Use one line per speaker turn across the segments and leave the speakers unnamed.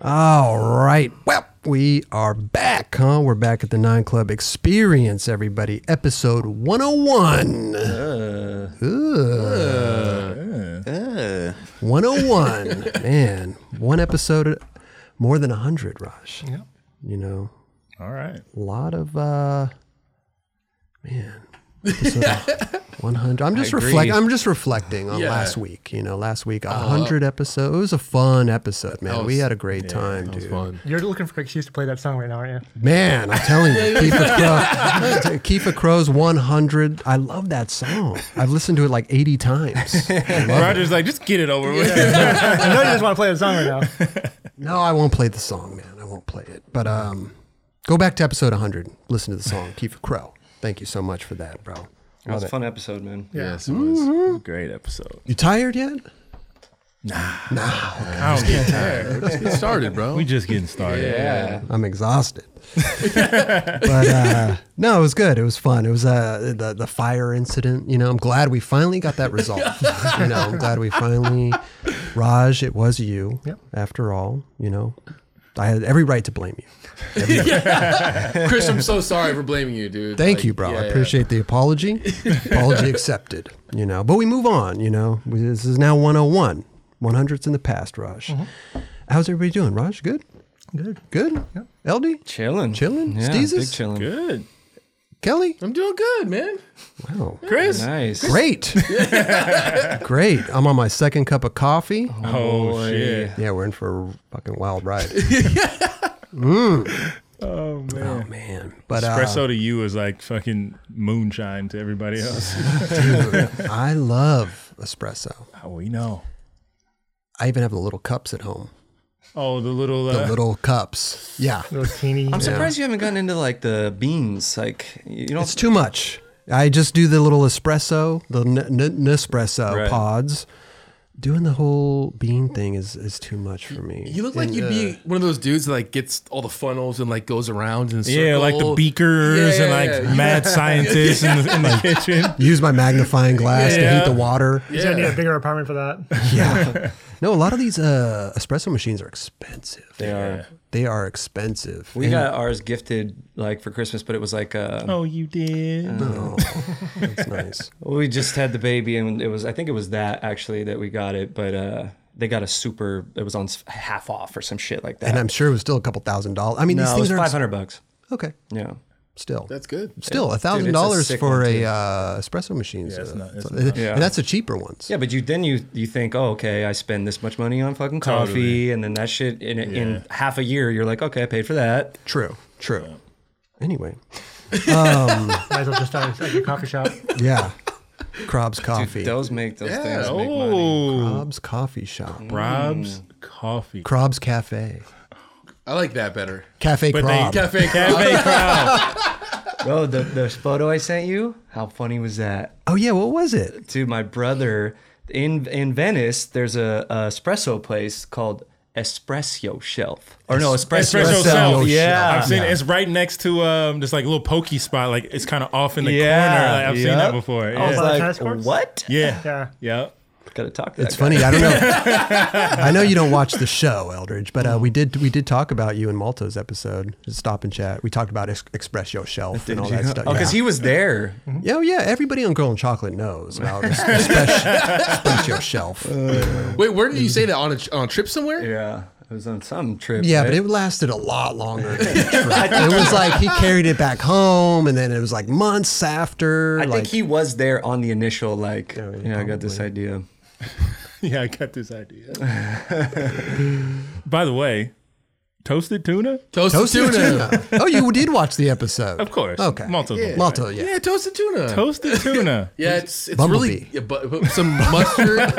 All right. Well, we are back, huh? We're back at the Nine Club Experience, everybody. Episode 101. Ugh. 101. Man, one episode, more than 100, Raj.
Yep.
You know,
All right.
a lot of, uh, man. episode 100. I'm just reflect. I'm just reflecting on
Yeah.
last week. You know, last week, a hundred episode. It was a fun episode, man.
Uh-huh. That
we
was-
had a great time, dude.
You're looking for an excuse to play that song right now, aren't you?
Man, I'm telling you, Keefa Crow, Keefa Crow's 100. I love that song. I've listened to it like 80 times.
Roger's like, just get it over with.
I know you just want to play the song right now.
No, I won't play the song, man. I won't play it. But um, go back to episode 100. Listen to the song, Keefa Crow. Thank you so much for that, bro.
That was a fun episode, man.
Yes, it was a great episode.
You tired yet?
I don't get tired. Let's get started, bro.
We just getting started.
Yeah.
I'm exhausted. but uh, no, it was good. It was fun. It was uh, the the fire incident. You know, I'm glad we finally got that resolved. you know, I'm glad we finally, Raj. It was you.
Yep.
After all, you know, I had every right to blame you.
Chris, I'm so sorry for blaming you, dude.
Thank
Like,
you, bro.
yeah,
I
yeah.
appreciate the apology. apology accepted. You know, but we move on. You know, We- this is now 101. 100's in the past, Raj. How's everybody doing, Raj? Good.
Good.
Good. LD.
Chilling.
Chilling?
Yeah,
Steezes?
big chilling.
Good.
Kelly.
I'm doing good, man.
Wow.
Chris.
Nice.
Great. Great. I'm on my second cup of coffee.
Oh,
Boy.
shit.
Yeah, we're in for a fucking wild ride. Mm. Oh, man. Oh, man. But uh,
Espresso to you is like fucking moonshine to everybody else.
I love espresso.
How Oh, we know.
I even have the little cups at home.
Oh, the little. Uh,
The little cups. Yeah.
Little teeny.
I'm surprised you haven't gotten into like the beans. Like you don't.
It's too much. I just do the little espresso, the n- n- Nespresso
Right.
pods. Doing the whole bean thing is, is too much for me.
You look like
And,
you'd
uh,
be one of those dudes that like gets all the funnels and like goes around and
yeah, like the beakers and like mad scientists in, the, in the kitchen.
uh, use my magnifying glass to heat
Yeah.
the water.
Yeah.
I need a bigger apartment for that.
Yeah. no, a lot of these uh, espresso machines are expensive.
They are.
They are expensive.
We
And-
got ours gifted like for Christmas, but it was like uh,
Oh, you did.
Uh,
Oh, that's nice.
we just had the baby, and it was I think it was that actually that we got it, but uh, they got a super. It was on s- half off or some shit like that.
And I'm sure it was still a couple thousand dollars. I mean,
no,
these
it was
things are
five
ex-
hundred bucks.
okay.
Yeah.
Still,
That's good.
still a
Dude,
thousand
it's a
dollars
sick
for
one,
a
too.
uh, espresso machine. Yeah,
it's not- it's
Yeah.
And that's the cheaper ones.
Yeah, but you then you you think, oh, okay, I spend this much money on fucking coffee, and then that shit in in half a year, you're like, okay, I paid for that.
True. True. Anyway,
Might as well just start at your coffee shop.
yeah. Krab's Coffee.
Dude, those make those things make money.
Oh,
Krab's Coffee Shop.
Rob's coffee.
Krab's Cafe.
I like that better.
Cafe
But they-
Krab.
Cafe Crab.
Oh.
Bro, the, the photo I sent you, how funny was that?
oh yeah, what was it?
To my brother in in Venice, there's a, a espresso place called Espresso Shelf. Or no, Oh, Espresso,
Espresso
Espresso
Self.
Self.
Yeah.
I've seen it's right next to um this like little pokey spot. Like it's kind of off in the
Yeah,
corner. Like, I've seen that
yep.
before.
I
Yeah.
was
Oh,
like,
tennis courts?
what?
yeah.
Yeah.
Yep.
Gotta talk to that
It's
guy.
funny. I don't know. I know you don't watch the show, Eldridge, but uh, we did we did talk about you in Malto's episode, just stop and chat. We talked about ex- Express Your Shelf and all that stuff.
Oh,
yeah.
because he was there.
yeah, oh, yeah. Everybody on Girl and Chocolate knows about ex- Express, Express Your Shelf.
Uh,
Uh, Wait, where did you say that on a on a trip somewhere?
Yeah. It was on some trip.
yeah, but
right?
it lasted a lot longer. Than the trip. it was like he carried it back home, and then it was like months after.
I
like,
think he was there on the initial like. Yeah, I got this idea.
Yeah, I got this idea. By the way, toasted tuna?
Toasted,
toasted
tuna.
tuna. oh, you did watch the episode,
Of course.
Okay,
Malto.
Yeah.
Malto,
Yeah.
yeah.
toasted tuna.
Toasted tuna.
yeah, it's it's really
Bumblebee.
yeah, bu- bu- some mustard.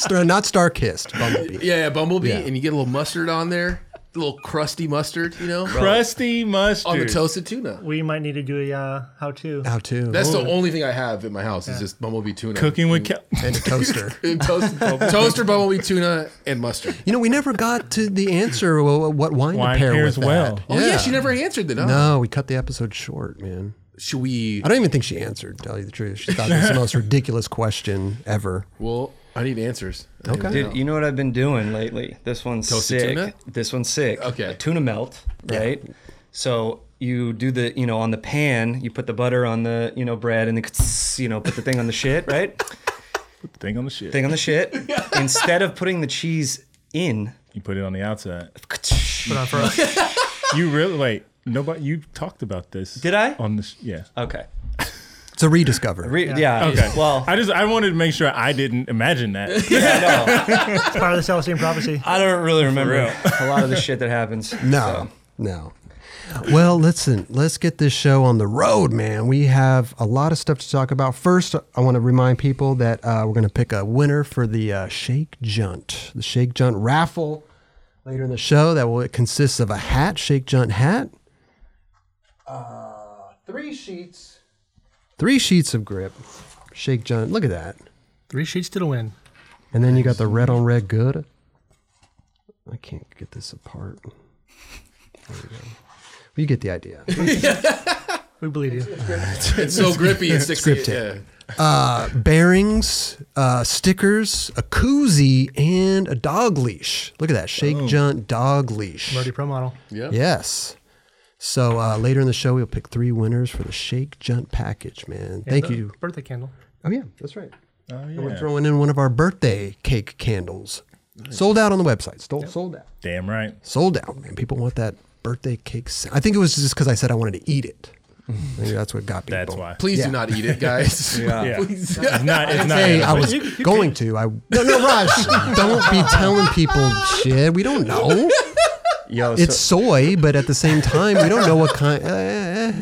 Star, not Star Kissed, Bumblebee.
Yeah, yeah bumblebee,
Yeah.
and you get a little mustard on there, a little crusty mustard, you know,
Crusty mustard.
on the toasted tuna.
We might need to do a uh, how to.
How to?
That's the only thing I have in my house is just bumblebee tuna.
Oh. Cooking with Kel-
and a toaster.
Mm. And toast, toaster bumblebee tuna and mustard.
You know, we never got to the answer wh- what wine,
Wine
to pair
pairs
with that.
well.
Oh yeah, she never answered that. huh?
No, Oh, we cut the episode short, man.
Should we?
I don't even think she answered. to Tell you the truth, she thought it was the most ridiculous question ever.
Well, I need answers. I
Okay.
need to
Dude,
know.
you know what I've been doing lately? This one's
Toasted
sick.
tuna?
This one's sick.
Okay.
A tuna melt, right? So you do the, you know, on the pan, you put the butter on the, you know, bread and the, you know, put the thing on the shit, right?
Thing on the shit.
thing on the shit. Instead of putting the cheese in,
You put it on the outside.
Put on for us.
You really wait. Nobody. You talked about this.
Did I?
On this, yeah.
okay.
It's a rediscover.
Re- yeah.
Okay.
Well,
I just I wanted to make sure I didn't imagine that.
yeah, no,
It's part of the Celestine prophecy.
I don't really remember a lot of the shit that happens.
No, no. Well, listen, let's get this show on the road, man. We have a lot of stuff to talk about. First, I want to remind people that uh, we're going to pick a winner for the uh, Shake Junt, the Shake Junt raffle later in the show. That will it consists of a hat, Shake Junt hat, uh, three sheets, three sheets of grip, Shake Junt. Look at that,
Three sheets to the win.
and then you got the red on red good. I can't get this apart. There we go. You get the idea.
We believe you.
It's so grippy and sticks.
Scripted.
Yeah.
Uh, bearings, uh, stickers, a koozie, and a dog leash. Look at that shake junt dog leash.
Marty Pro Model.
Yep.
Yes. So uh, later in the show, we'll pick three winners for the shake junt package, man. Thank
And uh, the
you.
Birthday candle.
Oh yeah, that's right.
Oh,
And We're
yeah.
throwing in one of our birthday cake candles. Sold out on the website. Sold, sold out.
Damn right.
Sold out, man. People want that birthday cake. sa- I think it was just because I said I wanted to eat it. Maybe that's what got people.
That's why.
Please
Yeah.
do not eat it, guys.
Yeah.
Please.
It's not. It's not.
Hey, I
edible.
was going to. I no, no, Raj. don't be telling people shit. We don't know.
Yo, so,
It's soy, but at the same time, we don't know what kind. eh, eh,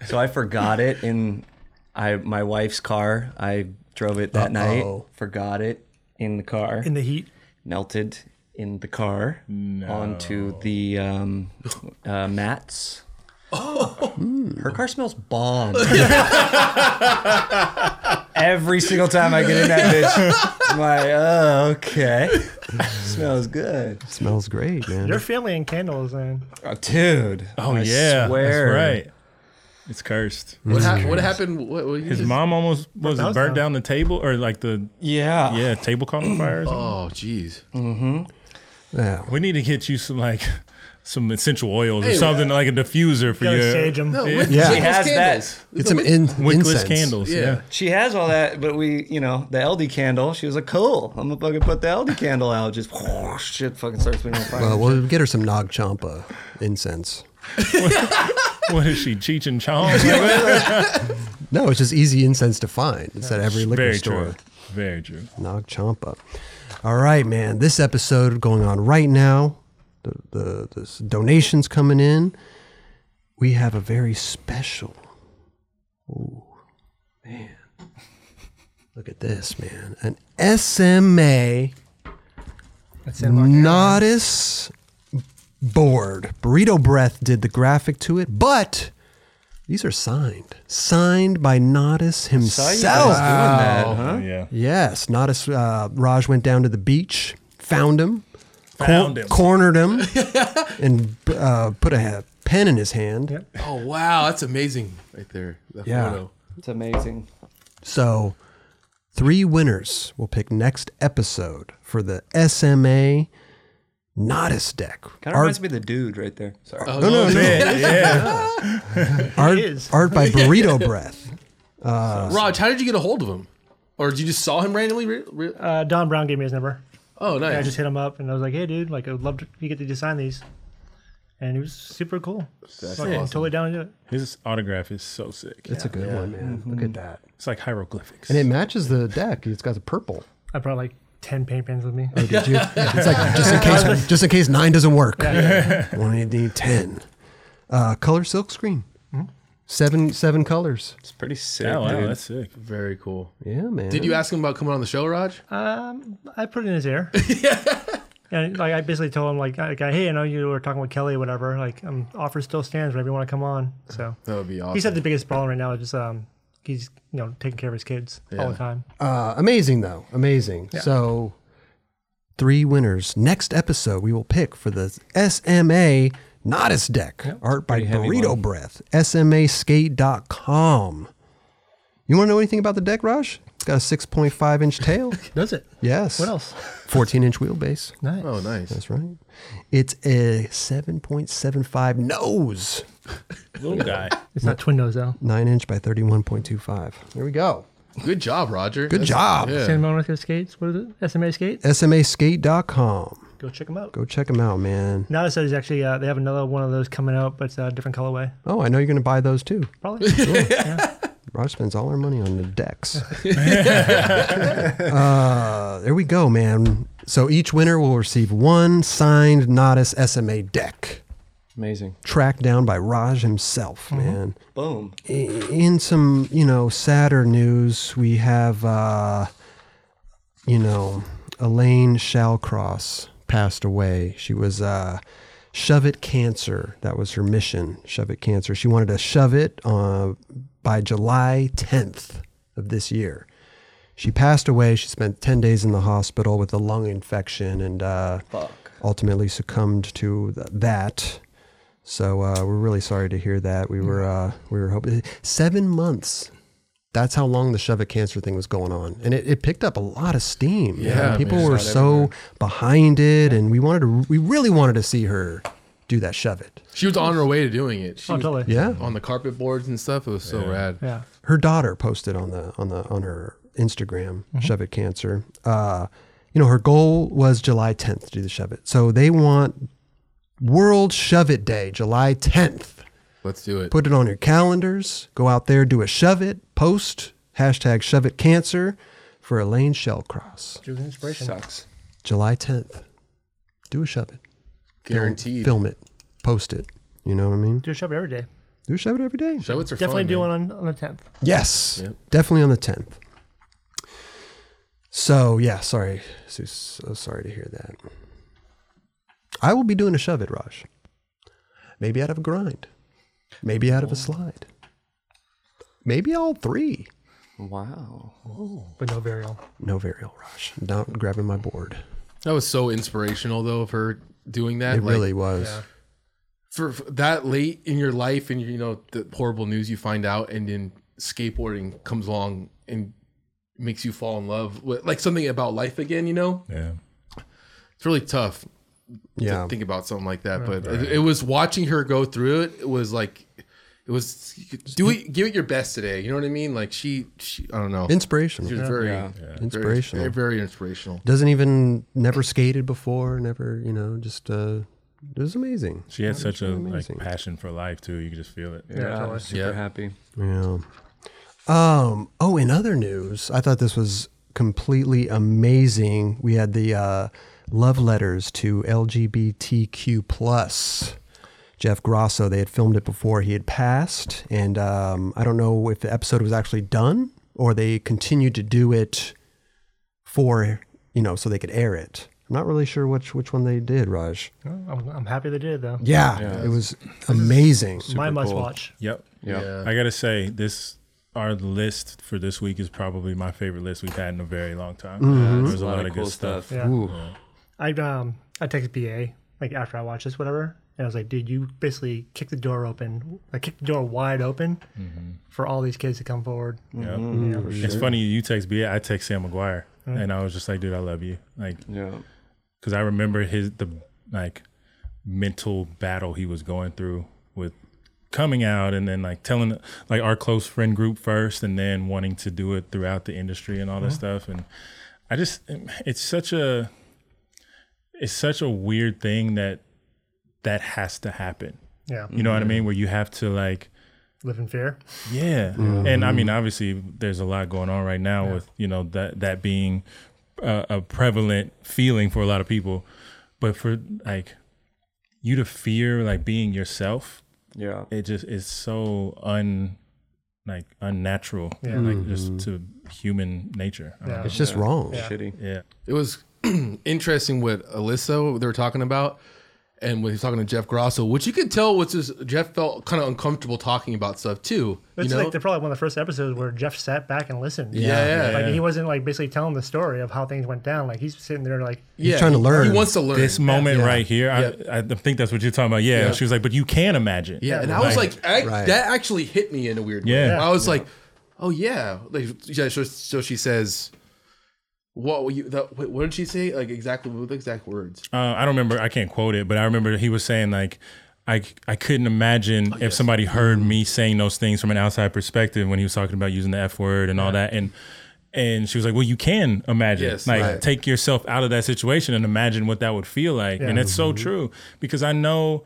eh.
so I forgot it in I my wife's car. I drove it that night.
Uh-oh.
Forgot it in the car.
In the heat.
melted in the car onto the um, uh, mats. Oh. Her car smells bomb. Every single time I get in that bitch, I'm like, oh, okay. smells good.
smells great,
Your
man.
family and candles, and
Oh, dude.
Oh
I
yeah.
Swear.
That's right. It's cursed.
What, hap what happened? What, what you
His
just-
mom almost what was
that
it
was
burnt
nice.
down the table or like the
Yeah.
yeah table caught on fire. Or something.
Oh, jeez.
Yeah.
We need to get you some like some essential oils or
Hey,
something like a diffuser for
gotta
your
sage 'em.
No,
Yeah.
wick-
Yeah.
wickless
She
has that.
candles.
Get some in,
wickless
incense.
candles. Yeah.
Yeah.
She has all that, but we, you know, the LD candle, she was like, cool. I'm going to fucking put the LD candle out. Just shit fucking starts being on fire.
Well, we'll get her some Nag Champa incense.
What is she? Cheech and Chong? Like,
No, it's just easy incense to find. It's at every liquor
Very
store.
true. Very true.
Nog Champa. All right, man. This episode going on right now. The the this donations coming in. We have a very special. Ooh, man. Look at this, man. An SMA
that's in my
Nodis board. Burrito Breath did the graphic to it, but these are signed. Signed by Nodis
Saw
himself.
you guys doing that, huh?
Oh, Yeah.
Yes, not as uh, Raj went down to the beach, found him,
Found him.
cornered him, and uh, put a ha- pen in his hand.
Yep.
Oh wow, that's amazing right there. That
Yeah.
photo.
It's amazing.
So, three winners will pick next episode for the SMA Nodis deck.
Kind of reminds me of the dude right there. Sorry.
Oh,
no, no, no.
Yeah, yeah.
Art,
is.
art by Burrito Breath.
Raj, how did you get a hold of him? Or did you just saw him randomly? Re- re-
Uh, Don Brown gave me his number.
oh, nice.
I just hit him up and I was like, hey, dude, like, I would love to you get to sign these. And he was super cool. Fucking
awesome.
Totally down to do it.
His autograph is so sick.
That's a good one, man. Look at that.
It's like hieroglyphics.
Mm-hmm. And it matches the deck. It's got the purple.
I brought like 10 paint pens with me.
Oh,
Did you? It's like just in case, just in case nine doesn't work. One need need ten. Uh, color silk screen.
Hmm?
Seven seven colors.
It's pretty sick,
yeah, wow,
dude.
that's sick.
Very cool.
Yeah, man.
Did you ask him about coming on the show, Raj?
Um, I put it in his ear. And like I basically told him like, I- like hey I know you were talking with Kelly or whatever like um offer still stands whenever you want to come on so
That would be awesome.
he said the biggest problem right now is just um he's you know taking care of his kids all the time
Uh, amazing though. Amazing. So three winners. Next episode we will pick for the SMA Nodis deck. Art by Burrito Breath. SMAskate.com. You want to know anything about the deck, Raj? got a 6.5 inch tail.
Does it?
Yes.
What else?
14 inch wheelbase.
Oh, Nice.
Oh, nice.
That's right. It's a 7.75 nose.
Little guy.
It's not twin nose though.
9 inch by 31.25. There we go.
Good job, Roger.
Good job.
Yeah.
San Monica skates. What is it? SMA skate.
SMAskate.com.
Go check them out.
Go check them out, man.
Now it says actually uh, they have another one of those coming out, but it's a different colorway.
Oh, I know you're going to buy those too.
Probably. yeah.
Raj spends all our money on the decks. uh, there we go, man. So each winner will receive one signed Nodis SMA deck,
Amazing.
tracked down by Raj himself, man.
Boom.
I- In some, you know, sadder news, we have, uh, you know, Elaine Shalcross passed away. She was uh, shove it cancer. That was her mission. Shove it cancer. She wanted to shove it uh, by July 10th of this year. She passed away. She spent 10 days in the hospital with a lung infection and uh, ultimately succumbed to th- that. So uh, we're really sorry to hear that. We were uh, we were hoping seven months. That's how long the shove it cancer thing was going on, and it, it picked up a lot of steam. man.
Yeah, I mean,
people
it's
were
not
so behind it, and we wanted to. We really wanted to see her do that shove it.
She was on her way to doing it. She
Oh,
was
totally.
Yeah,
on the carpet boards and stuff. It was so rad.
Yeah.
her daughter posted on the on the on her Instagram shove it cancer. Uh, you know, her goal was July 10th to do the shove it. So they want World Shove It Day, July 10th.
Let's do it.
Put it on your calendars. Go out there, do a shove it post hashtag shove it cancer for Elaine Shellcross,
She was an inspiration.
Sucks.
July 10th. Do a shove it.
Guaranteed.
Film it. Post it. You know what I mean?
Do a shove every day.
Do a shove it every day.
Show it's her
Definitely
fun,
do
man.
one on, on the tenth.
Yes, definitely on the tenth. So yeah, sorry, so, so sorry to hear that. I will be doing a shove it, Raj. Maybe out of a grind, maybe out of a slide, maybe all three.
Wow.
But no burial.
No varial, Raj. Not grabbing my board.
That was so inspirational, though, of her doing that.
It
Like,
really was.
for, for that late in your life, and you know the horrible news you find out, and then skateboarding comes along and makes you fall in love with like something about life again. You know,
Yeah.
it's really tough
Yeah,
to think about something like that. But it, it was watching her go through it. It was like it was do it, give it your best today. You know what I mean? Like she, she I don't know.
inspirational.
She was very
Yeah.
very-
Inspirational.
Very, very inspirational.
Doesn't even never skated before. Never, you know, just uh, it was amazing.
She had such a like
amazing.
passion for life too. You could just feel it.
Yeah. I'm super
Yeah.
happy.
Yeah. Um. Oh, in other news, I thought this was completely amazing. We had the uh, love letters to LGBTQ plus. Jeff Grosso. They had filmed it before he had passed, and um, I don't know if the episode was actually done or they continued to do it for you know so they could air it. I'm not really sure which which one they did, Raj.
Well, I'm, I'm happy they did it though.
Yeah, it was amazing.
My must
cool.
watch.
Yep.
Yeah.
Yeah.
I gotta say this. Our list for this week is probably my favorite list we've had in a very long time. There was a lot, of
cool
good stuff.
stuff.
Yeah. I um I texted BA like after I watched this whatever, and I was like, dude, you basically kicked the door open, like kicked the door wide open for all these kids to come forward.
Yeah. It's funny you text B. I text Sam McGuire, and I was just like, "Dude, I love you." Like,
Yeah.
because I remember his the like mental battle he was going through with coming out and then like telling like our close friend group first and then wanting to do it throughout the industry and all that stuff and I just it's such a it's such a weird thing that that has to happen.
Yeah,
You know what I mean? Where you have to like
live in fear.
yeah,
Mm-hmm.
and I mean, obviously, there's a lot going on right now with you know that that being a, a prevalent feeling for a lot of people, but for like you to fear like being yourself,
Yeah.
it just is so un like unnatural,
Yeah. Mm-hmm.
like just to human nature. I don't
Yeah.
know.
It's just wrong.
Shitty.
yeah,
It was interesting with Alyssa they were talking about, and when he was talking to Jeff Grosso, which you could tell was just Jeff felt kind of uncomfortable talking about stuff too.
It's
you know,
like they're probably one of the first episodes where Jeff sat back and listened.
yeah, yeah,
like he wasn't like basically telling the story of how things went down. Like he's sitting there like,
yeah.
trying to learn.
He wants to learn.
this moment right here, I, I think that's what you're talking about. Yeah,
Yeah.
she was like, but you can imagine.
yeah, and I was like, I,
Right.
that actually hit me in a weird way.
Yeah.
I was like, oh yeah, like yeah. So, so she says, what were you? The, wait, what did she say? Like exactly with exact words.
Uh, I don't remember. I can't quote it, but I remember he was saying like, I I couldn't imagine
Oh,
if somebody heard me saying those things from an outside perspective when he was talking about using the f word and all that and. And she was like, "Well, you can imagine,
Yes,
like,
right.
take yourself out of that situation and imagine what that would feel like." And it's
Mm-hmm.
so true because I know,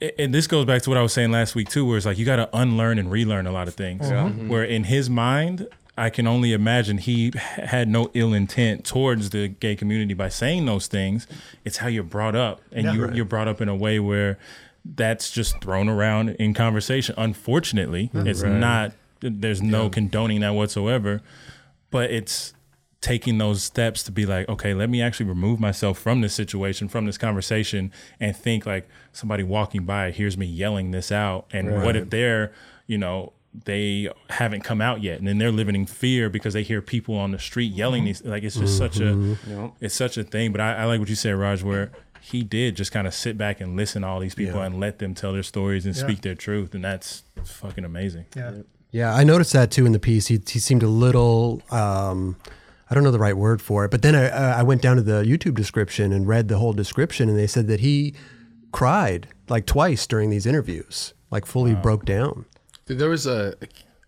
a- and this goes back to what I was saying last week too, where it's like you got to unlearn and relearn a lot of things. Where in his mind, I can only imagine he h- had no ill intent towards the gay community by saying those things. It's how you're brought up, and you, you're brought up in a way where that's just thrown around in conversation. Unfortunately, it's not. There's no condoning that whatsoever, but it's taking those steps to be like, okay, let me actually remove myself from this situation, from this conversation, and think like somebody walking by hears me yelling this out. And what if they're, you know, they haven't come out yet and then they're living in fear because they hear people on the street yelling these like it's just such a it's such a thing. But I, I like what you said, Raj, where he did just kind of sit back and listen to all these people and let them tell their stories and speak their truth. And that's fucking amazing.
Yeah.
Yeah, I noticed that too in the piece. He, he seemed a little, um, I don't know the right word for it, but then I, uh, I went down to the YouTube description and read the whole description, and they said that he cried like twice during these interviews, like fully broke down.
Dude, there was a,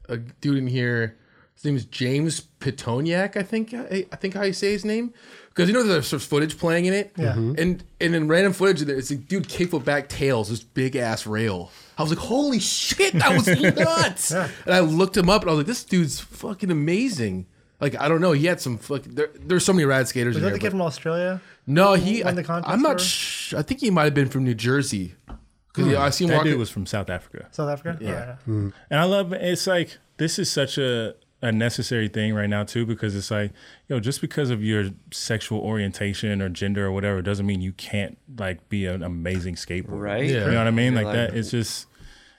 a dude in here. His name is James Pitoniak, I think. I, I think how you say his name, because you know there's sort of footage playing in it.
Yeah. Mhm.
And and in random footage, in there, it's a dude kickflip back tails this big ass rail. I was like, holy shit, that was nuts. And I looked him up, and I was like, this dude's fucking amazing. Like I don't know, he had some fucking. There, there's so many rad skaters.
Was
in
that
here,
the kid
but-
from Australia?
no, he.
won the
I,
contest
I'm
or-
not. Sh- I think he might have been from New Jersey. Because I see him
That
walking.
dude was from South Africa.
South Africa? Oh, Yeah.
And I love it's like this is such a a necessary thing right now too because it's like yo just because of your sexual orientation or gender or whatever doesn't mean you can't like be an amazing skateboarder.
Right?
You know what I mean?
You're
Like,
like-
that. It's just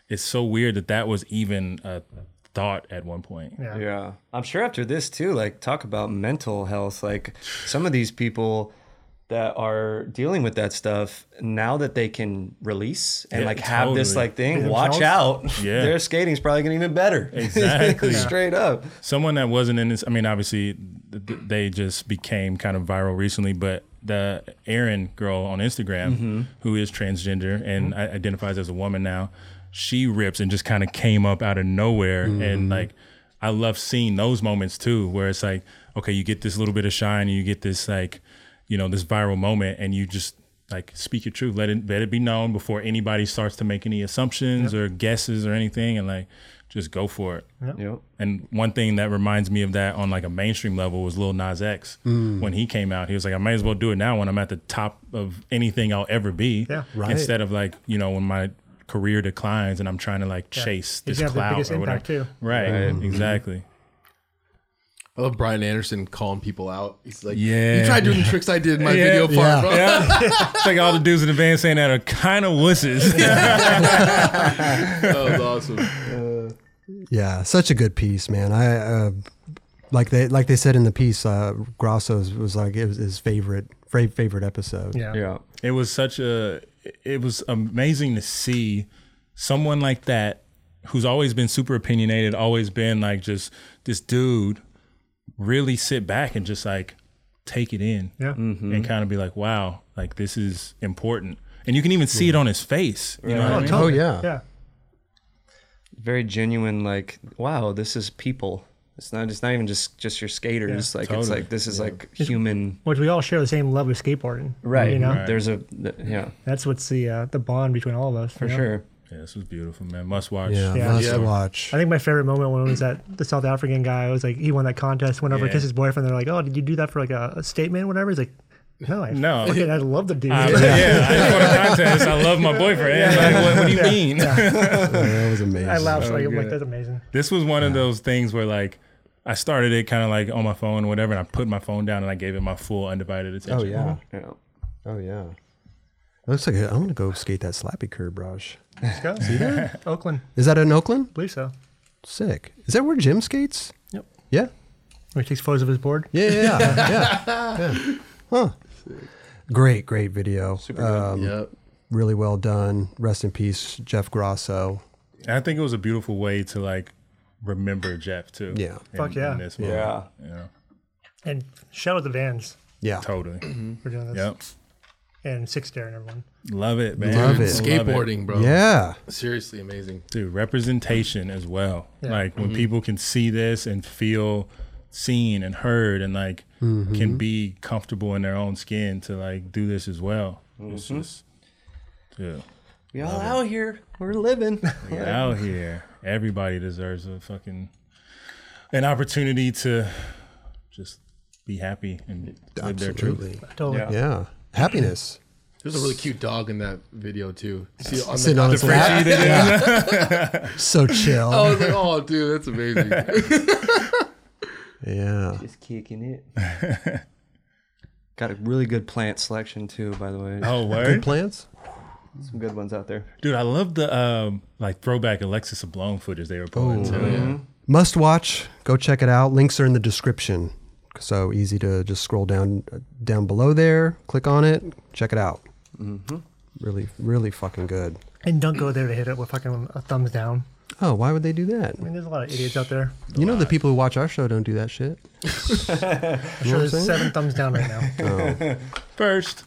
it's so weird that that was even a thought at one point.
Yeah.
Yeah. I'm sure after this too, like talk about mental health. Like some of these people that are dealing with that stuff, now that they can release and
Yeah,
like have this
totally.
like thing, watch out.
Yeah.
Their skating's probably getting even better.
Exactly.
Straight up.
someone that wasn't in this i mean obviously th- th- they just became kind of viral recently but the Erin girl on instagram who is transgender and i identifies as a woman now she rips and just kind of came up out of nowhere and like i love seeing those moments too where it's like okay you get this little bit of shine and you get this like you know this viral moment and you just like speak your truth let it let it be known before anybody starts to make any assumptions or guesses or anything and like just go for it
Yep.
and one thing that reminds me of that on like a mainstream level was Lil Nas X.
Mm.
When he came out, he was like, I might as well do it now when I'm at the top of anything I'll ever be.
Yeah.
Right.
Instead of like, you know, when my career declines and I'm trying to like chase
He's
this
gonna have the
cloud
biggest
or whatever.
impact, too.
Right. Exactly.
I love Brian Anderson calling people out. He's like,
Yeah.
you tried doing the tricks I did in my
Yeah.
video part,
Yeah.
bro.
Mm-hmm.
it's like all the dudes in the band saying that are kind of wusses.
That was awesome.
Yeah, such a good piece, man. I uh, like they like they said in the piece. Uh, Grosso's was like it was his favorite fra- favorite episode.
Yeah.
Yeah.
it was such a it was amazing to see someone like that who's always been super opinionated always been like just this dude really sit back and just like take it in
Yeah.
and kind of be like wow like this is important and you can even see it on his face you know what I mean?
Oh yeah.
Yeah.
Very genuine, like, wow, this is people. It's not it's not even just just your skaters. like it's
totally.
like this is like human
Which we all share the same love of skateboarding.
Right.
You know,
There's a th- yeah,
that's what's the uh, the bond between all of us.
for sure.
yeah this was beautiful man must watch
Yeah,
Yeah.
must
Yeah.
watch.
I think my favorite moment when it was that the South African guy was like he won that contest, went over
Yeah.
kissed his boyfriend. They're like, "Oh, did you do that for like a, a statement, or whatever?" He's like, "No, I
No.
fucking- I love the dude."
I, yeah. I just won a contest. I love my boyfriend. Like, what, what do you mean?
that was amazing.
I laughed like, I'm like, "That's amazing."
This was one of those things where like I started it kind of like on my phone or whatever, and I put my phone down and I gave it my full undivided
oh
attention.
yeah.
Yeah.
Oh yeah. It looks like a, I'm gonna go skate that slappy curb, Raj.
Let's go. Oakland, I
Is that in Oakland?
believe so.
Sick. Is that where Jim skates?
Yep.
Yeah.
Where he takes photos of his board.
Yeah, yeah, yeah. yeah. yeah. Huh. Great, great video. Um,
Yep.
Really well done. Rest in peace, Jeff Grosso.
And I think it was a beautiful way to like remember Jeff too.
Yeah.
in-
Fuck yeah.
in this
Yeah.
moment, You know,
And shout out the Vans
Yeah.
totally.
for doing this.
yep.
And Six Dare and everyone.
Love it, man.
Love it.
it.
Skateboarding, bro.
Yeah.
Seriously amazing.
Dude, representation as well. Like when people can see this and feel seen and heard and like
Mm-hmm.
can be comfortable in their own skin to like do this as well. It's just, yeah.
We all out here. We're living.
Get out here. Everybody deserves a fucking an opportunity to just be happy and live their truth.
Absolutely.
Totally.
Yeah.
Yeah. Happiness.
There's a really cute dog in that video too. See on
Sitting
the,
on
the
its lap. Yeah. so chill.
I was like, oh, dude, that's amazing.
Yeah.
Just kicking it. Got a really good plant selection too, by the way.
Oh,
Good
word.
plans?
Some good ones out there.
Dude, I love the um, like throwback Alexis Sablon footage they were pulling too.
Must watch. Go check it out. Links are in the description. So easy to just scroll down down below there, click on it, check it out. Mm-hmm. Really, really fucking good.
And don't go there to hit it with fucking a thumbs down.
Oh, why would they do that?
I mean, there's a lot of idiots out there.
You know the people who watch our show don't do that shit.
I'm sure there's seven thumbs down right now.
First.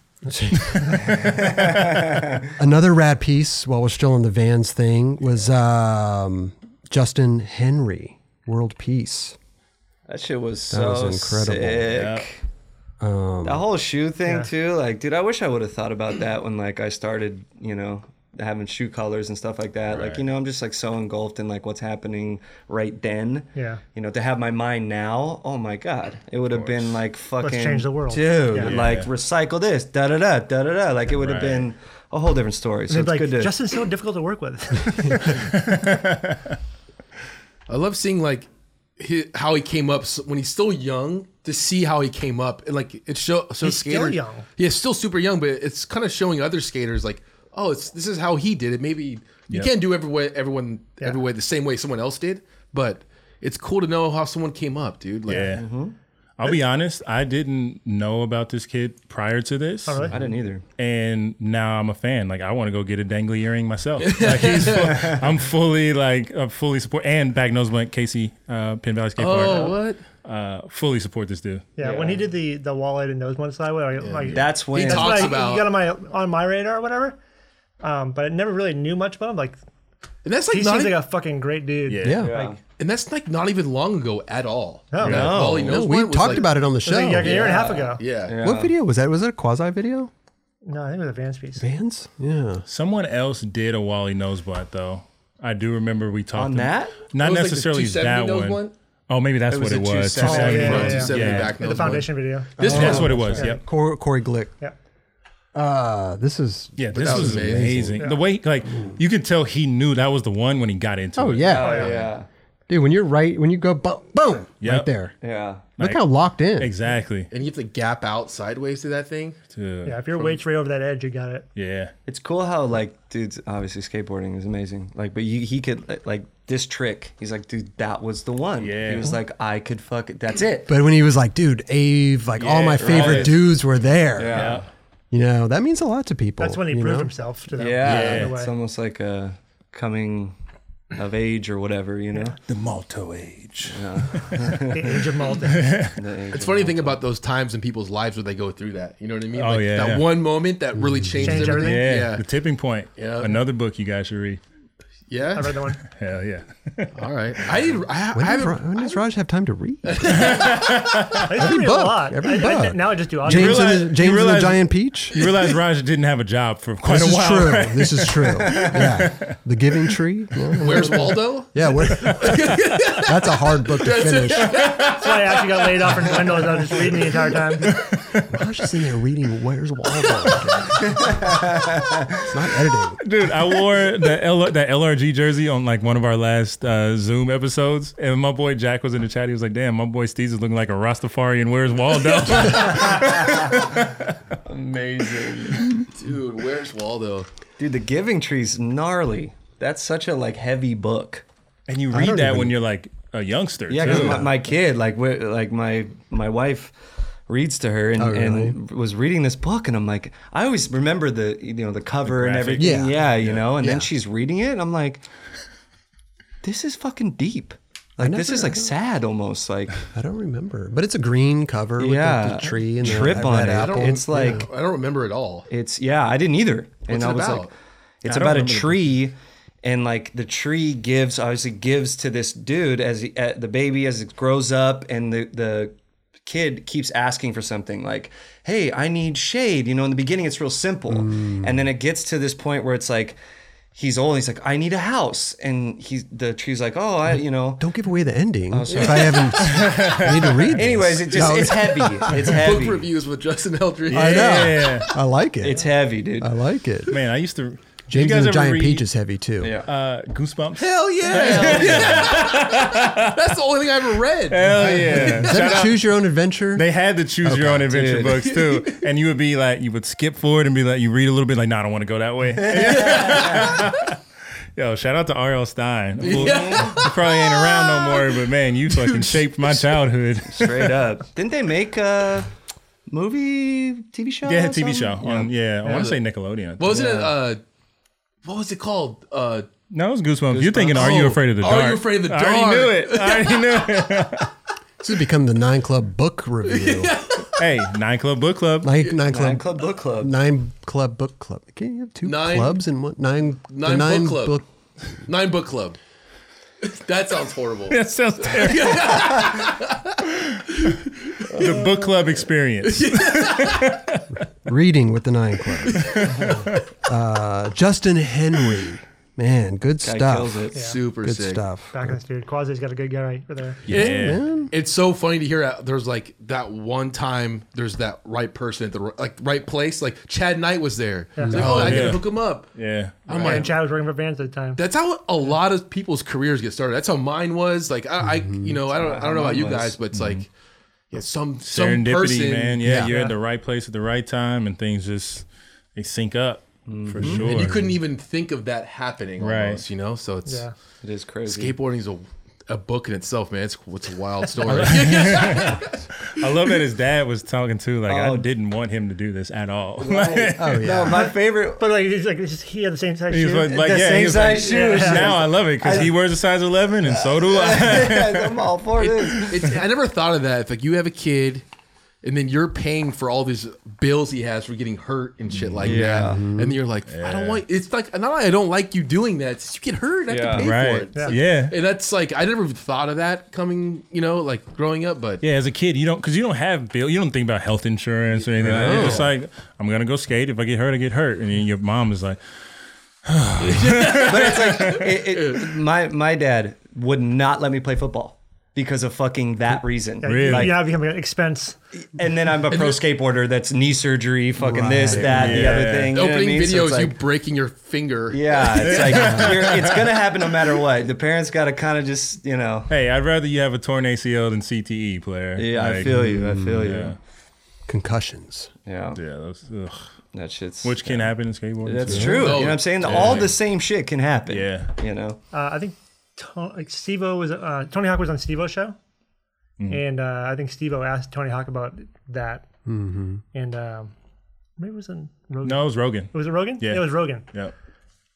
Another rad piece while we're still on the Vans thing was um, Justin Henry, World Peace.
That shit was
That
so
was incredible. Um,
sick. the whole shoe thing
yeah.
too, like, dude, I wish I would have thought about that when like I started, you know, having shoe colors and stuff like that. Like, you know, I'm just like so engulfed in like what's happening right then.
Yeah.
You know, to have my mind now, oh my god, it would have been like fucking
change the world.
dude.
Yeah.
Like
Yeah.
recycle this, da da da da da da. Like it would have
Right.
been a whole different story. So
They're
it's
like,
good to
Justin's so difficult to work with.
I love seeing like hi how he came up s- when he's still young to see how he came up and like it show so
He's still
skaters-
young.
Yeah, he's still super young, but it's kind of showing other skaters like, oh, it's this is how he did it. Maybe you
Yeah.
can't do every way, everyone every way the same way someone else did, but it's cool to know how someone came up, dude. Like,
Yeah. I'll be honest, I didn't know about this kid prior to this.
really?
I didn't either.
and now I'm a fan. Like I want to go get a dangly earring myself. Like he's, fu- I'm fully like I'm fully support. And back nose blunt, Casey uh, Pin Valley
Oh,
Skateboard.
what?
Uh, fully support this dude.
Yeah, when he did the the walleye to nose one sideway, I, like
That's when
that's
talked-
when I,
about-
you got on my on my radar or whatever. Um, but I never really knew much about him. Like
And that's
he
like not
seems
even,
like a fucking great dude.
Yeah.
Yeah.
Yeah.
and that's like not even long ago at all.
No.
Like,
No.
all he knows
we
one was,
talked
like-
about it on the
It was
show.
like a year and a half ago.
Yeah.
Yeah.
What video was that? Was it a quasi video?
No, I think it was a Vans piece.
Vans? Yeah.
Someone else did a Wally nose blunt though. I do remember we talked
on
ab-
that.
Not
It was, like, the
necessarily
270
that
nose
one.
one?
Oh, maybe that's
It
what
was
it
the
was.
Oh,
270.
yeah, yeah,
front,
yeah.
270
Yeah.
back.
The
nose
foundation video.
This, That's what it was. Yep.
Corey, Corey Glick.
Yeah.
Uh, this is.
Yeah, this
that
was
was amazing.
amazing. The way, like, you could tell he knew that was the one when he got into
Oh
it.
yeah.
Oh yeah.
dude. When you're right, when you go boom, boom, right
Yep.
there.
Yeah.
Look how locked in.
exactly.
and you have to gap out sideways to that thing.
Dude,
Yeah, if your weight's right over that edge, you got it.
yeah.
It's cool how like dudes obviously skateboarding is amazing. Like, but you, he could like this trick. He's like, dude, that was the one.
Yeah.
He was like, I could fuck it. That's it.
But when he was like, dude, Ave, like all
Yeah,
my favorite
right.
dudes were there.
Yeah.
You know, that means a lot to people.
That's when he
you
proved
know?
himself to them.
Yeah.
in a way.
It's almost like a coming of age or whatever. You know.
The Malto age.
The age of Malta.
The age
It's
of-
funny to think about those times in people's lives where they go through that. You know what I mean?
Oh,
like
yeah,
that
yeah. Mm-hmm.
one moment that really changed
Changed
everything.
Yeah,
Yeah.
The Tipping Point.
Yeah.
Another book you guys should read.
Yeah.
I read that one.
Hell yeah.
All right. I did I, I
When, did,
haven't
Ra- when does Raj have time to read?
I used to read
bug,
a lot.
every
I- I-
bug.
now I just do audio.
James,
realize-
and,
you
the, James and the
realize-
Giant Peach?
You realize Raj didn't have a job for quite
This
a
is
while.
true.
right?
This is true. Yeah. The Giving Tree. Yeah.
Where's Waldo?
Yeah, we're, that's a hard book to finish.
That's why I actually got laid off in Windows. I was just reading the entire time.
Raj is in there reading Where's Waldo. it's not editing.
Dude, I wore the L- that LRG jersey on like one of our last uh, Zoom episodes, and my boy Jack was in the chat. He was like, "Damn, my boy Steve's is looking like a Rastafari, and where's Waldo?"
amazing.
Dude, where's Waldo?
Dude, the Giving Tree's gnarly. That's such a like heavy book.
and you
don't
read that
even-
when you're like a youngster.
Yeah,
too.
because my, my kid, like, we like my my wife reads to her and, and was reading this book, and I'm like, I always remember the you know the cover and
graphic.
everything.
Yeah.
Yeah, you know, and
Yeah.
then she's reading it, and I'm like, this is fucking deep. Like this is like sad almost. Like
I don't remember, but it's a green cover with
Yeah.
the, the tree and the
Trip
red
on it. I
apple.
don't- It's like-
I don't remember at all.
It's yeah, I didn't either. and
What's it
I was like,
about?
it's
I don't
about a
remember the-
tree, and like the tree gives obviously gives to this dude as he, uh, the baby as it grows up, and the the kid keeps asking for something like, hey, I need shade. You know, in the beginning it's real simple, and then it gets to this point where it's like. He's old. He's like, I need a house, and he's the tree's like, oh, I, you know.
don't give away the ending if I haven't. I need to read. This.
Anyways, it just
No,
it's heavy. It's
Book
heavy.
reviews with Justin Eldridge.
I know.
Yeah.
I like it.
It's heavy, dude.
I like it.
Man, I used to. did
James
you
and
guys
the
ever
Giant
read,
Peach is heavy too.
Yeah.
Uh, Goosebumps.
Hell yeah! That's the only thing I ever read.
Hell yeah!
Is that choose your own adventure?
They had the choose your own adventure
dude.
books too, and you would be like, you would skip forward and be like, you read a little bit, like, no, I don't want to go that way. Yo, shout out to R.L. Stein. Well, You probably ain't around no more, but man, you fucking shaped my childhood.
Straight up. Didn't they make a movie, TV show?
yeah,
or
TV
something?
show. On, yeah, I want to say Nickelodeon. I
What
think.
was it? Uh, what was it called? Uh,
No, it was Goosebumps. You're thinking, are you
Oh,
afraid of the
Are
dark?
You Afraid of the
I already knew
Dark?
it. I already knew it.
This has become the Nine Club book review.
hey, Nine Club Book Club.
Nine, nine Club.
Nine Club Book Club.
Nine Club Book Club. Can you have two
Nine-
clubs in one? Nine. the
Nine Book Club. Nine Book Club. that sounds horrible.
That sounds terrible. the book club experience.
reading with the Nine Club. uh, Justin Henry. Man, good
Guy
stuff.
kills it.
Super
Good
sick.
stuff.
Back in this dude. Quasi's got a good guy right there.
Yeah.
It's so funny to hear. that There's like that one time. There's that right person at the r- like right place. Like Chad Knight was there. He's like, oh, I
Yeah.
gotta hook him up.
Yeah.
I'm
And
like,
Chad was working for Vans at the time.
that's how a lot of people's careers get started. That's how mine was. Like I, I you know, I don't, I don't know about you
mine was.
guys, but it's like, yeah, some some
Serendipity,
person,
man. Yeah, you're at the right place at the right time, and things just they sync up for sure.
You couldn't even think of that happening,
Right.
almost, you know. So it's
Yeah.
It is crazy.
skateboarding is a, a book in itself, man. It's it's a wild story.
I love that his dad was talking too. Like I
Oh.
didn't want him to do this at all.
Oh yeah.
No, my favorite.
But like, it's like it's just, he had the same size
he was
shoe.
like, like,
the
yeah, he
same
was like,
size shoes.
Now I love it because he wears a size 11, and so do I.
I'm all for this.
it's, I never thought of that. If like you have a kid, and then you're paying for all these bills he has for getting hurt and shit like
Yeah.
that,
Mm-hmm.
and then you're like, I don't want. It's like not only I don't like you doing that. It's just you get hurt. I
Yeah.
have to pay for
right?
it.
Yeah.
Yeah.
yeah.
And that's like I never even thought of that coming. You know, like growing up, but
as a kid, you don't because you don't have bill, you don't think about health insurance or anything. Like that. It's just like I'm gonna go skate. If I get hurt, I get hurt. And then your mom is like,
But it's like it, it, my my dad would not let me play football because of fucking that reason.
Yeah, you-
Really?
you have become an expense.
And then I'm a pro skateboarder. That's knee surgery, fucking this, that, the
Yeah.
other thing.
the
you know what I
opening
mean? So
video
it's
is you
like-
breaking your finger.
Yeah, it's like you're, it's gonna happen no matter what. The parents gotta kind of just you know.
"Hey, I'd rather you have a torn ACL than CTE, player."
Yeah, I
Like, mm-hmm. mm,
feel you. I feel
Yeah,
you.
Concussions.
Yeah,
yeah, those, ugh.
that shit's
which can happen in skateboarding.
That's
too.
true.
Oh,
you know what I'm saying? All the same shit can happen.
Yeah.
You know?
Uh, I think to- like Steve-O was uh, Tony Hawk was on Steve-O's show, and uh, I think Steve-O asked Tony Hawk about that, mm-hmm. and um, maybe it was in Rogan.
No, it was Rogan.
It was it Rogan.
Yeah.
it was Rogan.
Yeah,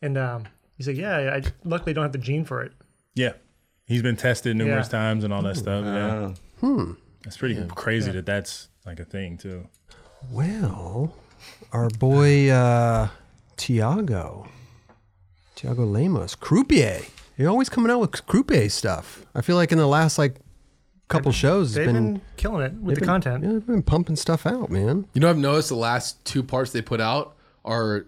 And um, he's like, "Yeah, I j- luckily don't have the gene for it."
yeah. He's been tested numerous
Yeah.
times and all that stuff. Yeah, that's pretty crazy that that's like a thing too.
Well, our boy uh, Tiago, Tiago Lemos, croupier. You're always coming out with croupier stuff. I feel like in the last like couple shows,
They've
it's
been,
been,
killing it with
they've
the
been-
content.
Yeah, they've been pumping stuff out, man.
You know, I've noticed the last two parts they put out are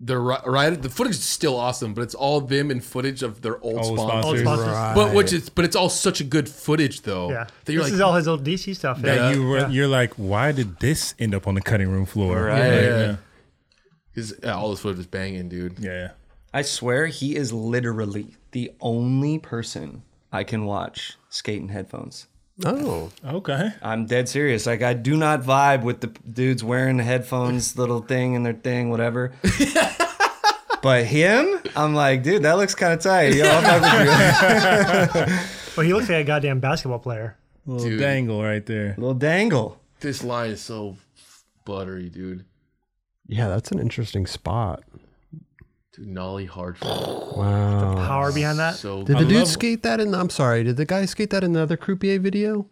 they're ri- right. The footage is still awesome, but it's all them and footage of their old,
Old
sponsors.
sponsors.
sponsors.
But which is, but it's all such a good footage though.
Yeah,
that
this
you're
is
like,
all his old DC stuff.
That
Yeah.
you were, you're like, why did this end up on the cutting room floor?
Right.
Like,
Yeah.
yeah.
is yeah, all this footage is banging, dude.
Yeah.
I swear he is literally the only person I can watch skate in headphones.
Oh,
Okay.
I'm dead serious. Like I do not vibe with the p- dudes wearing the headphones, little thing and their thing, whatever. but him, I'm like, dude, that looks kind of tight. Yo, I'll fuck with you.
Well, he looks like a goddamn basketball player.
Little
Dude.
dangle right there.
Little dangle.
This line is so buttery, dude.
yeah, that's an interesting spot.
Dude, Nolly Hardford.
Wow.
Power behind that.
So
Did
I
the dude
love-
skate that in? I'm sorry. Did the guy skate that in the other croupier video?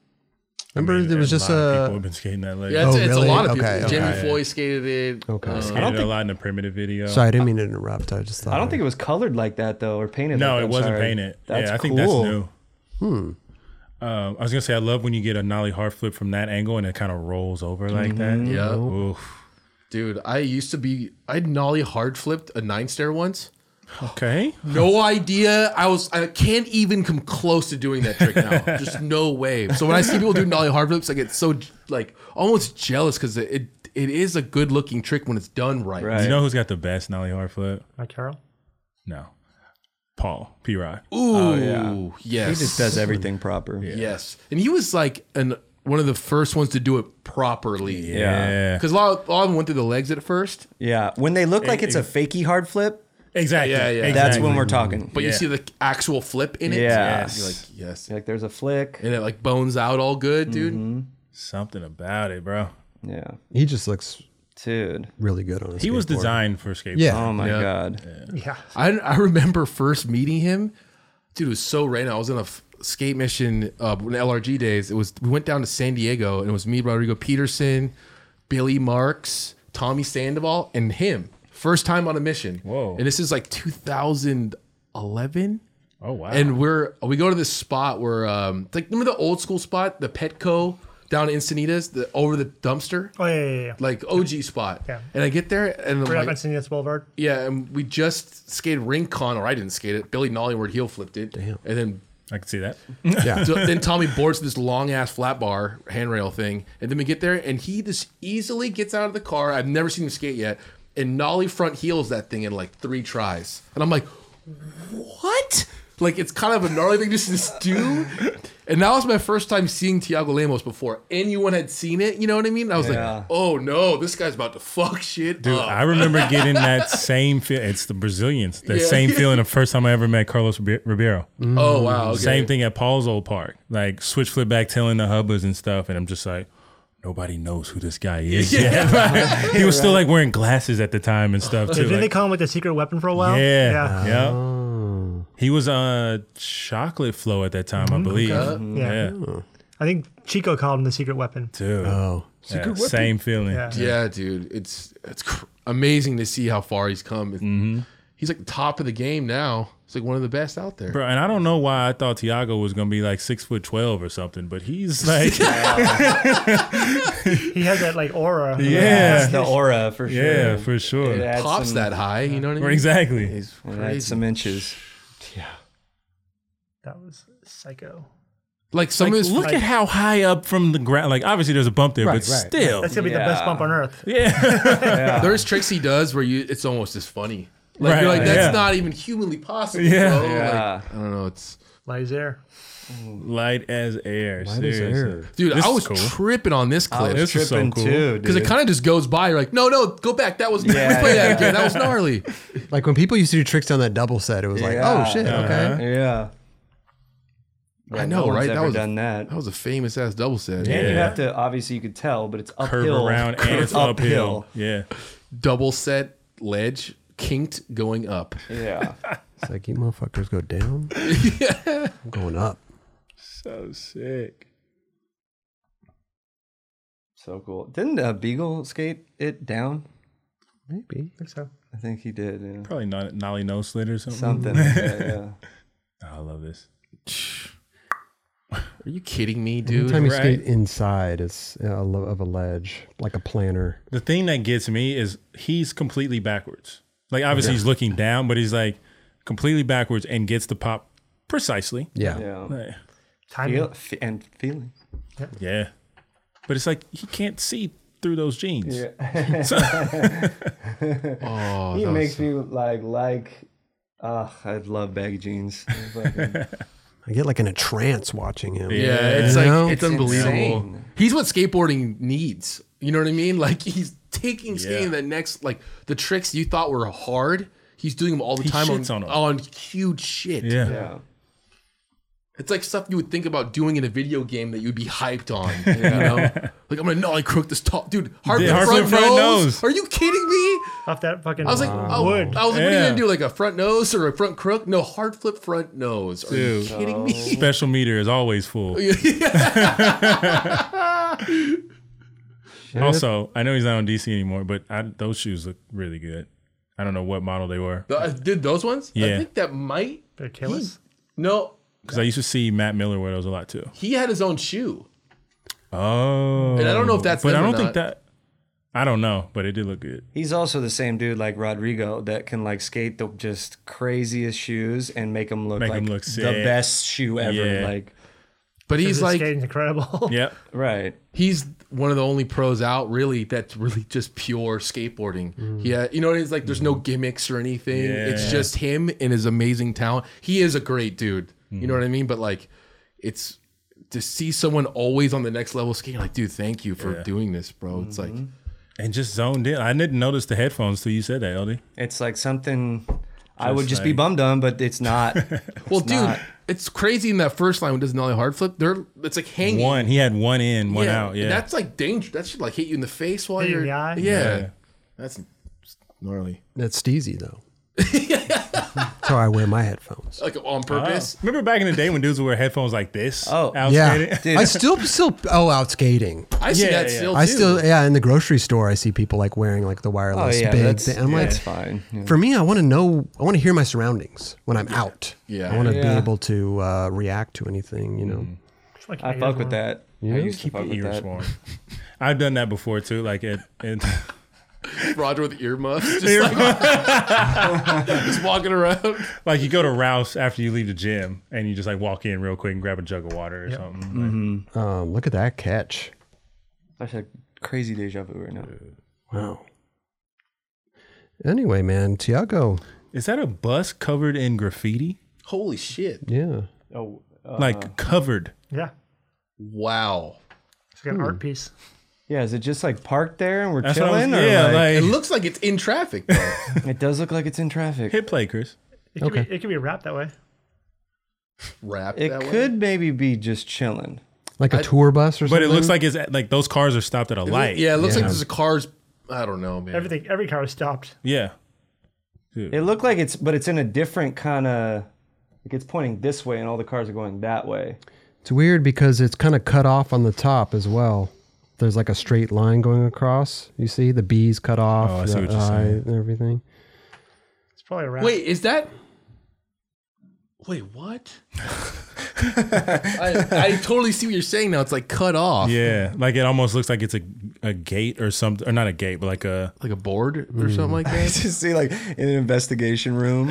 Remember,
I mean,
there was just
lot of
a.
people have been skating that leg.
yeah, it's,
Oh,
it's
really?
a lot of people.
Okay,
Jamie
okay.
Foy skated it.
Okay.
Um,
Skated a lot in the primitive video.
Sorry, I didn't mean to interrupt. I just thought.
I don't think it was colored like that though, or painted.
No,
like that.
it
I'm
wasn't
sorry.
painted.
That's
yeah, I
cool.
think that's new. Hmm. Um, I was gonna say I love when you get a nollie hard flip from that angle and it kind of rolls over like that.
Yeah.
Oof.
Dude, I used to be. I nollie hard flipped a nine stair once.
Okay.
No idea. I was. I can't even come close to doing that trick now. Just no way. So when I see people do nollie hard flips, I get so like almost jealous because it, it it is a good looking trick when it's done right.
Right.
You know who's got the best nollie hard flip?
My Carol.
No, Paul P Rod.
Ooh.
Oh, yeah.
Yes.
He just does everything proper. Yeah.
Yes, and he was like an one of the first ones to do it properly.
Yeah.
Because a lot, of, a lot of them went through the legs at first,
When they look like it's a fakey hard flip,
Exactly.
Yeah, yeah.
that's
exactly.
when we're talking.
but you
Yeah.
see the actual flip in it.
Yeah.
You're like, yes.
like there's a flick.
And it like bones out all good,
Mm-hmm.
dude.
something about it, bro.
Yeah.
He just looks
Dude.
really good on his.
He was
skateboard.
designed for skateboarding.
Yeah.
Oh my
Yeah.
god.
Yeah.
I, I remember first meeting him. Dude, it was so random. I was on a f- skate mission uh, in LRG days. It was we went down to San Diego, and it was me, Rodrigo Peterson, Billy Marks, Tommy Sandoval, and him. First time on a mission.
Whoa.
And this is like 2011.
Oh wow.
And we're we go to this spot where um it's like remember the old school spot, the Petco down in Encinitas, the over the dumpster,
Oh yeah, yeah, yeah.
like OG spot.
Yeah.
And I get there and
Right
I'm
up on
like,
Encinitas Boulevard.
yeah, and we just skated Rincon, or I didn't skate it. Billy Nollyward heel flipped it, Damn. and then
I can see that.
so then Tommy boards this long ass flat bar handrail thing, and then we get there, and he just easily gets out of the car. I've never seen him skate yet, and nollie front heels that thing in like three tries, and I'm like, what? Like it's kind of a gnarly thing just to do. And that was my first time seeing Tiago Lemos before anyone had seen it. You know what I mean? I was
Yeah.
like, oh no, this guy's about to fuck shit
Dude,
up.
I remember getting that same feel. It's the Brazilians. The
Yeah.
same feeling the first time I ever met Carlos Ribe- Ribeiro.
oh wow, okay.
Same thing at Paul's old park. Like switch flip back tailing the hubbas and stuff, and I'm just like, nobody knows who this guy is. Yeah. he was still like wearing glasses at the time and stuff too.
Didn't they
like-
call him like the secret weapon for a while?
yeah, yeah.
Oh.
He was on chocolate flow at that time, I believe.
Yeah.
Yeah,
I think Chico called him the secret weapon.
dude.
Oh,
Yeah, same feeling.
Yeah.
Yeah, dude, it's it's cr- amazing to see how far he's come. He's like the top of the game now. He's like one of the best out there.
Bro, and I don't know why I thought Tiago was gonna be like six foot twelve or something, but he's like,
He has that like aura.
yeah,
The aura for sure.
yeah, for sure.
It adds
Pops
some,
that high, you know what I mean?
Exactly.
He's
it
crazy.
adds some inches.
That was psycho.
like some
Like,
of his
look at how high up from the ground. Like obviously there's a bump there, but
right.
still,
That's gonna be the best bump on earth.
yeah,
there's tricks he does where you it's almost as funny. Like you're
Right,
like that's
yeah.
not even humanly possible.
Yeah.
bro. Like,
Yeah.
I don't know. It's
Lies there.
light as air.
Light as
seriously.
air.
dude.
This
I
is
was
cool.
tripping on this clip
This is so
Tripping
cool.
too,
because it
dude.
kind of just goes by. You're like, no, no, go back. That was
Yeah,
let's play that again. That was gnarly.
like when people used to do tricks on that double set, it was like,
Yeah.
oh shit,
Uh-huh.
okay.
Yeah.
I know,
one's
right? That
ever
was a-
done that.
That was a famous ass double set.
And you
Yeah.
have to obviously you could tell, but it's
Curve
uphill.
around and it's uphill. Yeah.
Double set ledge kinked going up.
Yeah.
It's like you motherfuckers go down. I'm going up.
So sick.
so cool. Didn't uh, Beagle skate it down?
Maybe.
I think so.
I think he did. Yeah.
Probably not Nolly No Slit or something.
Something. like that, yeah.
Oh, I love this.
Are you kidding me, dude?
Anytime you
right.
skate inside, it's uh, a lo- of a ledge, like a planter.
The thing that gets me is he's completely backwards. Like obviously he's looking down, but he's like completely backwards and gets the pop precisely.
Yeah.
Yeah.
Like,
Timing.
Feel, f- and feeling.
yeah. But it's like he can't see through those jeans.
Oh,
He
that was-
makes me like like. Ugh, I love baggy jeans.
I get like in a trance watching him.
yeah, it's like
know?
it's,
It's
unbelievable.
insane.
He's what skateboarding needs. You know what I mean? Like he's taking skating
Yeah.
the next like the tricks you thought were hard. He's doing them all the
He
time on,
shits on 'em.
on huge shit.
Yeah.
Yeah.
It's like stuff you would think about doing in a video game that you'd be hyped on. You know? like I'm gonna nolly crook this top dude. Hard
Yeah,
yeah,
hard
front,
front
nose?
nose.
Are you kidding me?
Off that fucking
I was like, oh,
wood.
I was like, what are you
Yeah.
gonna do? Like a front nose or a front crook? No, hard flip front nose. Are
Dude.
you kidding me?
Special meter is always full. also, I know he's not on DC anymore, but I, those shoes look really good. I don't know what model they were
Uh, Did those ones? I
Yeah.
think that might.
They're tailless.
No,
because I used to see Matt Miller wear those a lot too.
he had his own shoe.
Oh,
And I don't know if that's
but I
them or
don't
not.
think that. I don't know, but it did look good.
He's also the same dude like Rodrigo that can like skate the just craziest shoes and make them look
Make
like
'em look
the
sick.
best shoe ever.
Yeah.
Like
But he's
His
like,
skating's incredible.
Yep.
right.
he's one of the only pros out really that's really just pure skateboarding. Yeah, you know what it's like. There's no gimmicks or anything. It's
Mm. Yeah.
just him and his amazing talent. He is a great dude. You
Mm.
know what I mean? But like, it's to see someone always on the next level skating. Like, dude, thank you for doing this, bro. It's like
And just zoned in. I didn't notice the headphones till you said that, LD.
It's like something I would just be
like-
bummed on, but it's not.
Well, dude,
not-
it's crazy in that first line when it does nollie hard flip. They're it's like hanging
One, he had one in, one out. Yeah.
that's like dangerous. That should like hit you in the face while
Hit you
you're
in the eye?
Yeah. that's gnarly.
That's steezy though. That's how I wear my headphones.
Like on
Oh.
purpose.
Remember back in the day when dudes would wear headphones like this?
Oh.
out
Yeah,
skating?
Dude.
I still still oh out skating.
I see
Yeah,
that
yeah.
still.
I
too.
still yeah in the grocery store I see people like wearing like the
oh
wireless
yeah,
big
that's,
thing. I'm
yeah,
like
it's fine. Yeah.
for me I want to know I want to hear my surroundings when I'm out.
Yeah.
I want to be
Yeah.
able to uh, react to anything. You know,
Fucking
I
ears
fuck
warm.
with that. I used to
Keep
fuck
your
with
ears
that.
warm. I've done that before too. Like it, it
Roger with earmuffs, just, like, just walking around.
like you go to Rouse after you leave the gym and you just like walk in real quick and grab a jug of water or something.
Mm.
Like, Mm-hmm.
um, look at that catch.
That's a crazy deja vu right now.
Wow. Anyway, man, Tiago.
Is that a bus covered in graffiti?
Holy shit!
Yeah.
Oh, uh,
like covered.
Yeah.
Wow.
It's like an art piece.
yeah. Is it just like parked there and we're
That's what I was,
chilling? or,
yeah,
like-
like,
It looks like it's in traffic. Though.
it does look like it's in traffic.
hit play, Chris.
It could,
Okay.
be, it could be wrapped that way.
Wrapped
It
that way.
could maybe be just chilling.
Like a tour bus or something.
But it looks like it's at, like those cars are stopped at a light.
Yeah, it looks like
Yeah.
there's a car's. I don't know, man.
Everything, every car was stopped.
yeah.
It looked like it's, but it's in a different kind of. Like it's pointing this way, and all the cars are going that way.
It's weird because it's kind of cut off on the top as well. There's like a straight line going across. You see the B's cut off,
Oh, I see
the
what you're
I
saying.
and everything.
It's probably a wrap.
Wait, is that? Wait, what? I, I totally see what you're saying now. It's like cut off,
Yeah, like it almost looks like it's a a gate or something, or not a gate, but like a
like a board or something like
I
that.
just see like in an investigation room.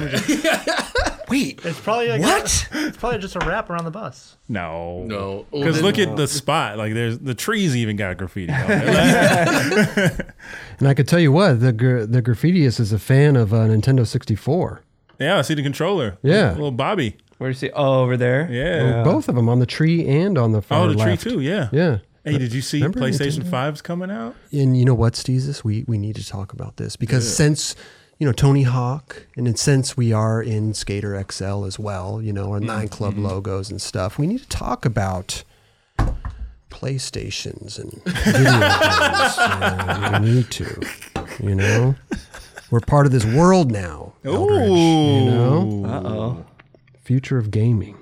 Wait,
It's probably like
what?
it's probably just a wrap around the bus.
no,
No. Well,
Because
then-
look at the spot. Like there's the trees even got graffiti. On it.
And I could tell you what, the gr- the graffitiist is a fan of uh, Nintendo 64.
yeah, I see the controller.
Yeah.
little Bobby.
Where do you see? Oh, over there.
Yeah.
Both of them on the tree and on the far
Oh, the
left.
tree too. Yeah. Uh,
Yeah.
Hey, did you see
Remember
PlayStation 5's coming out?
And you know what, Steezus? We we need to talk about this because since you know Tony Hawk, and then since we are in Skater XL as well, you
Mm-hmm.
know our nine club logos and stuff, we need to talk about PlayStations and video games. man. we need to, you know, we're part of this world now. Eldridge, you know,
Uh oh.
future of gaming.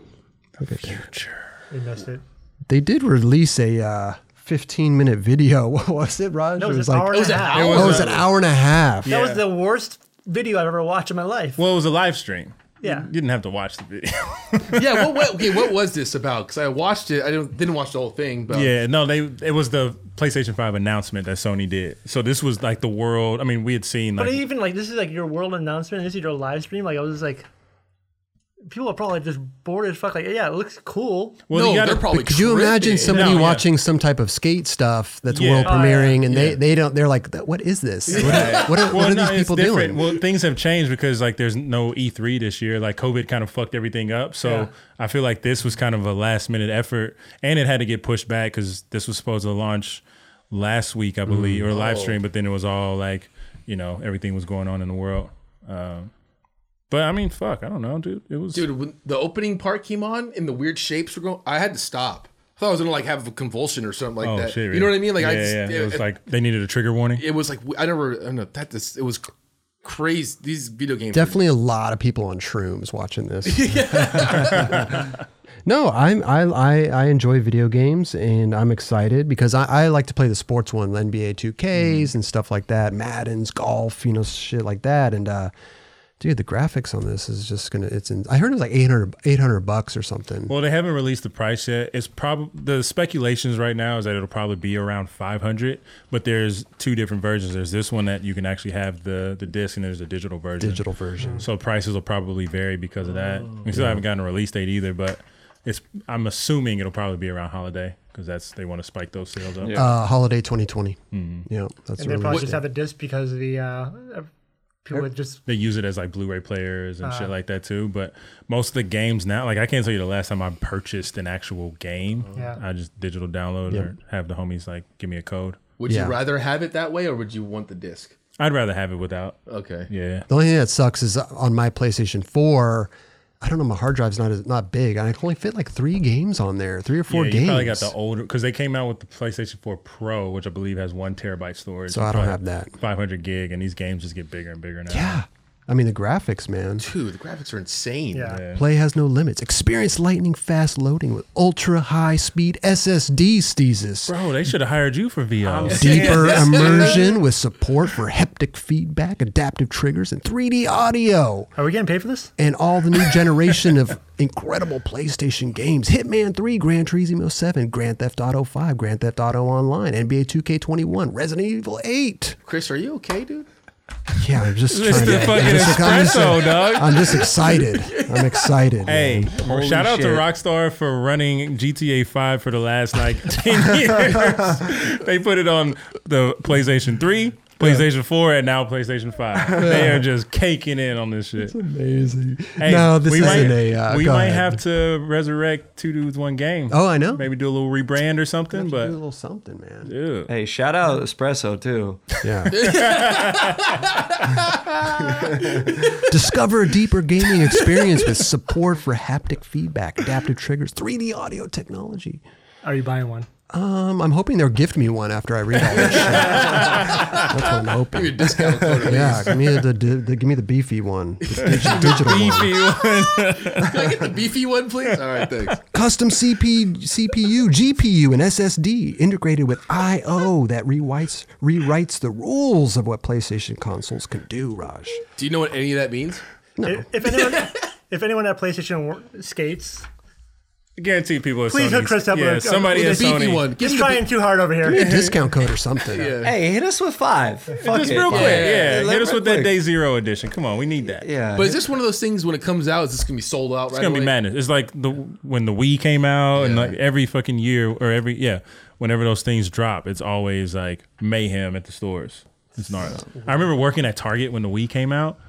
Look at that.
We missed it.
They did release a uh, 15 minute video. What was it, Raj?
That was,
it was
an
like
hour and a half.
Oh, it was an hour and a half.
That was the worst video I've ever watched in my life.
Well, it was a live stream.
yeah.
You didn't have to watch the video.
yeah. What, what? Okay. What was this about? Because I watched it. I didn't didn't watch the whole thing, but
yeah, no, they it was the PlayStation 5 announcement that Sony did. So this was like the world. I mean, we had seen
But
like
even like this is like your world announcement. This is your live stream. Like I was just like, people are probably just bored as fuck. Like yeah, it looks cool.
well,
no,
you gotta-
they're probably.
Could you imagine
tripping.
somebody
No, yeah.
watching some type of skate stuff that's
Yeah.
world
Oh, yeah.
premiering and they, they don't they're like what is this what are, what are,
Well,
what are
no,
these
it's
people
different.
doing
Well, things have changed because like there's no E3 this year. Like COVID kind of fucked everything up. So I feel like this was kind of a last minute effort, and it had to get pushed back because this was supposed to launch last week, I believe,
Mm.
or live stream. But then it was all like, you know, everything was going on in the world. Um, But I mean, fuck, I don't know, dude. It was
Dude, when the opening part came on and the weird shapes were going, I had to stop. I thought I was gonna like have a convulsion or something like
oh
that.
shit.
You know what
really?
I mean? Like
yeah,
I,
yeah.
just-
it was like they needed a trigger warning.
it was like I never, I don't know that this it was crazy. These video games,
Definitely a lot of people on shrooms watching this. no, I'm I, I I enjoy video games and I'm excited because I, I like to play the sports one, the NBA 2Ks and stuff like that, Madden's golf, you know, shit like that. And uh, dude, the graphics on this is just gonna it's in, I heard it was like 800, 800 bucks or something.
Well, they haven't released the price yet. It's probably the speculations right now is that it'll probably be around 500. But there's two different versions. There's this one that you can actually have the the disc, and there's a digital version.
Digital version.
So prices will probably vary because of that. We still haven't gotten a release date either, but it's I'm assuming it'll probably be around holiday because that's they want to spike those sales up.
Yeah.
Uh, holiday 2020. Yeah, that's
And they
really
probably just have the disc because of the uh, people would just
They use it as like Blu-ray players and
Uh.
shit like that too. But most of the games now, like I can't tell you the last time I purchased an actual game.
Yeah.
I just digital download or have the homies like give me a code.
would
Yeah.
you rather have it that way or would you want the disc?
I'd rather have it without.
Okay,
Yeah.
The only thing that sucks is on my PlayStation 4, I don't know, my hard drive's not as, not big. and I can only fit like three games on there, three or four
yeah,
games.
You probably got the older because they came out with the PlayStation 4 Pro, which I believe has one terabyte storage.
So I don't have that.
500 gig, and these games just get bigger and bigger now.
yeah. I mean, the graphics, man.
dude, the graphics are insane.
yeah.
Play has no limits. Experience lightning fast loading with ultra high speed SSD steesis.
Bro, they should have hired you for VR.
Deeper immersion with support for haptic feedback, adaptive triggers, and 3D audio.
Are we getting paid for this?
and all the new generation of incredible PlayStation games: Hitman 3, Gran Turismo 7, Grand Theft Auto 5, Grand Theft Auto Online, NBA 2K21, Resident Evil 8.
Chris, are you okay, dude?
Yeah, I'm just
It's
trying
the
to.
fucking
I'm just- I'm just-
espresso, dog.
I'm just excited. I'm excited.
Hey,
man.
Holy
shout out to
shit.
Rockstar for running GTA 5 for the last like 10 years. they put it on the PlayStation 3, PlayStation 4, and now PlayStation 5. They are just caking in on this shit.
amazing.
Hey,
no, this
we
isn't
might,
a. Uh,
we
go
might
ahead.
have to resurrect Two Dudes One Game.
Oh, I know.
Maybe do a little rebrand or
We have
something,
to do a
but
little something, man.
ew.
Hey, shout out Espresso too.
Yeah. Discover a deeper gaming experience with support for haptic feedback, adaptive triggers, 3D audio technology.
Are you buying one?
Um, I'm hoping they'll gift me one after I read all this shit. That's what I'm hoping.
Your discount code. Can
Yeah, give me the, the, the give me the beefy one, the digi- digital one.
Beefy.
I get the beefy one, please? All right, thanks.
Custom CP, CPU, GPU, and SSD integrated with I/O that rewrites rewrites the rules of what PlayStation consoles can do. Raj,
Do you know what any of that means?
If, if anyone, if anyone at PlayStation wor- skates,
Guarantee people at
Please
Sony.
hook Chris up
Yeah,
with a-
somebody
with
at
The beefy
Sony.
one. Give
he's
me the
trying too hard over here.
a discount code or something.
Yeah.
Hey, hit us with five. Fuck
Just
it.
real quick, yeah.
let-
Hit us
real
with that
quick.
Day Zero edition. Come on, we need that.
Yeah.
But is this one of those things when it comes out, is this gonna be sold out right
It's gonna
away?
be madness. It's like the when the Wii came out, and like every fucking year or every yeah, whenever those things drop, it's always like mayhem at the stores. It's gnarly. I remember working at Target when the Wii came out.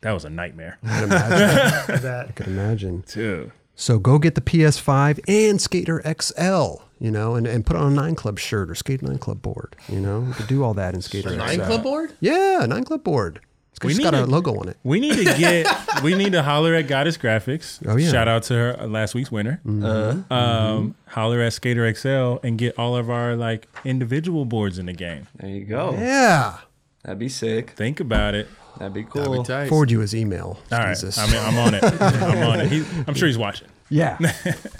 That was a nightmare.
That.
Could imagine.
Dude.
So go get the PS5 and Skater XL, you know, and, and put on a Nine Club shirt or Skate Nine Club board, you know. You could do all that in Skater XL.
Nine club board?
Yeah, Nine Club board. It's
We
just
need
got a
to-
logo on it.
We need to get. we need to holler at Goddess Graphics.
Oh, yeah.
Shout out to her uh, last week's winner. Um, Holler at Skater XL and get all of our like individual boards in the game.
there you go.
Yeah.
That'd be sick.
Think about it.
That'd be cool.
Forward you his email.
All right.
Jesus.
I mean, I'm on it. I'm on it. He, I'm sure he's watching.
yeah.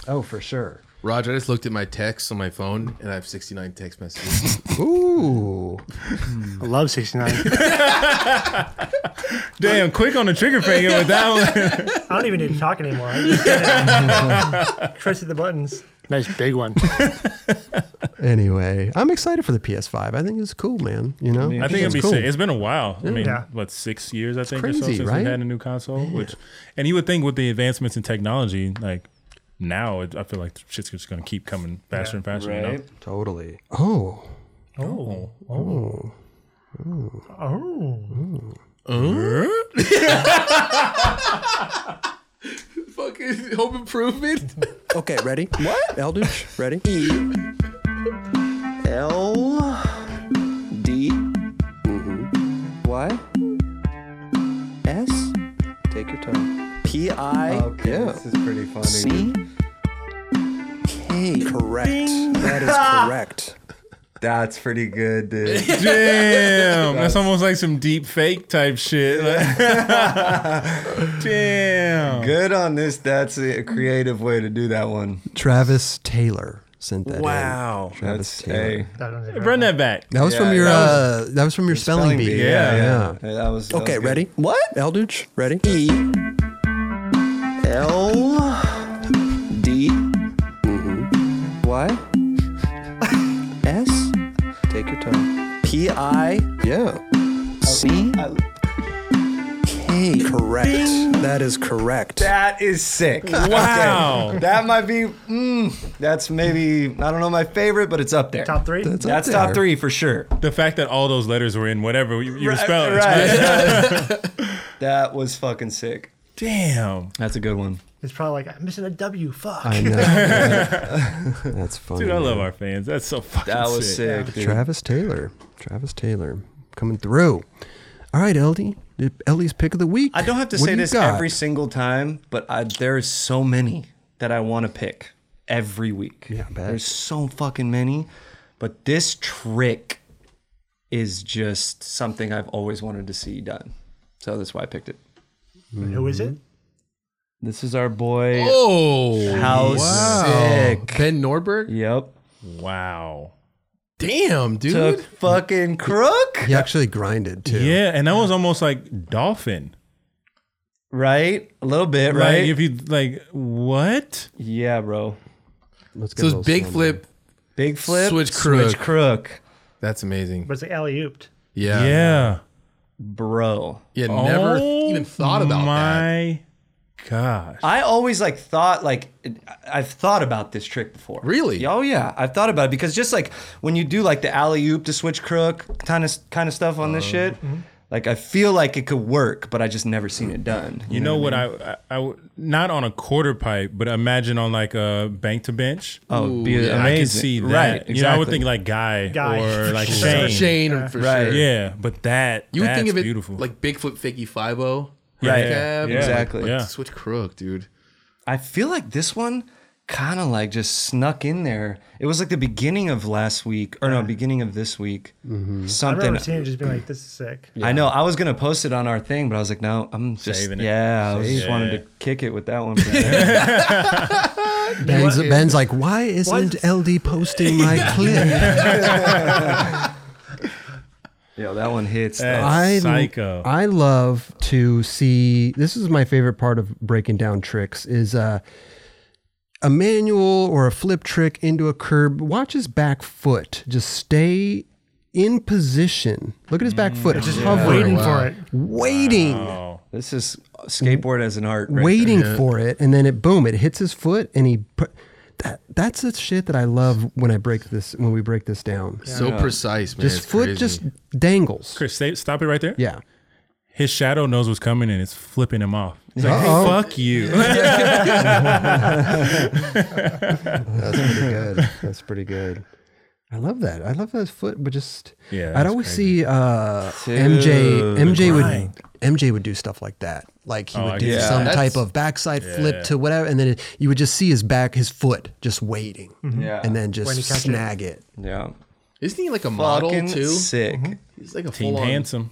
oh, for sure.
Roger, I just looked at my texts on my phone and I have 69 text messages.
Ooh.
I love 69.
Damn, quick on the trigger finger with that one.
I don't even need to talk anymore. I just- Chris hit the buttons. Nice big one.
Anyway, I'm excited for the PS5. I think it's cool, man. You know,
I think it'd
it's
be
cool.
sick. It's been a while. I mean,
Yeah.
what six years? I think or so
crazy,
since
right?
we had a new console. Which, and you would think with the advancements in technology, like now, it, I feel like shit's just gonna keep coming faster and faster. You know?
Right?
Totally. Oh,
Oh,
Oh.
Fucking home improvement.
okay. Ready? what? E, Eldritch, ready?
L
Mm-hmm.
D Y S
Take your time.
P I
Okay. Yeah.
This is pretty funny.
C K.
Correct. That is correct.
That's pretty good, dude.
Damn, that's almost like some deep fake type shit. Damn.
good on this. That's a creative way to do that one.
Travis Taylor sent that. in.
Wow.
Travis
That's
Taylor.
a.
I don't know.
Run that back.
That was
Yeah,
from your.
that
uh, that was from your spelling, bee.
Yeah,
yeah.
Hey, That was that was
Okay,
good.
ready? What? Eldridge, ready? E.
L D
Mm-hmm.
Y S
Take your time.
P I
Yeah.
C K.
Correct. That is correct.
That is sick.
Wow.
Okay. That might be. Mm, that's maybe. I don't know my favorite, but it's up there.
Top three.
It's up
That's
there.
top three for sure.
The fact that all those letters were in whatever you, you were
Right,
spelling.
right. that was fucking sick.
Damn.
That's a good one.
It's probably like I'm missing a W. Fuck.
I know. That's funny.
Dude, I love our fans. That's so fucking
That was
sick.
sick. dude.
Travis Taylor. Travis Taylor coming through. All right, LD. Ellie's pick of the week.
I don't have to
What
say
do you
this
got?
every single time, but I, there is so many that I want to pick every week. Yeah,
bet.
There's so fucking many, but this trick is just something I've always wanted to see done. So that's why I picked it.
Who is it?
This is our boy.
Oh,
How sick.
Ben Norberg.
Yep.
Wow.
Damn, dude.
Took fucking crook,
He actually grinded too.
Yeah, and that was almost like dolphin.
right? A little bit,
Right?
right?
Like if you like what?
yeah, bro.
Let's get
so
a
it's
little
big
slow-mo.
flip.
Big flip,
Switch crook.
switch crook,
That's amazing.
Was it alley ooped?
Yeah.
Yeah.
bro.
Yeah. Never
Oh
even thought about that.
my gosh.
I always like thought like I've thought about this trick before.
Really?
Oh yeah, I've thought about it because just like when you do like the alley oop to switch crook kind of kind of stuff
Oh,
on this shit,
mm-hmm.
like I feel like it could work, but I just never seen it done.
You know what I, I, I would- not on a quarter pipe, but imagine on like a bank to bench.
Oh, it'd be amazing.
I could see that.
Right,
You know, I would
exactly.
think like guy,
Guy.
or like
Shane,
Shane.
for
Right.
sure.
Yeah, but that
You would
that's
think of it
beautiful.
like Big Flip Fakey Five O.
Yeah, yeah, yeah.
Exactly.
Yeah.
Switch crook, dude.
I feel like this one kind of like just snuck in there. It was like the beginning of last week or no, beginning of this week.
I
Something
remember seeing it, just being like, "This is sick."
I know. I was gonna post it on our thing, but I was like, no, I'm just
Saving it.
yeah. I was just
Saving
wanted
it.
to kick it with that one. for now.
Ben's, Ben's like, why isn't LD posting my clip?
Yo, that one hits. though.
That's
I
psycho.
I love to see. This is my favorite part of breaking down tricks is uh, a manual or a flip trick into a curb. Watch his back foot. Just stay in position. Look at his back foot. It's just
Oh,
hovering,
Waiting for it.
waiting.
This is skateboard as an art. Right
waiting for it, and then it boom, it hits his foot, and he put that. That's the shit that I love when I break this when we break this down.
So precise, man.
His
It's
foot
crazy.
just dangles.
Chris, stay, stop it right there.
Yeah,
His shadow knows what's coming and it's flipping him off. He's like,
Uh-oh.
fuck you.
that's pretty good. That's pretty good. I love that. I love that foot, but just
Yeah,
I'd
that's
always see uh, MJ. MJ
grind.
would MJ would do stuff like that. Like he
Oh, I
would do
get
some
that.
type
That's-
of backside flip to whatever, and then it, you would just see his back, his foot, just waiting,
Yeah.
and then just
When he catches it.
snag it.
Yeah.
isn't he like a model
Fucking
too?
sick.
He's like a
Team
full on.
handsome.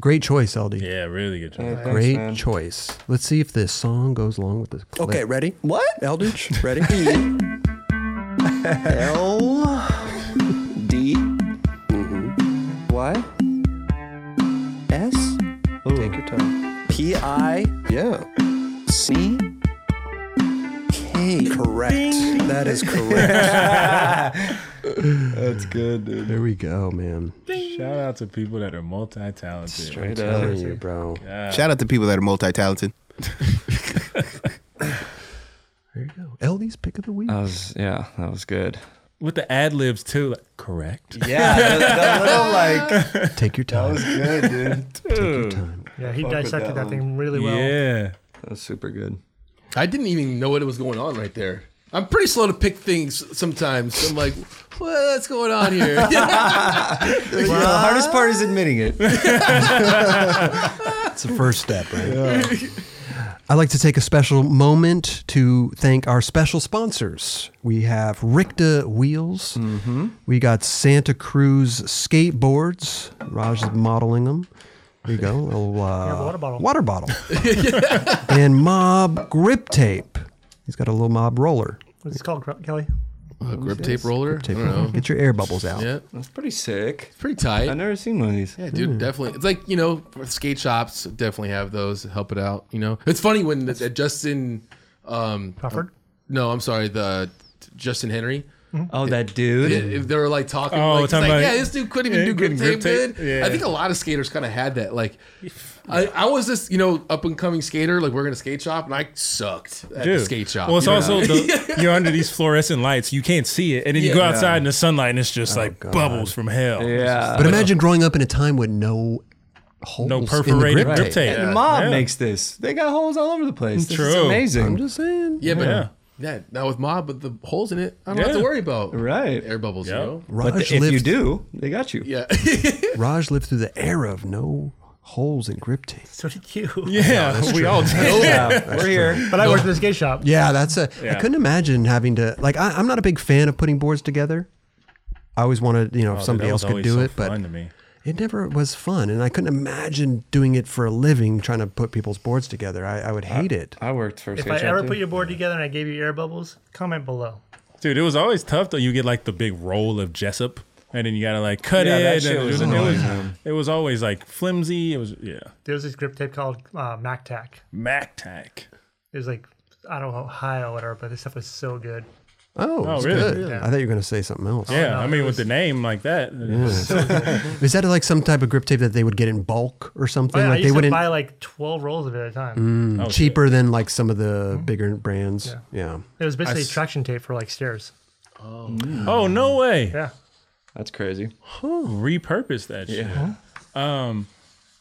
Great choice, LD.
Yeah, really good job.
Great
man.
choice. Let's see if this song goes along with this. Clip.
Okay, ready?
What?
Eldridge, ready?
L D Y S
Take your time.
P I
Yeah,
C K.
correct. That is correct.
That's good, dude.
there we go, man.
Shout out to people that are multi talented.
Straight
There
up.
you, bro.
Shout out to people that are multi-talented.
There you go. LD's pick of the
Uh,
week.
That was yeah. That was good.
With the ad libs too. Like, correct.
Yeah, that, that little like
Take your
that
time.
was good, dude.
Yeah, he
Fuck with
dissected
that
that, thing really well.
Yeah.
That was super good.
I didn't even know what was going on right there. I'm pretty slow to pick things sometimes. I'm like, what's going on here?
You know, the hardest part is admitting it.
That's the first step, right? I'd like to take a special moment to thank our special sponsors. We have Richta Wheels. We got Santa Cruz Skateboards. Raj is modeling them. There you go. a Little, uh,
water bottle.
Water bottle. and Mob Grip Tape. He's got a little Mob roller.
What's it called, Gro- Kelly?
Uh, grip tape roller.
Tape
I don't
roller.
know.
Get your air bubbles out.
Oh. Yeah,
That's pretty sick.
pretty tight.
I've never seen one of these.
Yeah, dude, definitely. It's like you know, skate shops definitely have those. Help it out, you know. It's funny when the, the Justin, um,
Crawford?
no, I'm sorry, the Justin Henry.
Oh, that dude.
If- If they were like talking,
Oh,
like, it's
talking
like,
about-
yeah, this dude couldn't even
Yeah,
do grip
couldn't grip
tape,
tape.
good.
Yeah.
I think a lot of skaters kind of had that. Like, I, I was this, you know, up and coming skater. Like, we're gonna skate shop, and I sucked at the
Dude.
skate shop.
Well, it's
you know?
also the, you're under these fluorescent lights. You can't see it, and then you
Yeah.
go outside in the sunlight, and it's just like bubbles from hell.
Yeah.
But imagine growing up in a time with no holes
No
in the
perforated
grip
grip,
tape.
tape.
And Mob
Yeah.
makes this. They got holes all over the place. This is
True.
amazing.
I'm just saying.
yeah, but
Yeah.
yeah, now with mob, with the holes in it, I don't have to
Yeah.
worry about
Right.
air bubbles.
Yeah.
You know,
Raj
But if
lived,
you do, they got you.
yeah.
Raj lived through the era of no holes in grip tape.
So did you.
Yeah, we all did.
Yeah, we're here.
But I worked in the skate shop.
Yeah, that's a. I
Yeah.
couldn't imagine having to like. I, I'm not a big fan of putting boards together. I always wanted, you know, if
Oh,
somebody
that
else
was
could
always
do
so
it,
fun
but
to me.
it never was fun, and I couldn't imagine doing it for a living, trying to put people's boards together. I, I would hate it.
I worked for a
If
skate
I
shop,
ever
too.
put your board together and I gave you air bubbles, comment below.
Dude, it was always tough though. You get like the big roll of Jessup, and then you gotta like cut
Yeah,
it.
that shit
and
was
it,
annoying,
it, was,
man.
it was always like flimsy. It was yeah,
There's this grip tape called uh, MacTac.
Mac Tac.
It was like, I don't know, Ohio or whatever, but this stuff is so good.
Oh, it's
really?
good.
Yeah.
I thought you were going to say something else.
Yeah,
no,
I
it
mean
was-
with the name like that,
Is that like some type of grip tape that they would get in bulk or something?
I, I
like they
used to
wouldn't
buy like 12 rolls of it at a time.
Oh, shit.
cheaper than like some of
Mm-hmm.
the bigger brands. Yeah.
It was basically traction tape for like stairs.
Oh no way!
Yeah.
That's crazy.
Repurpose that shit. Um,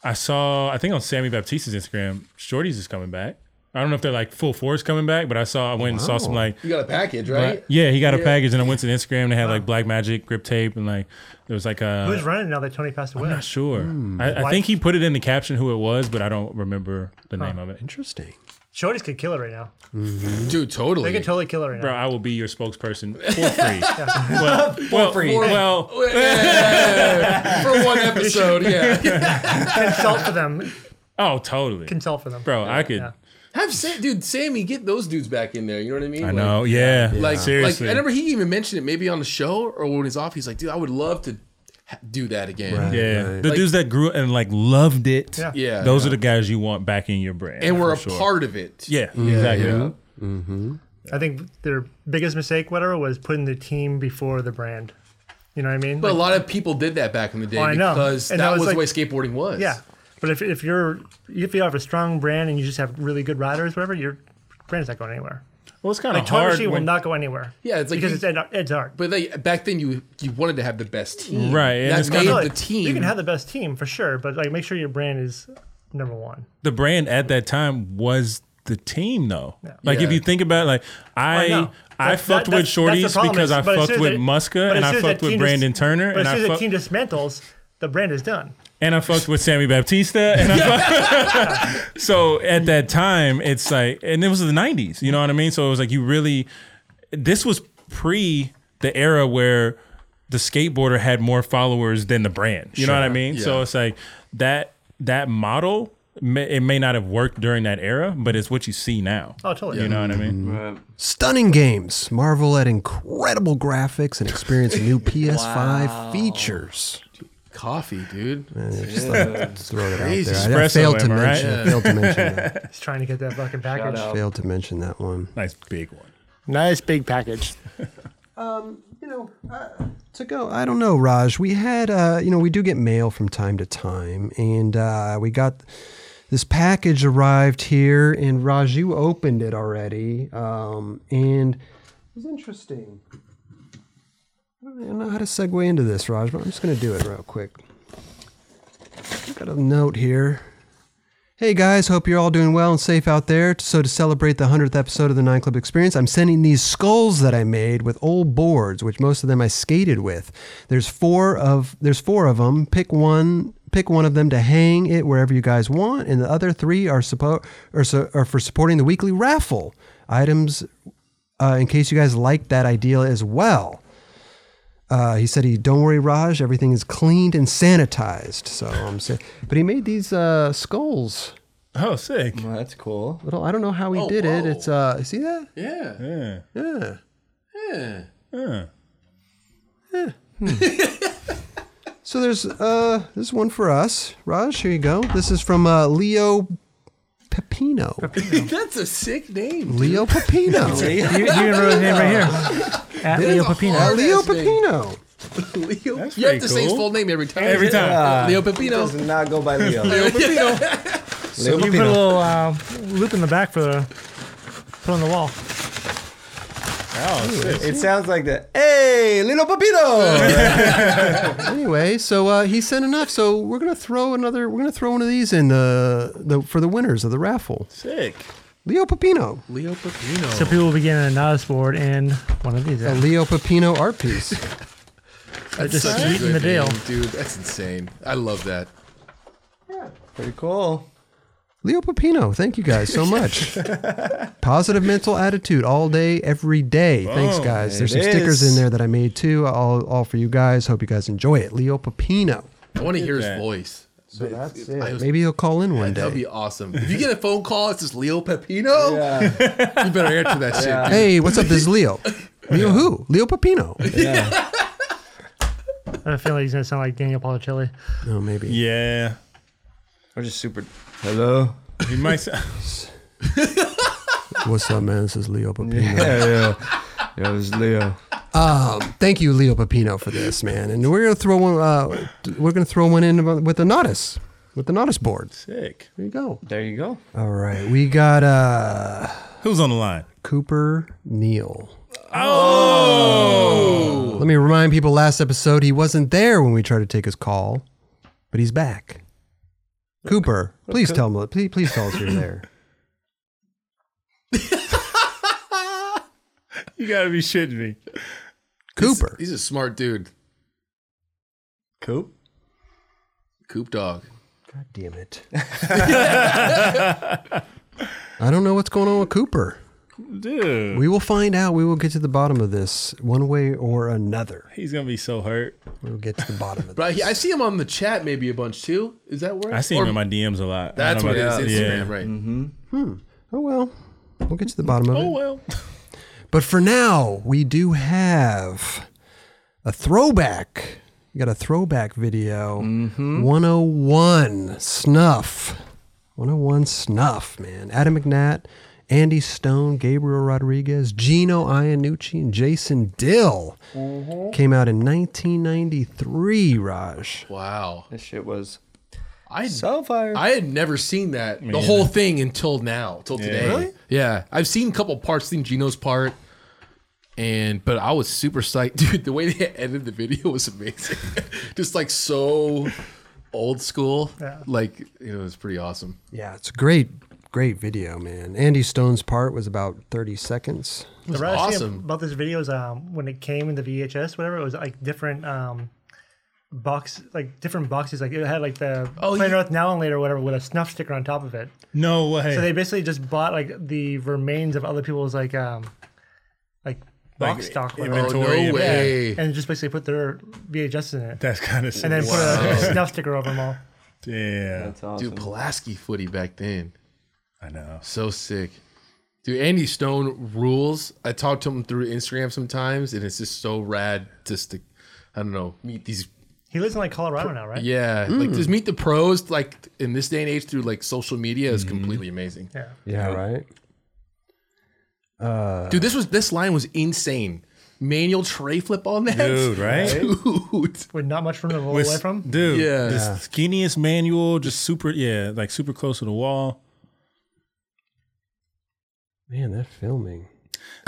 I saw. I think on Sammy Baptiste's Instagram, Shorty's is coming back. I don't know if they're like full force coming back, but I saw. I went and saw some like
You got a package, right?
Yeah, he got a package, and I went to the Instagram. And they had like black magic grip tape, and like there was like a.
Who's running now that Tony passed away?
I'm not sure. I, I think he put it in the caption who it was, but I don't remember the name of it.
Interesting.
Shorties could kill it right now.
Dude, totally.
They could totally kill it right
Bro,
now.
I will be your spokesperson for free. well, for
free.
Well,
for one episode, yeah.
Consult for them.
oh, totally,
Consult for them.
bro. I could.
Yeah.
Have Sam, dude, Sammy, get those dudes back in there. You know what I mean?
I know. Yeah.
Like, like, I
seriously.
remember he even mentioned it maybe on the show or when he's off. He's like, dude, I would love to ha- do that again.
yeah, the dudes that grew and like loved it.
Yeah.
Yeah.
those are the guys you want back in your brand,
And we're a
for sure.
part of it.
Yeah, exactly.
yeah.
I think their biggest mistake, whatever, was putting the team before the brand. You know what I mean?
But a
Like,
lot of people did that back in the day
Oh, I know.
because
And
that,
that was like-
was the way skateboarding was.
yeah. But if, if you're if you have a strong brand and you just have really good riders, whatever, your brand's not going anywhere.
Well, it's kind of
Like Toy
hard.
Machine will
when-
not go anywhere.
Yeah, it's like
because
you-
it's Ed, Ed's art.
But they, back then, you you wanted to have the best team.
Right, and
That
it's
made the
kinda-
team.
You can have the best team for sure, but like make sure your brand is number one.
the brand at that time was the team though. Like if
Yeah.
you think about it, like I
know.
I
That-
fucked
that-
with
that's- that's the
Shorties
problem
because
is-
I
but as
fucked
soon as
with
that-
Muska
but as
and I
soon as that
fucked with
team dis-
Brandon Turner
But
and
as
I
soon as the
fucked
team dismantles, the brand is done.
and I fucked with Sammy Baptista and I fucked, So at that time it's like and it was the 90s, you know what I mean? So it was like you really this was pre the era where the skateboarder had more followers than the brand. You know what I mean? So it's like that that model may, it may not have worked during that era, but it's what you see now.
Oh, totally.
You know what I mean?
Stunning games. Marvel at incredible graphics and experienced new PS5 features.
coffee, dude.
Just thought I'd throw that out
Crazy.
there. I- I,
Espresso,
failed to
am I right?
mention. I failed to mention that.
He's trying to get that fucking package.
out.
failed to mention that one.
Nice big one.
Nice big package.
You know, uh, to go. I don't know, Raj. We had, uh, you know, we do get mail from time to time, and uh, we got this package arrived here, and Raj, you opened it already, um, and it was interesting. I don't know how to segue into this, Raj, but I'm just going to do it real quick. I've got a note here. Hey guys, hope you're all doing well and safe out there. So, to celebrate the 100th episode of the Nine Club Experience, I'm sending these skulls that I made with old boards, which most of them I skated with. There's four of there's four of them. Pick one, pick one of them to hang it wherever you guys want, and the other three are suppo- are, so, are for supporting the weekly raffle. Items uh, in case you guys like that idea as well. Uh, he said he don't worry, Raj. Everything is cleaned and sanitized. So I'm saying, but he made these uh, skulls.
Oh, sick.
Well, that's cool.
Little, I don't know how he
Oh,
did it.
whoa.
It's uh, see that?
Yeah.
Yeah.
Yeah.
Yeah.
yeah.
So there's uh, this is one for us, Raj. Here you go. This is from uh, Leo Pepino.
That's a sick name. dude.
Leo Pepino.
You, you didn't wrote his name right here. At Leo
That's a
Pepino.
Uh,
hard
Leo
ass name.
Pepino.
Leo.
That's
you have to
pretty
say his
cool.
full name every time.
Every time.
Leo
He does
Pepino.
not go by Leo.
Leo Pepino.
You put a little uh, loop in the back for the put on the wall.
Oh, sick.
it sounds like the hey, little Pepito.
Anyway, so uh, he sent enough. So we're gonna throw another. We're gonna throw one of these in the, the for the winners of the raffle.
Sick.
Leo Pepino.
Leo Pepino.
So people will be getting a notice board and one of these.
A Leo Pepino art piece.
That's
just
such a
sweeten the
good
deal.
name, dude. That's insane. I love that.
Pretty cool.
Leo Pepino, thank you guys so much. Positive mental attitude all day, every day. Thanks,
Boom.
guys. There's
It
some stickers
is.
in there that I made too, all, all for you guys. Hope you guys enjoy it. Leo Pepino.
I want to hear
that.
his voice. So
that's
it. I was-
Maybe he'll call in one
That'd
day.
be awesome. If you get a phone call, it's just Leo Pepino.
Yeah.
You better answer that shit. dude.
Hey, what's up? This is Leo. Leo who? Leo Pepino.
Oh.
I feel like he's gonna sound like Daniel Policelli.
Oh, maybe.
Yeah.
We're just super.
Hello.
He might sound.
What's up, man? This is Leo Pepino.
Yeah, yeah. Yeah, it was Leo.
Thank you, Leo Pepino, for this, man. And we're gonna throw one. Uh, we're gonna throw one in about- with the Nautis, with the Nautis board.
Sick.
There you go.
There you go.
All right, we got uh,
Who's on the line?
Cooper Neal. Oh! Let me remind people last episode, he wasn't there when we tried to take his call, but he's back. Cooper, please tell me, please, please tell us you're there.
You gotta be shitting me.
Cooper.
He's a smart dude.
Coop.
Coop dog.
God damn it. I don't know what's going on with Cooper.
Dude.
We will find out. We will get to the bottom of this one way or another.
He's gonna be so hurt.
We'll get to the bottom of
But
this.
I, I see him on the chat maybe a bunch too. Is that where?
I see him
Or-
in my DMs a lot. I
That's
don't
what
know
it is.
about-
Instagram, right?
Mm-hmm.
oh, well. We'll get to the bottom of it.
Oh, well.
But for now, we do have a throwback. We got a throwback video. Mm-hmm. 101 Snuff. 101 Snuff, man. Adam McNatt, Andy Stone, Gabriel Rodriguez, Gino Iannucci, and Jason Dill came out in 1993, Raj.
Wow.
This shit was
I
so fire.
I had never seen that the whole thing until now, till today.
Really?
Yeah, I've seen a couple parts, seen Gino's part, and but I was super psyched, dude. The way they edited the video was amazing, just like so old school.
Yeah.
Like you know, it was pretty awesome.
Yeah, it's a great, great video, man. Andy Stone's part was about 30 seconds.
It was
The rest
awesome.
about this video is um, when it came in the VHS, whatever, it was like different um, box, like different boxes. Like it had like the
Oh,
Planet
yeah.
Earth Now and Later, or whatever, with a snuff sticker on top of it.
No way.
So they basically just bought like the remains of other people's like um, like box stock, whatever,
Oh,
inventory
no
and-
way.
and just basically put their VHS in it,
That's kind of sick.
and then put a, snuff sticker over them all.
yeah.
That's awesome.
Dude, Pulaski footy back then.
I know.
So sick. Dude, Andy Stone rules. I talk to him through Instagram sometimes, and it's just so rad just to, I don't know, meet these
He lives in like Colorado now, right?
Yeah, like just meet the pros. Like in this day and age, through like social media is completely amazing.
Yeah.
Yeah, right?
Dude, this was this line was insane. Manual tray flip on that,
Dude, right?
Dude,
With not much room to roll
With-
away from.
Dude,
Yeah.
the skinniest manual, just super, yeah, like super close to the wall.
Man, that filming.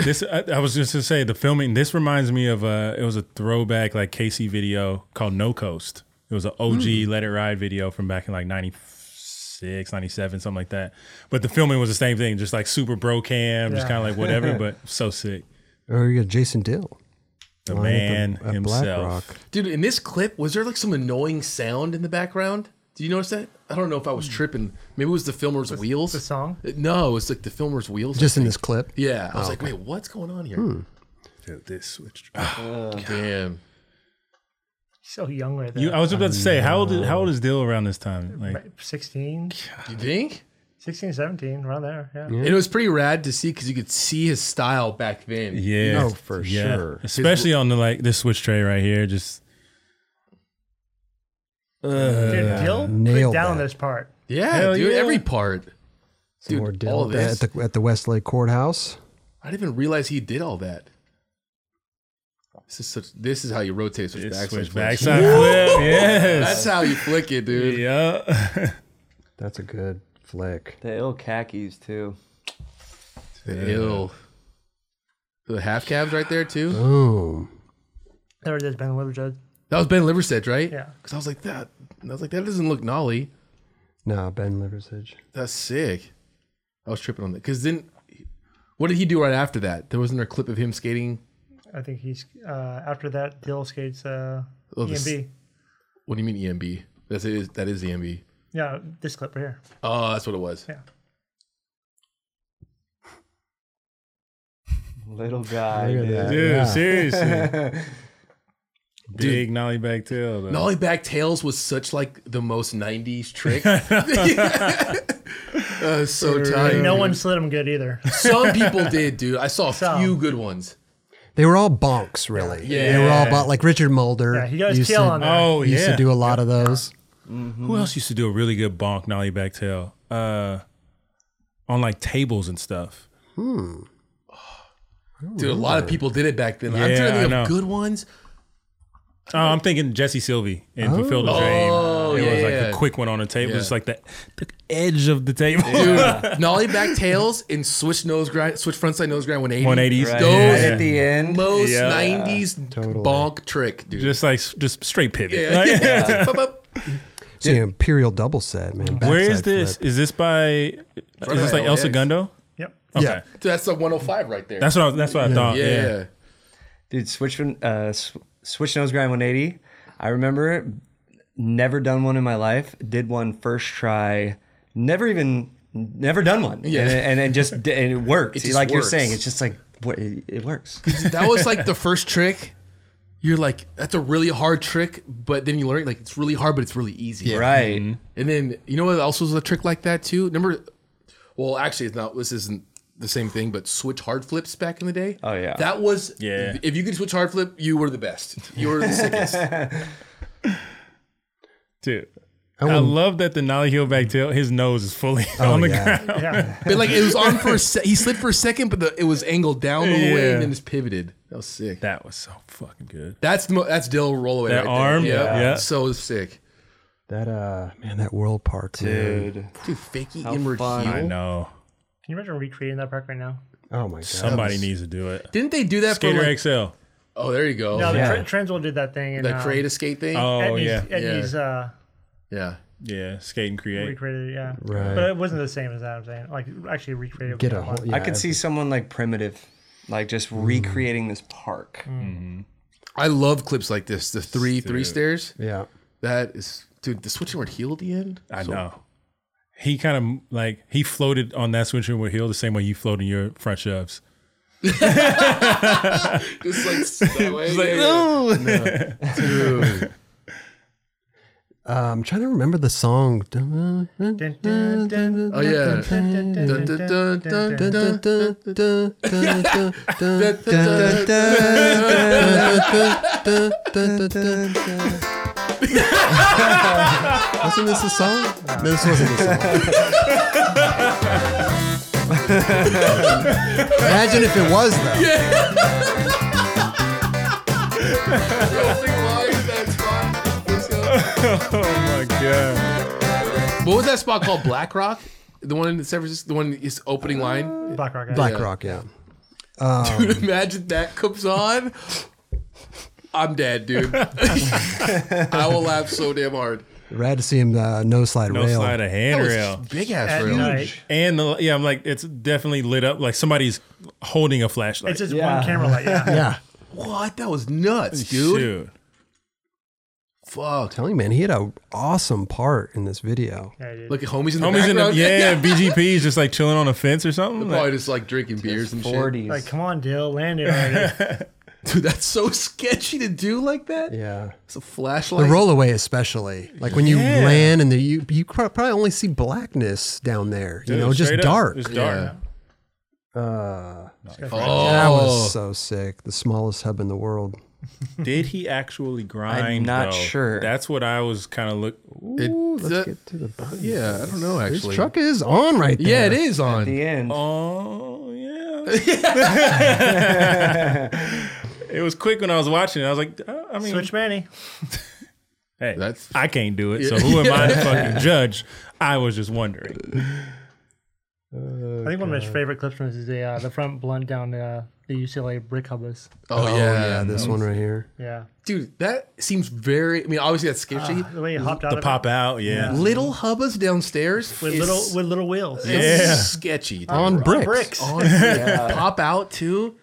This I, I was just to say the filming. This reminds me of uh it was a throwback like Casey
Hmm.
video called No Coast. It was an OG Let It Ride video from back in like ninety 96, 97, something like that. But the filming was the same thing, just like super bro cam, just
Yeah.
kind of like whatever, but so sick.
Or Oh, you got Jason Dill.
The
Line
man
at the- at
himself.
BlackRock.
Dude, in this clip, was there like some annoying sound in the background? Did you notice that? I don't know if I was tripping. Maybe it was the filmer's wheels.
the song?
No, it's like the filmer's wheels.
Just in this clip.
yeah, I was like, wait, what's going on here? Ah,
Dude, This Oh, switch.
Damn.
so young right there.
You, I was about to say, how old? Is, how old is Dill around this time? Like,
Right, 16,
You think?
16, 17, around there. Yeah.
And it was pretty rad to see because you could see his style back then.
yeah,
Oh, for
yeah.
sure.
Especially on the like this switch tray right here, just
Dude, Dill
nailed
put down
that.
this part.
Yeah,
Hell
dude,
yeah.
every part.
Some
Dude,
more Dill
all of
at
this.
the, at the- at the Westlake Courthouse.
I didn't even realize he did all that. This is such. This is how you rotate switch
this
back.
switch
Switch
backside flip. Yes.
That's how you flick it, dude.
yeah.
That's a good flick.
The ill khakis too.
Ew. The half cabs right there too.
Boom.
There it is, Ben Liverjudge.
That was Ben Liversedge, right?
Yeah.
Because I was like that. I was like that doesn't look gnarly.
Nah, Ben Liversidge.
That's sick. I was tripping on that because then, what did he do right after that? There wasn't there a clip of him skating
I think he's, uh, after that, Dill skates uh,
Oh, this-
EMB.
What do you mean EMB? That's it. Is, that is EMB.
Yeah, this clip right here.
Oh, that's what it was.
Yeah.
Little guy.
Look at that.
Dude,
Yeah.
seriously. Big nolly back tail. Though.
Nolly back tails was such like the most '90s trick. Uh, so tight.
No one slid him good either.
Some people did, dude. I saw a
Some.
few good ones.
They were all bonks, really.
Yeah.
They were all bonk. Like Richard Mulder.
Yeah, he got his
used
tail
to-
on there.
Oh
He used
yeah.
to do a lot of those.
Who else used to do a really good bonk nolly back tail? Uh, on like tables and stuff.
Dude, a lot of people did it back then. I'm trying
Yeah,
to think
I
of
know.
good ones.
Oh, I'm thinking Jesse Sylvie and Fulfill the Dream.
Oh,
it was
yeah,
like
yeah.
a quick one on the table,
Yeah.
just like the, the edge of the table.
Nolly back tails and switch nose grind, switch frontside nose grind 180.
180s.
Right.
Those-
At the end.
Most
Yeah.
90s bonk trick, dude.
Just like s- just straight pivot.
yeah.
Like-
Bup, bup.
So, yeah, Imperial double set, man.
Where is
Backside
this?
flip.
Is this by? is this like El
LAX.
Segundo?
yep.
Okay.
Yeah.
Dude, that's the 105 right there.
That's what I, that's what I thought.
yeah.
Yeah.
yeah.
Dude, switch uh, sw- switch nose grind 180. I remember it. never done one in my life. Did one first try. Never even never done one.
Yeah.
and, it- and it just di- and it worked.
It just
like you're
works.
saying, it's just like what it, it works.
that was like the first trick. You're like, that's a really hard trick, but then you learn like it's really hard, but it's really easy.
Right.
And then you know what else was a trick like that too? Remember? Well, actually, it's not. This isn't the same thing, but switch hard flips back in the day.
Oh, yeah.
that was.
Yeah.
If you could switch hard flip, you were the best. You were the sickest.
Dude. I love that the Nolly heel back tail, his nose is fully on the
yeah.
ground.
Yeah.
But like it was on for a se- he slid for a second, but the, it was angled down the way
Yeah.
and then just pivoted. That was sick.
That was so fucking good.
That's the mo- that's Dill rollaway.
That
right
arm?
There. Yep.
Yeah. Yeah.
So sick,
That, uh, man, that world park, dude.
Dude.
dude. Fakey inward heel.
I know.
Can you imagine recreating that park right now?
Oh, my God.
Somebody needs to do it.
Didn't they do that
Gator
for like,
XL.
Oh, there you go.
No,
yeah.
the tra- Transworld did that thing. And,
the
um,
create a skate thing.
Oh,
Etnies,
yeah.
Etnies, uh,
Yeah.
Yeah. Skate and create.
recreated it, yeah.
Right.
But it wasn't the same as that, I'm saying. Like, actually recreated.
Get
what
a
it
whole,
was.
yeah,
I could see someone like primitive, like just recreating this park.
I love clips like this. The three three stairs.
Yeah.
That is, dude. The switching word heel at the end.
I know. He kind of like, he floated on that switcher with heel the same way you float in your front shoves.
Just like that way. No. Dude.
Uh, I'm trying to remember the song.
Dun, dun, dun,
Oh yeah.
dun, dun, dun,
Dun,
dun,
dun,
dun,
dun, dun, dun, dun, dun, dun,
That's
dun.
Wasn't this a song? No, this wasn't a song. Imagine if it was though.
Oh my God.
What was that spot called? Black Rock. The one in San Francisco. The one is opening line.
Black Rock.
Black
Black.
Rock, yeah.
Oh.
Dude, imagine that comes on. I'm dead, dude. I will laugh so damn hard.
Rad to see him uh, no slide
No
rail.
slide a handrail.
Big ass
At
rail.
night,
And the, yeah, I'm like, it's definitely lit up. Like somebody's holding a flashlight.
it's just
Yeah.
one camera light. Yeah.
Yeah.
What? That was nuts, dude.
Shoot.
Fuck.
telling you, man, he had an awesome part in this video.
Yeah, dude.
Look at homies in the
Homies in the,
background.
yeah, BGP's just like chilling on a fence or something. Like,
Probably just like drinking beers and shit.
Forties.
like, come on, Dill, land it already.
Dude, that's so sketchy to do like that.
Yeah.
It's a
The
flashlight.
rollaway, especially, like when you
Yeah.
land and the, you you pro- probably only see blackness down there. You
dude,
know, just
straight up,
dark.
It's dark.
Uh,
Oh,
that was so sick. The smallest hub in the world.
Did he actually grind?
not
though?
sure.
That's what I was kind of look.
It-
Ooh, let's
that-
get to the bottom.
yeah, I don't know
This
actually.
truck is on right there.
yeah, it is on.
the end.
Oh yeah. it was quick when I was watching. it. I was like, uh, I mean,
Switch Manny.
hey,
That's-
I can't do it. So who am I to fucking judge? I was just wondering.
Oh,
I think one of his favorite clips from this is the uh, the front blunt down uh, the UCLA brick hubbas.
Oh,
Oh,
yeah.
yeah, this one right here.
Yeah.
Dude, that seems very. I mean, obviously that's sketchy.
Ah,
The way he hopped out
The
of
pop out, yeah.
little hubbas downstairs
it with
is
little with little wheels.
so
Yeah.
sketchy. dude.
On bricks.
bricks.
On yeah. pop out too.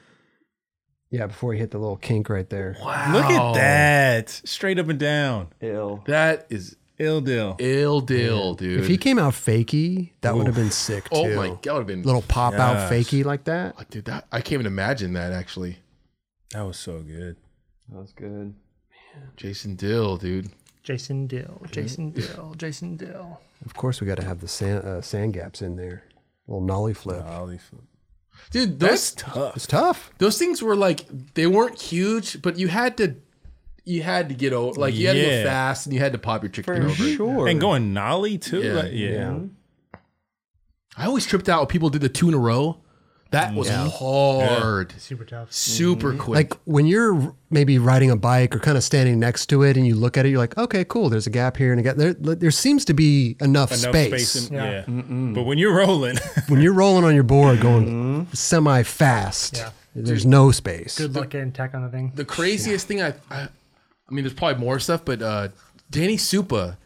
Yeah, before he hit the little kink right there.
Wow,
Look at that, straight up and down,
Ill.
That is
ill deal.
ill deal, dude.
If he came out fakey, that would have been sick too.
oh my god, would have been
Little pop out
Yes.
fakey like that.
Dude, that, I can't even imagine that actually.
That was so good.
That was good.
Jason Dill, dude.
Jason Dill. Jason Dill. Jason Dill.
Of course, we got to have the sand, uh, sand gaps in there. Little nollie flip.
Ollie,
Dude, those
tough.
It's tough.
those things were like they weren't huge, but you had to you had to get over like you had to
Yeah.
go fast and you had to pop your chicken over.
Sure.
And going nollie too.
Yeah.
like, yeah.
I always tripped out when people did the two in a row. That was hard.
Super tough.
Super
Mm-hmm.
quick.
Like when you're maybe riding a bike or kind of standing next to it and you look at it, you're like, okay, cool. There's a gap here and a gap there. There seems to be enough,
Enough
space.
space. in- yeah. But when you're rolling,
when you're rolling on your board going semi fast,
Yeah.
there's no space.
Good luck getting tech on the thing.
the craziest thing I, I I mean there's probably more stuff, but uh Danny Supa,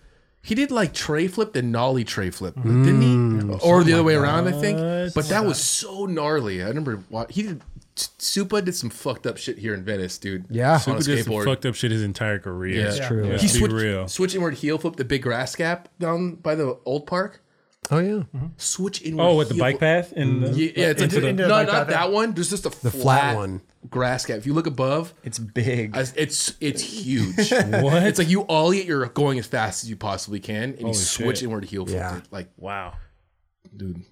he did like tray flip the nollie tray flip, didn't he? Or the other way around, I think. But that was so gnarly. I remember wa- he did Supa did some fucked up shit here in Venice, dude.
Yeah.
on a
Super just
skateboard.
fucked up shit his entire career.
Yeah. That's
true.
Let's
he
be
switched
real.
switch inward heel flip the big grass gap down by the old park.
Oh yeah,
Switch inward.
Oh, with the
heel
bike
flip-
path and the,
Yeah, yeah, it's
into
like,
the,
into
no,
the
not
bike path.
that one. There's just a the
flat one.
grass gap. If you look above,
It's big.
As- It's it's huge.
What?
It's like you ollie it. You're going as fast as you possibly can, and you switch
shit.
inward heel flip.
Yeah.
it. Like,
wow.
dude,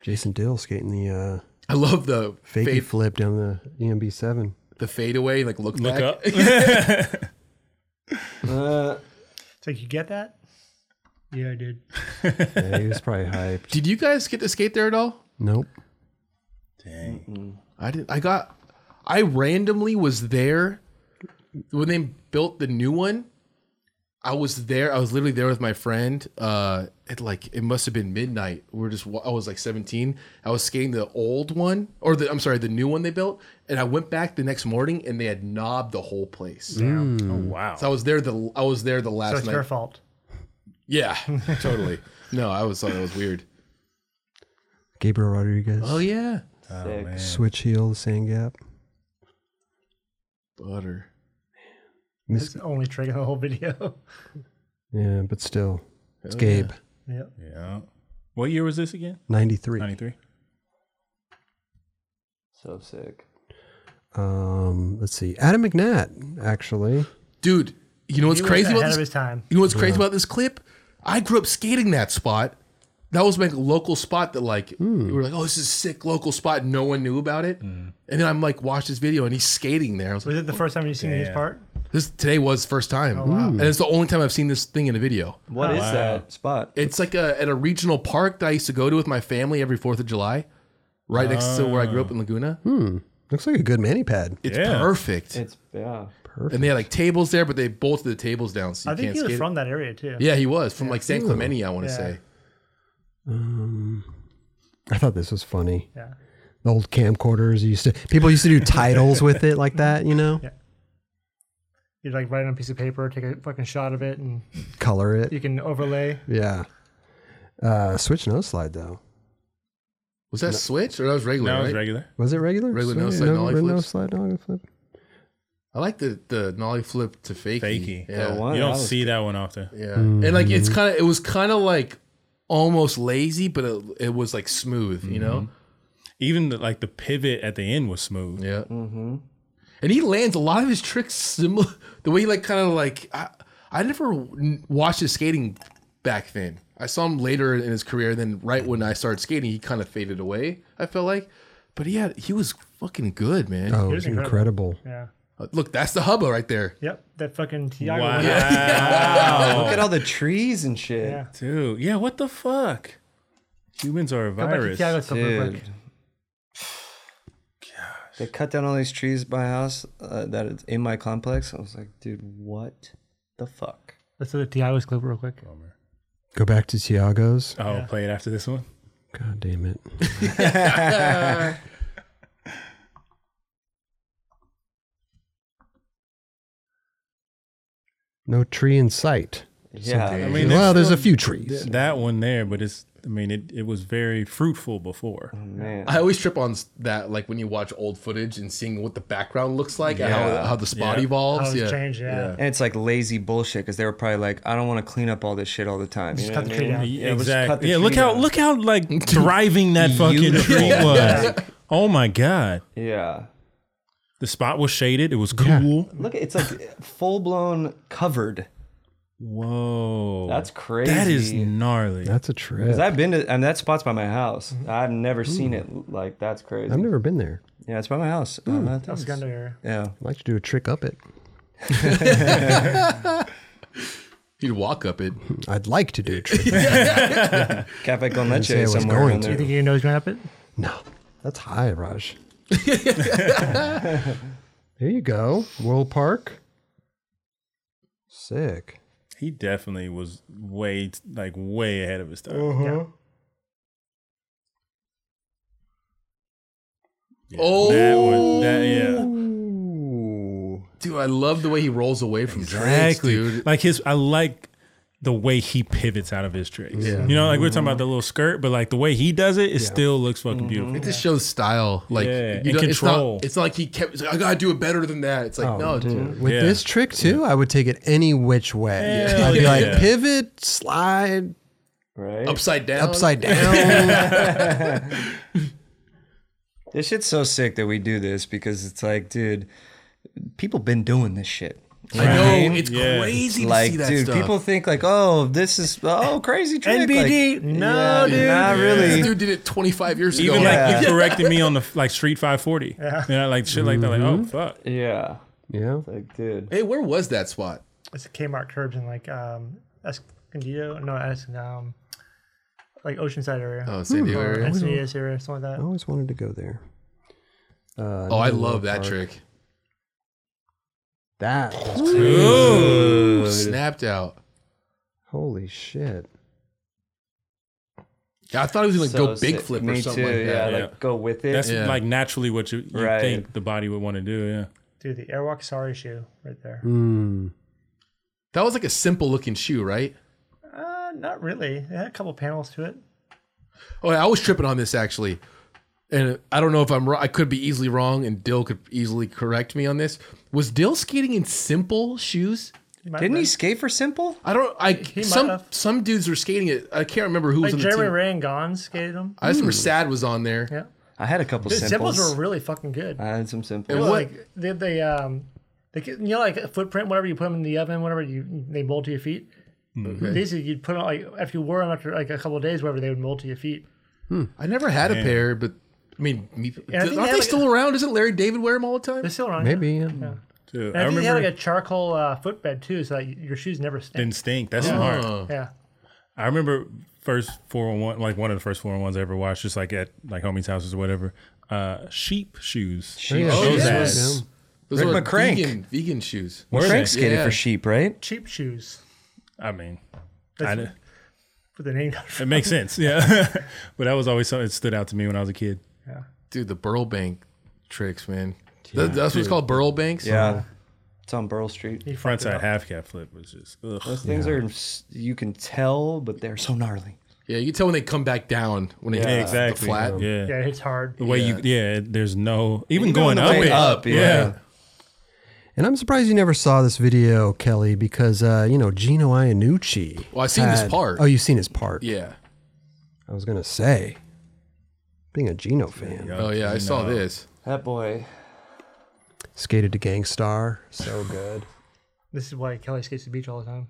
Jason Dill skating the uh,
I love the
fakey
fade,
flip down the EMB seven.
the fade away. Like look,
Look
back.
up.
Uh,
It's like you get that? Yeah, I did.
Yeah, he was probably hyped.
Did you guys get to skate there at all?
Nope.
Dang.
I didn't. I got. I randomly was there when they built the new one. I was there. I was literally there with my friend. Uh, at like it must have been midnight. We were just. wa- I was like 17. I was skating the old one, or the I'm sorry, the new one they built. And I went back the next morning, and they had knobbed the whole place.
Mm.
Oh, wow.
So I was there. The I was there the
So
last
it's
night.
your fault.
Yeah, totally. No, I was. Thought that was weird.
Gabriel Rodriguez.
Oh yeah,
Switch heel, sand gap.
butter.
It's the only trick in the whole video.
Yeah, but still, it's Gabe.
yep.
yeah. What year was this again?
Ninety three.
93.
so sick.
Um, let's see. Adam McNatt actually.
Dude, you know what's
He was
crazy
ahead
about
of
this?
his time.
You know what's crazy about this clip? I grew up skating that spot. That was my local spot that like we were like, oh, this is a sick local spot. No one knew about it. And then I'm like, watch this video, and he's skating there. I was like,
Was it the first time you've seen his part?
this today was first time, and it's the only time I've seen this thing in a video.
What is that spot?
It's like a, at a regional park that I used to go to with my family every Fourth of July, right next to where I grew up in Laguna.
Looks like a good mani pad.
It's
Yeah.
perfect.
It's yeah.
and they had like tables there, but they bolted the tables down, so you
I think
can't
he was
skate.
from that area too.
yeah, he was from like San Clemente, I want to
Yeah.
say.
Um, I thought this was funny.
Yeah.
The old camcorders used to people used to do titles with it like that. You know.
Yeah. You like write it on a piece of paper, take a fucking shot of it, and
Color
you
it.
can overlay.
Yeah. Uh, Switch no slide though.
Was that Switch or that was regular?
Now
right?
it's regular.
Was it regular?
Regular no
Switch-
slide, nollie
no
flips?
slide, nollie flip.
I like the the nollie flip to fakie.
Fakie.
Yeah.
Wow,
you
that
don't
was-
see that one often.
Yeah. And like it's kind of it was kind of like almost lazy, but it, it was like smooth. You know.
Even the, like the pivot at the end was smooth.
Yeah. And he lands a lot of his tricks similar. The way he like kind of like I, I never n- watched his skating back then. I saw him later in his career. Then right when I started skating, he kind of faded away. I felt like, but he had he was fucking good, man.
Oh, it was
incredible.
incredible.
Yeah.
Uh, Look, that's the hubba right there.
Yep. That fucking Tiago.
Wow,
one.
Look
Oh.
at all the trees and shit.
Yeah.
dude. Yeah, what the fuck? Humans are a
Go back to
virus.
Tiago's stuff real
Dude.
quick.
They cut down all these trees by my house uh, that is in my complex. I was like, dude, what the fuck?
Let's do the Tiago's clip real quick.
Go back to Tiago's.
Oh, play it after this one.
God damn it. no tree in sight.
Yeah.
I
I mean,
mean,
well,
there's
there's a few trees.
th- that one there, but it's. I mean, it, it was very fruitful before.
man.
I always trip on s- that, like when you watch old footage and seeing what the background looks like and how, how the spot
Yeah.
How
evolves.
it's
Yeah.
changed. Yeah.
And it's like lazy bullshit because they were probably like, I don't want to clean up all this shit all the time.
Just cut the tree down.
Yeah, let's cut the
exactly. Yeah, look
tree
how
down.
look how like thriving that fucking tree was. Oh my god,
Yeah.
the spot was shaded. It was cool.
Look, it's like full blown covered.
Whoa,
That's crazy.
that is gnarly.
That's a trip.
'Cause I've been to, and that spot's by my house. I've never seen it like that's crazy.
I've never been there.
yeah, it's by my house. Uh,
Hmm.
that
That's
is-
kind of area.
yeah.
I'd like to do a trick up it.
You'd walk up it.
I'd like to do a trick.
Cafe Con
say I
Leche
was
somewhere.
going
on
to.
there.
You think you know he's going up it?
no, that's high, Raj. there you go. World Park. Sick.
he definitely was way t- like way ahead of his time.
Oh,
That was that
Oh.
yeah.
dude, I love the way he rolls away from drinks,
Exactly.
dude.
Like his, I like the way he pivots out of his tricks.
Yeah.
You know, like we're talking about the little skirt, but like the way he does it, it still looks fucking beautiful.
It just shows style, like you
Yeah, and
don't-
control.
It's not, it's not like he kept. He's like, I gotta do it better than that. It's like no, dude.
With
Yeah.
this trick too, I would take it any which way.
Hell
I'd be
yeah.
like pivot, slide,
Right.
Upside down.
upside down.
This shit's so sick that we do this because it's like, dude, people been doing this shit.
I know it's
Yeah.
crazy to
Like,
see that
dude,
stuff.
people think like, oh, this is oh crazy trick.
NBD.
Like,
No,
yeah,
dude.
not
This
really.
dude did it 25 years ago.
Even
Yeah.
like you corrected me on the like Street 540. Yeah. You know, like shit like that. Like
Mm-hmm.
oh fuck.
Yeah,
yeah.
like, dude,
hey, where was that spot?
It's a Kmart curbs in like um Escondido. No, Es- um, like Oceanside area.
Oh, San Diego area.
Encinitas area, something like
I
that.
always wanted to go there. Uh,
Oh, I
Newell
love that
Park.
trick.
That was
Ooh, snapped out.
holy shit.
Yeah, I thought he was gonna
So
go big
sick.
flip
Me
or something
too,
like that.
Yeah,
Yeah.
like go with it.
That's
Yeah.
like naturally what you, you
Right.
think the body would want to do. Yeah.
Dude, the Airwalk Sorry shoe right there.
Hmm.
That was like a simple looking shoe, right?
Uh, not really. It had a couple panels to it.
Oh, I was tripping on this actually, and I don't know if I'm wrong. I could be easily wrong, and Dill could easily correct me on this. Was Dill skating in simple shoes?
It might have
Didn't he
been-
skate for simple?
I don't. I
might
some
have.
some dudes were skating it. I can't remember who
Like
was on
Jeremy
the team.
Rangon skated him.
I just
Hmm.
remember Sad was on there.
Yeah.
I had a couple
Dude,
simples.
symbols were really fucking good.
I had some
It
simples.
was-
Well, like they, they um they get- you know like a footprint whatever you put them in the oven whatever you they mold to your feet these you'd put on like if you wore them after like a couple of days whatever they would mold to your feet
I never had a pair, but I mean, me,
Yeah, I
aren't
think
they
they had, like,
still around? Doesn't Larry David wear them all the
they're
time?
still around
Maybe. yeah.
Dude,
and I,
I
think they had
remember
like a charcoal uh, footbed too so that your shoes never stink
didn't stink. That's smart.
Oh.
yeah
I remember first four on one, like one of the first four on ones I ever watched, just like at like homies' houses or whatever. Uh, sheep shoes.
Sheep
Oh,
Those
yeah.
ass.
Those
Rick
are
McCrank.
vegan, vegan shoes.
Were they?
Frank skated
Yeah.
for sheep, right?
cheap shoes
I mean, I d
with the name
it makes sense. Yeah, but that was always something that stood out to me when I was a kid.
Dude, the Burl Bank tricks, man. That- that's what's called Burl Banks.
Yeah. It's on Burl Street.
He fucked it
Frontside
up.
half cat flip was just ugh.
Those things are you can tell, but they're so gnarly.
Yeah, you can tell when they come back down when they
yeah,
hit
exactly
the flat.
yeah.
Yeah, it hits hard.
The way you yeah, there's no even
Even
going
on
up
the way
it-
up, yeah.
And I'm surprised you never saw this video, Kelly, because uh, you know Gino Iannucci.
Well, I've seen this
had-
part.
Oh, you've seen his part.
Yeah.
I was gonna say, being a Gino fan,
Oh yeah, I saw this.
That boy.
skated to Gangstar, so good.
This is why Kelly skates the beach all the time.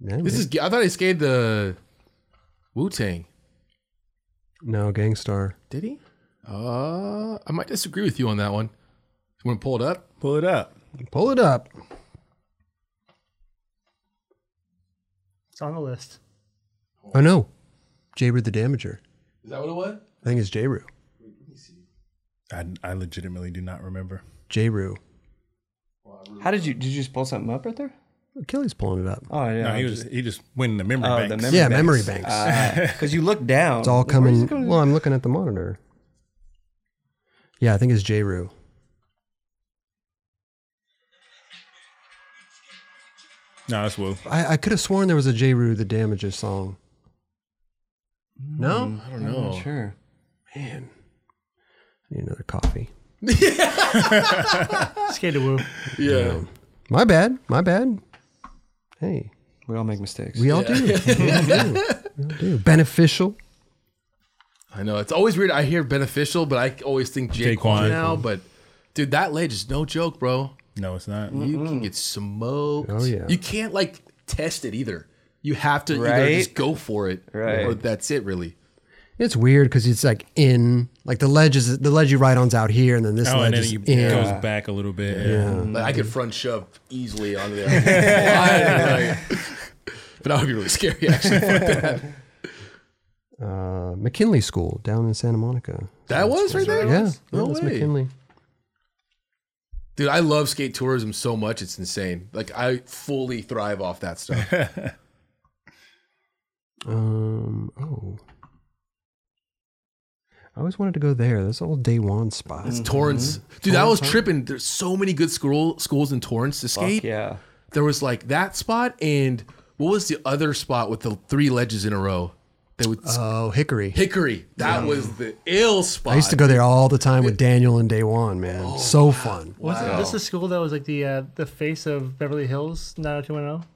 Yeah,
This is I thought he skated the Wu Tang.
no Gangstar.
Did he? Uh, I might disagree with you on that one. You want to pull it up?
Pull it up.
Pull it up.
It's on the list.
Oh no, Jaru the Damager.
Is that what it was?
I think it's Jaru.
I, I legitimately do not remember.
Jaru.
How did you did you just pull something up right there?
Kelly's pulling it up.
Oh yeah.
No, he was he just went in the memory
Oh,
banks.
the
yeah,
banks.
memory banks.
because you look down.
it's all
Where is
coming.
it going?
Well, I'm looking at the monitor. Yeah, I think it's Jaru.
no, that's Wu.
I, I could have sworn there was a Jaru the Damager song. No,
Mm, I don't
I'm
know.
not sure.
man. I need another coffee.
Skate to woo.
Yeah.
My bad. My bad. Hey,
We all make mistakes.
we all do. We all do. We all do. Beneficial.
I know it's always weird. I hear beneficial, but I always think Jake
Jaquan.
Quan now. But dude, that ledge is no joke, bro.
No, it's not.
You can
Mm.
get smoked.
Oh, yeah.
You can't like test it either. You have to either
Right.
just go for it,
Right.
or that's it, really.
It's weird because it's like in like the ledge is the ledge you ride on's out here, and then this
Oh, and
ledge
then
is
he
in.
goes back a little bit. Yeah.
Like, I could front shove easily on there, Why? Like, but that would be really scary, actually.
Uh, McKinley School down in Santa Monica.
That was right there.
Yeah,
no
yeah, that's
way.
McKinley.
Dude, I love skate tourism so much; it's insane. Like I fully thrive off that stuff.
Um, oh, I always wanted to go there. That's the old day one spot.
It's Torrance, dude. I was tripping. There's so many good school schools in Torrance to
Fuck
skate.
yeah.
There was like that spot, and what was the other spot with the three ledges in a row? That would
Oh, Hickory.
Hickory. That was the ill spot.
I used to go there all the time with Daniel and Day One, man. so fun.
Was it, this the school that was like the uh, the face of Beverly Hills 90210?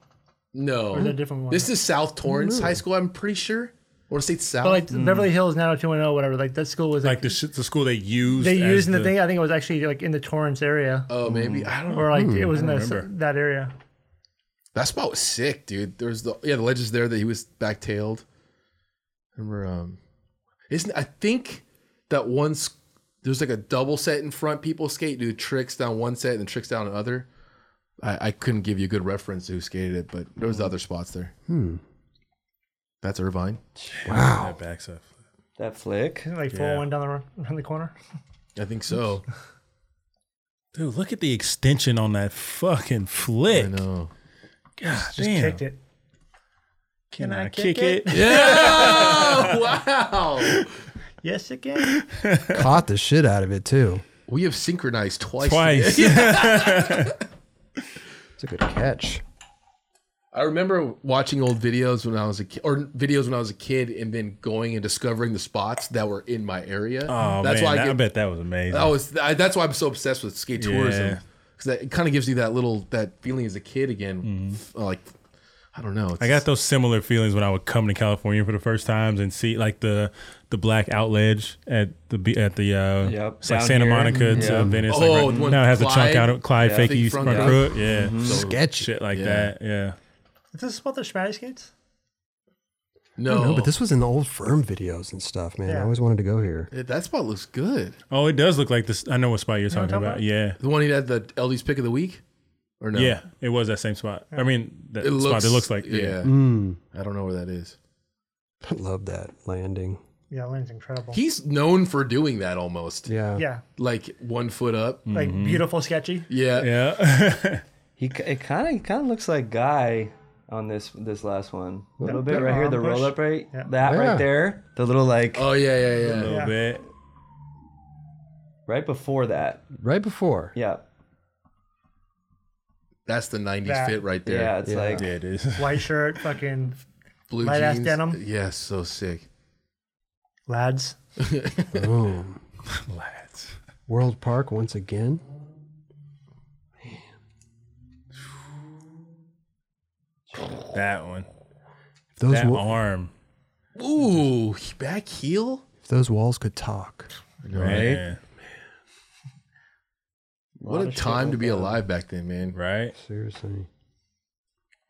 No,
Or is that a different one?
This is South Torrance High School. I'm pretty sure. Or State South.
But like Beverly Hills 90210, whatever. Like that school was like,
Oh, mm. Like the sh- the school they used.
they
as
used in the, thing. I think it was actually like in the Torrance area,
oh, maybe I don't know.
or like it was in the,
remember.
that area.
That spot was sick, dude. There's the yeah, the ledges there that he was backtailed. Remember, um, isn't I think that one s- there's like a double set in front. People skate do tricks down one set and tricks down another. I, I couldn't give you a good reference to who skated it, but there was other spots there. Hmm. That's Irvine.
Wow.
That back stuff.
That flick.
Isn't it like 401 down the, run- around the corner?
I think so.
Dude, look at the extension on that fucking flick.
I know.
God
Just
damn.
kicked it.
Can, I kick, it?
Wow.
Yes, it can.
Caught the shit out of it too.
We have synchronized twice. today.
Twice.
It's a good catch.
I remember watching old videos when I was a kid, or videos when I was a kid, and then going and discovering the spots that were in my area.
Oh
that's
man,
why I,
that-
get, Oh.
I bet that was amazing.
I was. I, that's why I'm so obsessed with skate tourism
Yeah.
because it kind of gives you that little that feeling as a kid again. f- uh, Like I don't know. It's,
Mm-hmm. I got those similar feelings when I would come to California for the first times and see like the the black outledge at the be- at the uh
Yep,
it's like
down
Santa
here.
Monica to
Yeah.
Venice.
Oh,
like
the
right,
one
now it has a
Clyde? Mm-hmm.
chunk out of Clyde
Yeah.
Fakey
Big
front,
front
crook. Yeah,
so-
Sketchy.
shit like
Yeah.
that. Yeah,
Is this about the Schmatty skates?
I
no,
don't know, but this was in the old firm videos and stuff, man. I
Yeah.
always wanted to go here.
Yeah, Eh, that spot looks good.
Oh, it does look like this. I know what spot you're talking
what I'm
about.
talking
Yeah.
The one he had the LD's pick of the week, or no?
Yeah, it was that same spot. I mean, that
it
spot.
looks.
It looks like
yeah.
yeah.
Hmm.
I don't know where that is.
I love that landing.
Yeah, Lynn's incredible.
He's known for doing that almost.
Yeah.
yeah,
Like one foot up.
like
Mm-hmm.
beautiful, sketchy.
Yeah.
Yeah.
He k- it kind of kind of looks like guy on this this last one. A little bit
bit
right here,
arm
the
push.
roll up right
Yeah.
that
Yeah.
right there, the little like
Oh yeah, yeah, yeah.
a little
Yeah.
bit.
right before that.
Right before.
Yeah,
That's the '90s
That-
fit right there.
Yeah, it's like
Yeah, it is.
White shirt, fucking
Blue
Light ass
jeans.
denim.
Yeah, so sick.
lads.
Boom.
Lads.
World Park once again.
That one.
If those,
that
wa-
arm.
Ooh, back heel.
if those walls could talk.
Right.
What a time to be alive back then, man.
Right.
Seriously.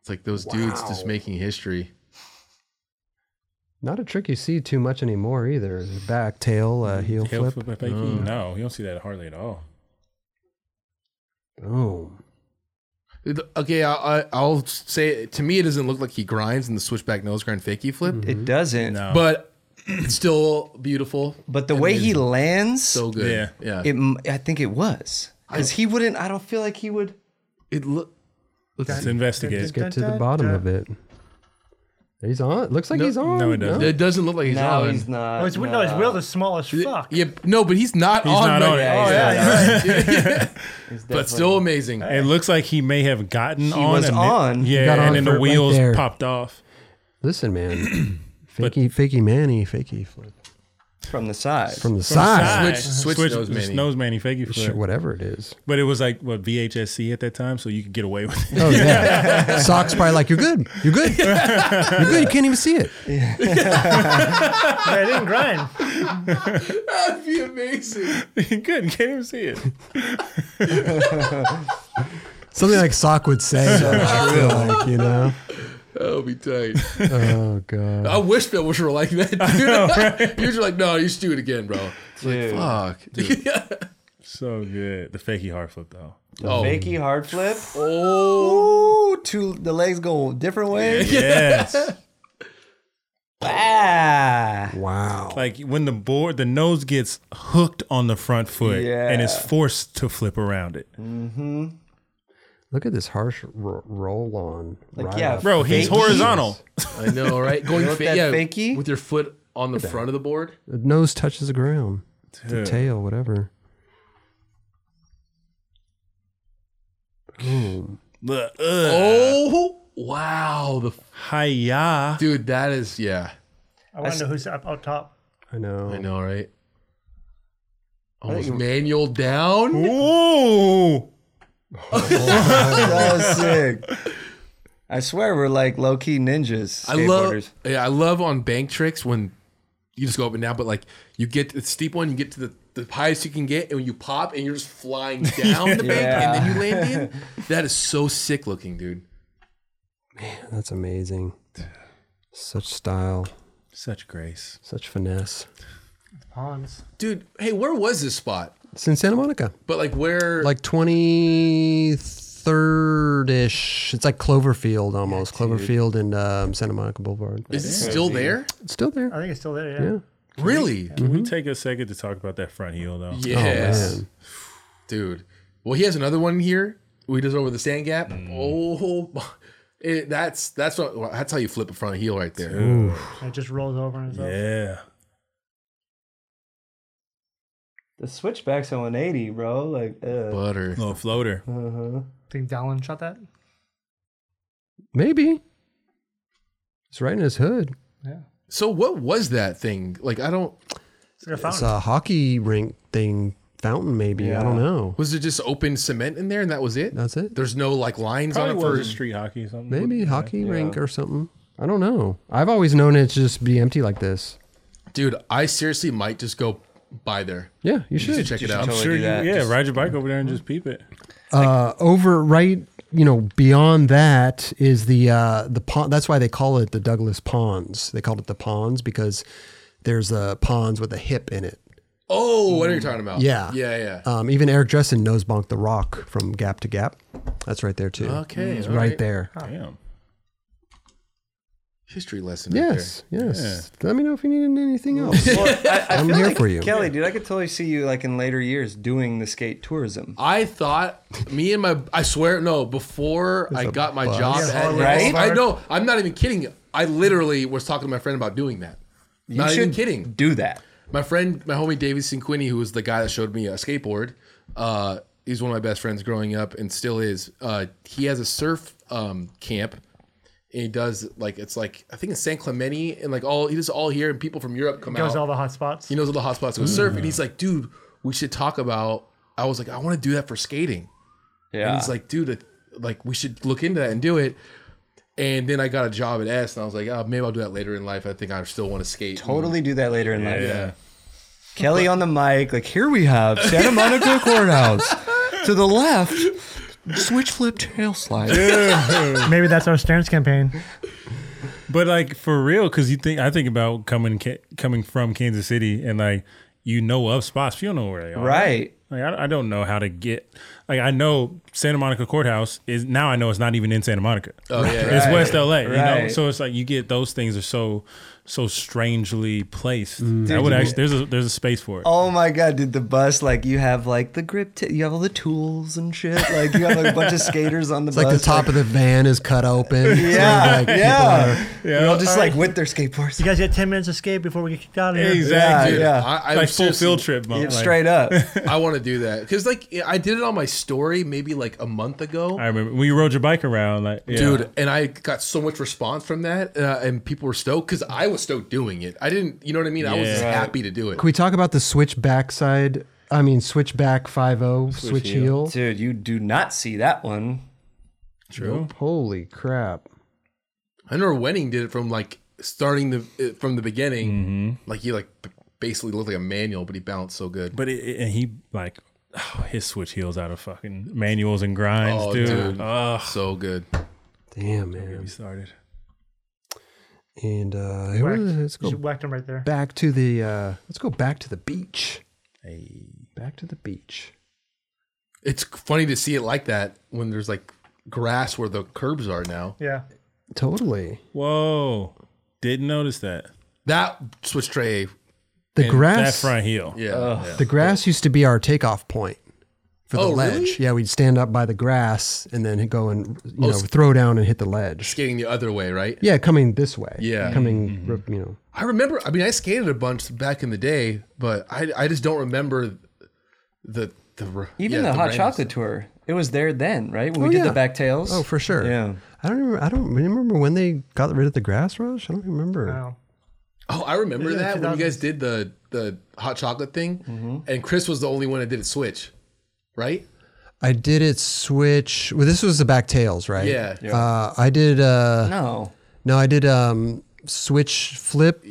It's like those dudes just making history.
Not a trick you see too much anymore either. Back, tail, uh, heel,
Heel
flip.
Mm, flip. FAQ?
Mm.
No, you don't see that hardly at all.
Boom.
Okay, I, I, I'll say it. to me, it doesn't look like he grinds in the switchback nose grind fakie flip,
Mm-hmm.
it doesn't.
No.
but it's still beautiful.
But the way he lands,
So good.
Yeah.
yeah.
it m- I think it was because he wouldn't. I don't feel like he would.
It look.
Let's investigate.
Let's get to the bottom of it. He's on. Looks like he's on.
no, it doesn't.
It doesn't look like he's
No,
on.
he's not.
Oh, his, no,
no.
his wheel is small as fuck.
Yeah, no, but he's not
He's
on.
not
right
on it.
now.
Yeah,
Oh,
he's
yeah,
He's
but
definitely-
still amazing.
It looks like he may have gotten
He
on.
was
and
on.
Yeah,
He got
and
on
then
for
the
it right
wheels
there.
popped off.
Listen, man.
But-
fakey, fakey Manny, fakey flip
from the side.
from the side.
Side.
Switch- switch nose manny.
nose manny, fakey flip.
Ah, uh, Sure, whatever it is.
But it was like what VHSC at that time, so you could get away with it.
Oh yeah. Socks probably like you're good. You're good. You're good. You can't even see it.
Yeah, it didn't grind.
That'd be amazing.
Good, you can't even see it.
Something like Sock would say. though, I feel like, you know.
That would be tight.
Oh god.
I wish that was were like that, dude. You're just like, no, you should do it again, bro. It's
Dude.
like, fuck.
So good. The fakey hard flip though.
oh.
Fakey hard flip.
Oh.
Ooh, two the legs go different ways.
Yes.
Ah.
Wow.
like when the board the nose gets hooked on the front foot
Yeah. Mm.
and is forced to flip around it.
Look at this harsh ro- roll on.
Like,
right
yeah,
off.
Bro, he's
Fakey.
horizontal.
I know, right? Going
want
fa-
that
yeah,
fakie?
with your foot on the front of the board.
The nose touches the ground. The
Dude.
tail, whatever. Boom.
Look, ugh.
Oh, wow. The
Hiya.
dude, that is yeah.
I want to know who's up, up top.
I know.
I know, right? Almost manual down.
Ooh.
So sick. I swear we're like low key ninjas.
I love yeah, I love on bank tricks when you just go up and down, but like you get to the steep one, you get to the, the highest you can get, and when you pop and you're just flying down the bank and then you land in. That is so sick looking, dude.
That's amazing. Such style,
Such grace.
such finesse.
Hans.
Dude, hey, where was this spot?
It's in Santa Monica.
But like where
Like 23rd ish. It's like Cloverfield almost. Cloverfield and um, Santa Monica Boulevard.
is it still there?
It's still
I
there.
think it's still there. Yeah.
Yeah.
Really?
Can we take a second to talk about that front heel though?
Oh, man.
dude. Well, he has another one here. We does over the sand gap. Oh, my- it, that's that's what well, that's how you flip a front heel right there.
And it just rolls over and stuff.
Yeah.
the switchbacks on 180, bro. Like, uh,
Butter.
Little floater.
uh-huh.
I think Dallin shot that.
Maybe. It's right in his hood.
So what was that thing? Like I don't.
It's like a
It's
fountain.
a hockey rink thing, fountain maybe. I don't know.
Was it just open cement in there and that was it?
That's it.
There's no like lines
Probably
on it
was
for.
it street hockey or something.
Maybe hockey rink or something. I don't know. I've always known it to just be empty like this.
Dude, I seriously might just go by there.
Yeah, you
You
should.
should check it out.
I'm
totally
sure
do
you,
that.
yeah,
Just-
ride your bike over there and just peep it.
uh, over right, you know, beyond that is the uh, the pond. That's why they call it the Douglas Ponds. They called it the Ponds because there's a ponds with a hip in it.
Oh, what are you talking about?
Yeah.
yeah, yeah.
Um, even Eric Dressen nose bonked the rock from gap to gap. That's right there too.
Okay,
it's
all
Mm, right,
right.
there.
Damn.
History lesson. right
Yes, yes. Let me know if you need anything else.
Well, I, I
I'm
feel
here
like,
for you.
Kelly, dude. I could totally see you like in later years doing the skate tourism.
I thought me and my I swear no before I got my job
Yeah,
at
right?
I know I'm not even kidding. I literally was talking to my friend about doing that. not even kidding.
Do that.
My friend, my homie David Cinquini, who was the guy that showed me a skateboard, uh, he's one of my best friends growing up and still is. Uh, he has a surf um, camp. And he does like it's like I think it's San Clemente and like all he does all here and people from Europe come
Goes
out.
all the hot spots.
he knows all the hot spots to go surf and he's like, dude, we should talk about. I was like, I want to do that for skating.
Yeah.
And he's like, dude, it- like we should look into that and do it. And then I got a job at S, and I was like, oh, maybe I'll do that later in life. I think I still want to skate.
totally do that later in life.
Yeah.
Kelly on the mic, like here we have Santa Monica Courthouse. To the left, switch flip tail slide.
Maybe that's our Stearns campaign.
But like for real, because you think I think about coming Ka- coming from Kansas City and like you know of spots, but you don't know where they are.
Right.
Like I, I don't know how to get. Like I know Santa Monica Courthouse is now. I know it's not even in Santa Monica.
Oh yeah, yeah.
It's West LA. You know,
Right.
so it's like you get those things are so so strangely placed. I would actually there's a there's a space for it.
Mm-hmm. Oh my god, dude, the bus, like you have like the grip t- you have all the tools and shit. Like you have like, a bunch of skaters on the
Like
bus.
the top of the van is cut open.
Yeah,
So, like, people
yeah.
are-
They're all just like with their skateboards.
You guys get 10 minutes to skate before we get kicked out of here.
exactly.
Yeah, yeah.
I, I
like full
seriously-
field trip. Mom.
Yeah,
Like,
Straight up.
I want to do that because like I did it on my story maybe like a month ago,
I remember when you rode your bike around, like yeah.
dude, and I got so much response from that, uh, and people were stoked because I was stoked doing it. I didn't, you know what I mean? I was just
Yeah.
happy to do it.
Can we talk about the switch backside? I mean, switch back 5 switch, switch heel.
Dude, you do not see that one.
True.
Holy crap.
I remember Wenning did it from like starting the uh, from the beginning,
Mm-hmm.
like he like b- basically looked like a manual, but he bounced so good.
But it, it- and he like oh, his switch heels out of fucking manuals and grinds,
Oh,
dude.
dude.
Ugh.
so good.
Damn,
Get
man.
me started.
And uh,
Whacked.
let's
You
go
whacked him right there.
back to the uh, let's go back to the beach.
Hey.
Back to the beach.
It's funny to see it like that when there's like grass where the curbs are now.
Yeah.
Totally.
Whoa. Didn't notice that.
That switch tray,
The
And
grass.
That front heel.
yeah. yeah.
The grass used to be our takeoff point for the
Oh,
ledge.
really?
Yeah, we'd stand up by the grass and then go and you know
Oh, s-
throw down and hit the ledge.
Skating the other way, right?
Yeah, coming this way.
Yeah.
coming. You know,
I remember. I mean, I skated a bunch back in the day, but I I just don't remember the the r-
Even
yeah,
the, hot
randoms.
chocolate tour. It was there then, right? When we did
yeah.
the back tails.
Oh, for sure.
Yeah.
I don't remember. I don't remember when they got rid of the grass rush. I don't remember.
Wow.
Oh, I remember
Yeah,
that when you guys did the the hot chocolate thing,
Mm-hmm.
and Chris was the only one that did it switch, right?
I did it switch. Well, this was the back tails, right?
Yeah.
Uh, I did. Uh,
No.
no, I did um, switch flip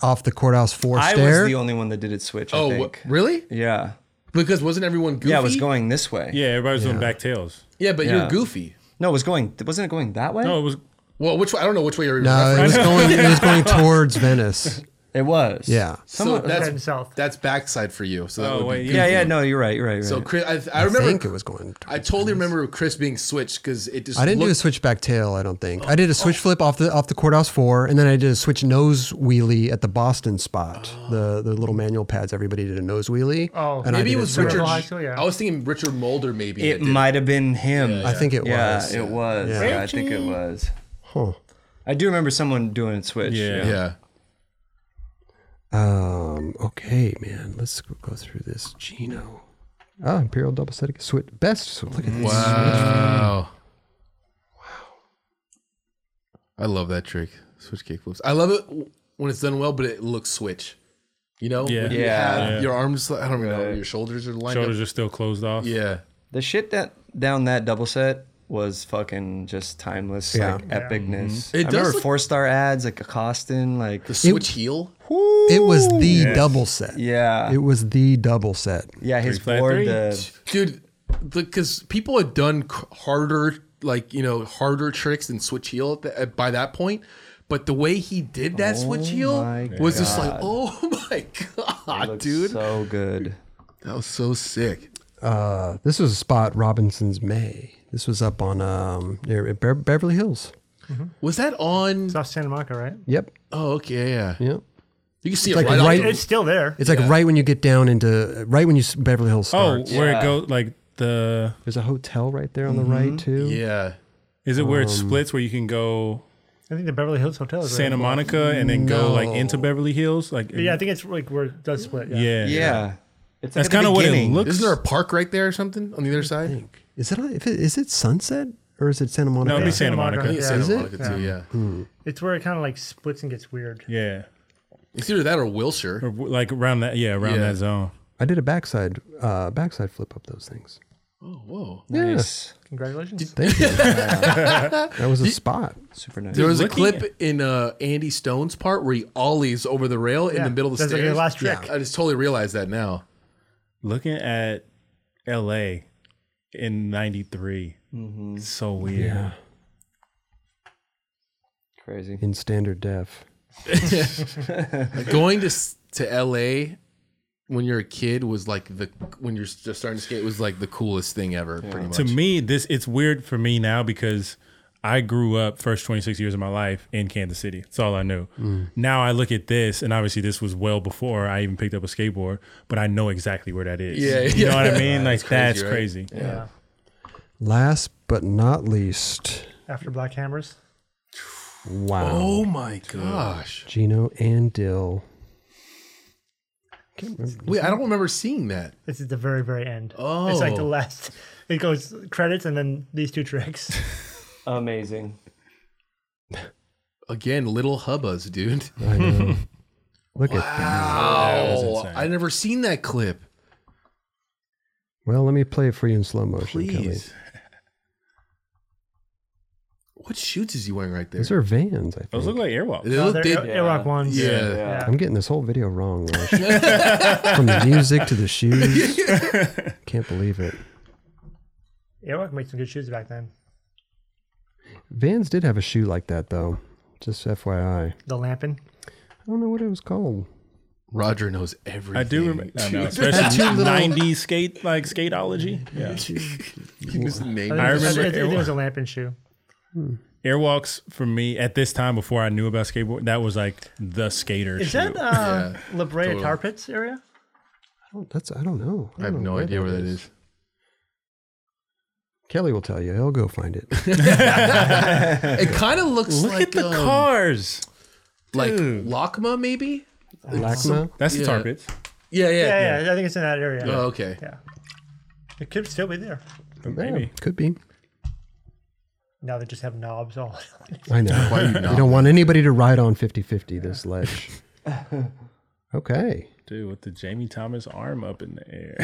off the courthouse four
I
stair.
was the only one that did it switch, I
Oh, wha-
think.
really?
Yeah.
Because wasn't everyone goofy?
Yeah, it was going this way.
Yeah, everybody's doing back tails.
Yeah, but you're
Yeah.
goofy.
No, it was going wasn't it going that way?
No, it was
Well, which way? I don't know which way you're.
no, it was going. It was going towards Venice.
It was.
Yeah.
so
Heading
that's
south.
that's backside for you. So that
Oh,
would
wait,
be
yeah.
Yeah, yeah, no, you're right, you're right, you're
So
right.
Chris, I, I
I
remember.
think it was going.
I totally remember Chris being switched because it just.
I didn't do a
looked-
switchback tail. I don't think I did
Oh.
a switch flip off the off the courthouse four, and then I did a switch nose wheelie at the Boston spot. The the little manual pads. Everybody did a nose wheelie.
Oh,
and I
Maybe
did
it was
Central
Richard.
High School, yeah.
I was thinking Richard Mulder. Maybe that
it
did
might have been him.
I think it
Yeah,
was.
it was. Yeah. I think it was.
Huh.
I do remember someone doing it switch.
yeah.
Yeah.
Um, okay, man. Let's go go through this. Gino. Ah, Imperial double static switch. Best. So look at this.
Wow. Wow. I love that trick. Switch kickflips. I love it w- when it's done well, but it looks switch. You know?
Yeah.
When you
Yeah.
have
Yeah.
Your arms, I don't even know, your shoulders are lined
Shoulders
up.
are still closed off.
Yeah.
The shit that down that double set was fucking just timeless, like epicness.
Mm-hmm. It
I
does
remember
look-
four star ads like Acostin, like
The switch heel.
It was the double set.
yeah,
It was the double set.
yeah, his
flat
board. uh,
three.
The,
Dude, because people had done c- harder, like, you know, harder tricks than switch heel at the, at, by that point. But the way he did that switch heel
Oh my
was just like, oh my God, dude.
so good.
that was so sick.
Uh, this was a spot Robinson's May. This was up on um near Be- Beverly Hills.
Was that on?
South Santa Monica, right?
Yep.
Oh, okay. Yeah.
Yep.
You can see it
Like
right, off
right-
the-
It's still there.
It's like right when you get down into right when you s- Beverly Hills
Oh,
starts.
where it goes like the
There's a hotel right there on the right too.
Yeah.
is it where it splits where you can go
I think the Beverly Hills Hotel is
Santa
right.
Monica and then go like into Beverly Hills? Like
Yeah, I think it's like where it does split. Yeah.
yeah.
Yeah, It's like
That's
at
kind
the
of what it
beginning.
looks.
Isn't there a park right there or something on the other side?
Is it, if it is it Sunset or is it Santa
no,
Monica?
it'd be
Santa
Santa
Monica.
Monica.
Yeah,
Yeah.
Santa
Is
it?
Monica too. Yeah,
It's where it kind of like splits and gets weird.
Yeah,
it's either that or Wilshire.
or w- like around that. Yeah, around
Yeah.
that zone.
I did a backside uh, backside flip up those things.
Oh, whoa!
Nice.
Congratulations.
Thank you. that was a spot.
Super nice.
There was a
looking
clip in uh, Andy Stone's part where he ollies over the rail in
Yeah,
the middle of the
that's like
stairs.
your last trick.
I just totally realized that now.
Looking at L.A. in '93,
Mm-hmm.
so weird.
Crazy.
In standard def.
Going to s- to L.A. when you're a kid was like the when you're just starting to skate was like the coolest thing ever. Pretty much.
To me, this it's weird for me now because I grew up first 26 years of my life in Kansas City. That's all I knew.
Mm.
Now I look at this, and obviously this was well before I even picked up a skateboard, but I know exactly where that is.
Yeah,
you know
yeah.
what I mean. Like that's
right?
crazy.
Yeah.
Last but not least,
After Black Hammers.
wow.
oh my gosh!
Gino and Dill. Can't remember.
Wait, I don't remember seeing that.
It's at the very, very end. It's like the
Oh.
last. It goes credits and then these two tricks.
Amazing.
Again, little hubbas, dude.
I know. Look at that.
was
Oh,
insane.
I never seen that clip.
Well, let me play it for you in slow motion, Kelly.
Please. What shoots is he wearing right there?
These are vans, I think.
Those look like airwalks.
They
Oh,
look-
they're
they-
Air- Airwalk ones.
Yeah.
Yeah.
I'm getting this whole video wrong, Rosh. From the music to the shoes. Can't believe it.
Airwalk made some good shoes back then.
Vans did have a shoe like that, though. Just FYI. I
The Lampin.
don't know what it was called.
Roger knows everything.
I do remember, I know, especially '90s skate like skateology. Yeah,
He was named-
I remember
I, think it
Airwalk.
was a Lampin shoe.
airwalks for me at this time before I knew about skateboard, that was like the skater.
Is
shoe.
that uh, La Brea
totally.
Tar Pits area?
I don't, that's I don't know.
I
don't
have
know
no
what
idea where that is.
Kelly will tell you. He'll go find it.
It kind of looks
Look
like
at the
um,
cars.
like
dude.
Lakma, maybe.
Lacma.
That's the
Yeah.
tar pits.
Yeah, yeah.
Yeah, yeah, I think it's in that area.
Oh, okay.
Yeah. It could still be there.
Maybe.
could be.
Now they just have knobs all.
I know.
Why you
You
not?
don't want anybody to ride on 50-50 this ledge. Okay.
Dude, with the Jamie Thomas arm up in the air.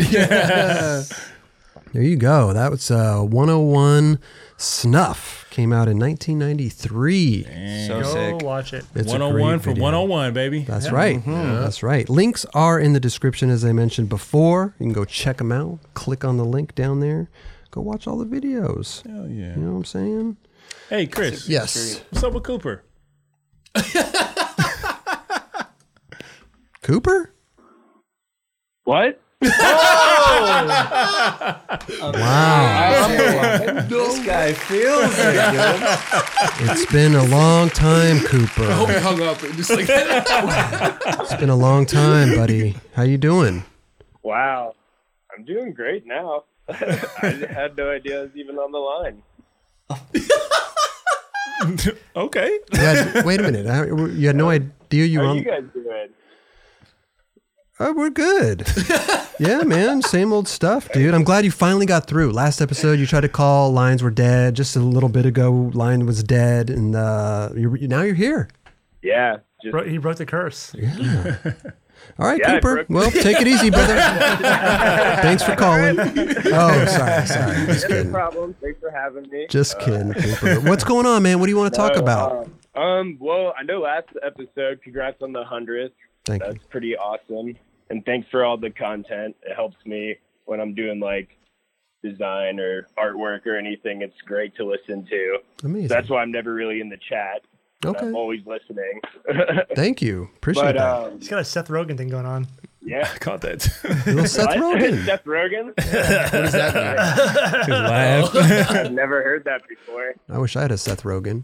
There you go. That was uh, 101 Snuff. Came out in 1993.
So
Go
Oh, sick.
watch it.
It's a great
101 for
video.
101, baby.
That's right. That's right. Links are in the description, as I mentioned before. You can go check them out. Click on the link down there. Go watch all the videos.
Hell yeah.
You know what I'm saying?
Hey, Chris.
Yes.
What's up with Cooper?
Cooper?
What?
This guy feels it. yo.
It's been a long time, Cooper.
Hope you hung up. Just like that.
It's been a long time, buddy. How you doing?
Wow. I'm doing great now. I had no idea I was even on the line.
Okay.
You had- wait a minute. I- You had no idea you were
How
on.
you guys doing?
Oh, we're good. yeah, man. Same old stuff, dude. I'm glad you finally got through. Last episode, you tried to call. Lines were dead. Just a little bit ago, line was dead, and uh, you're, now you're here.
Yeah. Just
Bro- He broke the curse.
All right,
Yeah, I
Cooper.
broke-
Well, take it easy, brother. Thanks for calling. Oh, sorry, sorry. Just
no
kidding.
problem. Thanks for having me.
Just kidding, Cooper. What's going on, man? What do you want to talk
So,
about?
Um, um, well, I know last episode, congrats on the 100th.
Thank you.
That's pretty awesome. And thanks for all the content. It helps me when I'm doing like design or artwork or anything. It's great to listen to.
Amazing.
That's why I'm never really in the chat.
Okay.
I'm always listening.
Thank you. Appreciate
but
that.
um,
He's got a Seth Rogen thing going on.
yeah.
I caught that. too.
Little Seth
What?
Rogen.
Seth Rogen?
Just laugh.
I've never heard that before.
I wish I had a Seth Rogen.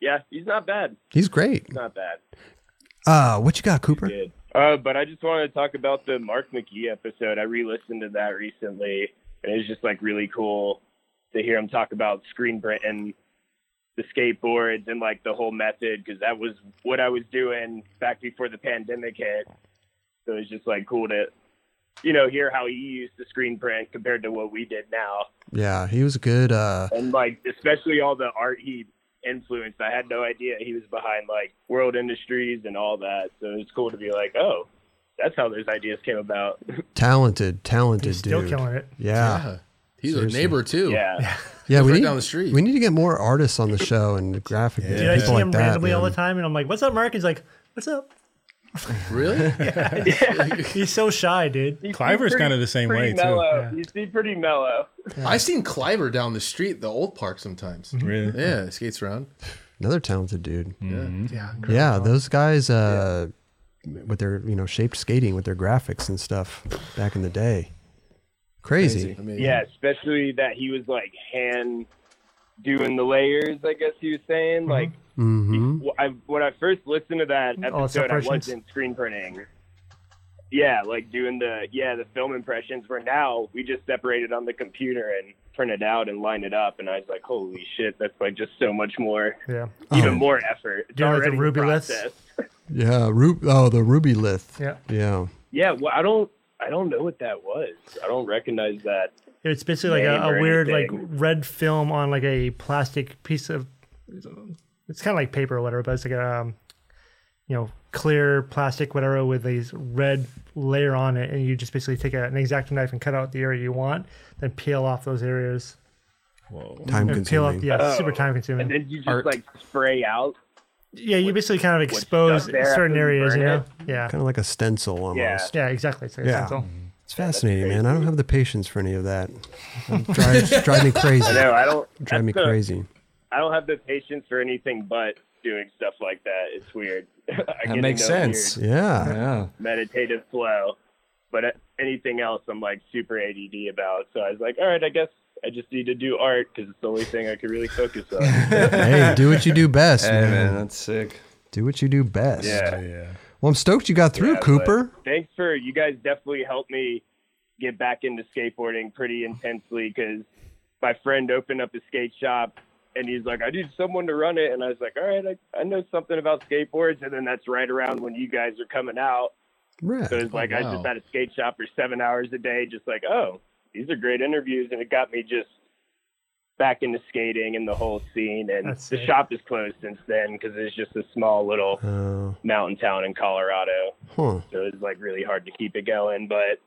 Yeah, he's not bad.
He's great.
Not bad.
Uh, what you got, Cooper?
Good. Uh, but I just wanted to talk about the Mark McGee episode. I re-listened to that recently, and it was just like really cool to hear him talk about Screen Britain, the skateboards, and like the whole method because that was what I was doing back before the pandemic hit. So it's just like cool to, you know, hear how he used the screen print compared to what we did now,
Yeah, he was good. Uh,
and like especially all the art he influenced. I had no idea he was behind like World Industries and all that. So it's cool to be like, oh, that's how those ideas came about.
talented, talented
He's still
dude.
killing it.
Yeah,
Yeah. He's a neighbor too.
yeah.
yeah. we
right
need
down the street.
We need to get more artists on the show and graphic
Dude, I
people
see
like
him
that.
randomly all the
man.
time, and I'm like, "What's up, Mark?" He's like, "What's up?"
Really?
He's so shy, dude.
You seem
Cliver's
pretty-
kinda the same way,
pretty
too.
mellow. You seem pretty mellow.
I've seen Cliver down the street, the old park sometimes.
Really?
Yeah, skates around.
Another talented dude. Yeah,
Mm-hmm. Yeah,
those guys uh, with their you know shaped skating with their graphics and stuff back in the day. Crazy.
I mean,
Yeah, especially that he was like hand doing the layers. I guess he was saying like
Mm-hmm.
wh- I, when I first listened to that
Oh, it's
episode, I
impressions.
wasn't screen printing. Yeah, like doing the yeah the film impressions. Where now we just separate it on the computer and print it out and line it up. And I was like, holy shit, that's like just so much more,
yeah.
even more effort. It's
Doing, like, the
already
Ruby list?
processed.
Yeah. Ru- oh, the Ruby Lith.
Yeah.
Yeah.
Yeah, well, I don't I don't know what that was. I don't recognize that.
It's basically like
Name
a,
or
a weird, like
anything.
red film on like a plastic piece of. It's kind of like paper or whatever, but it's like a, um, you know, clear plastic whatever with these red layer on it, and you just basically take a, an exacto knife and cut out the area you want, then peel off those areas.
Whoa.
Time
And peel off,
consuming.
yeah, it's super
Oh.
time
And
consuming.
then you just
Art.
like spray out.
Yeah, you basically kind of
what's
expose
stuck there
certain
after you
areas,
burn
you know.
it.
Yeah,
Kind of like a stencil almost.
Yeah.
yeah, exactly. It's like a
Yeah.
stencil.
It's fascinating, man. I don't have the patience for any of that. It drives, drives me crazy.
No, I don't.
Drive me
that's the-
crazy.
I don't have the patience for anything but doing stuff like that. It's weird. I get
That makes
into a weird
sense.
Yeah.
Yeah.
meditative flow, but anything else, I'm like super ADD about. So I was like, all right, I guess I just need to do art because it's the only thing I can really focus on.
Hey, do what you do best,
Hey,
man.
man, that's sick.
Do what you do best.
yeah.
Yeah.
Well, I'm stoked you got through,
Yeah, but
Cooper.
Thanks for you guys. Definitely helped me get back into skateboarding pretty intensely because my friend opened up a skate shop and he's like, I need someone to run it, and I was like, all right, I, I know something about skateboards, and then that's right around when you guys are coming out.
Right.
So it's like I
wow.
just had a skate shop for seven hours a day, just like, oh, these are great interviews, and it got me just back into skating and the whole scene. And
That's
the
sick.
shop is closed since then because it's just a small little
Uh,
mountain town in Colorado,
huh.
so it's like really hard to keep it going. But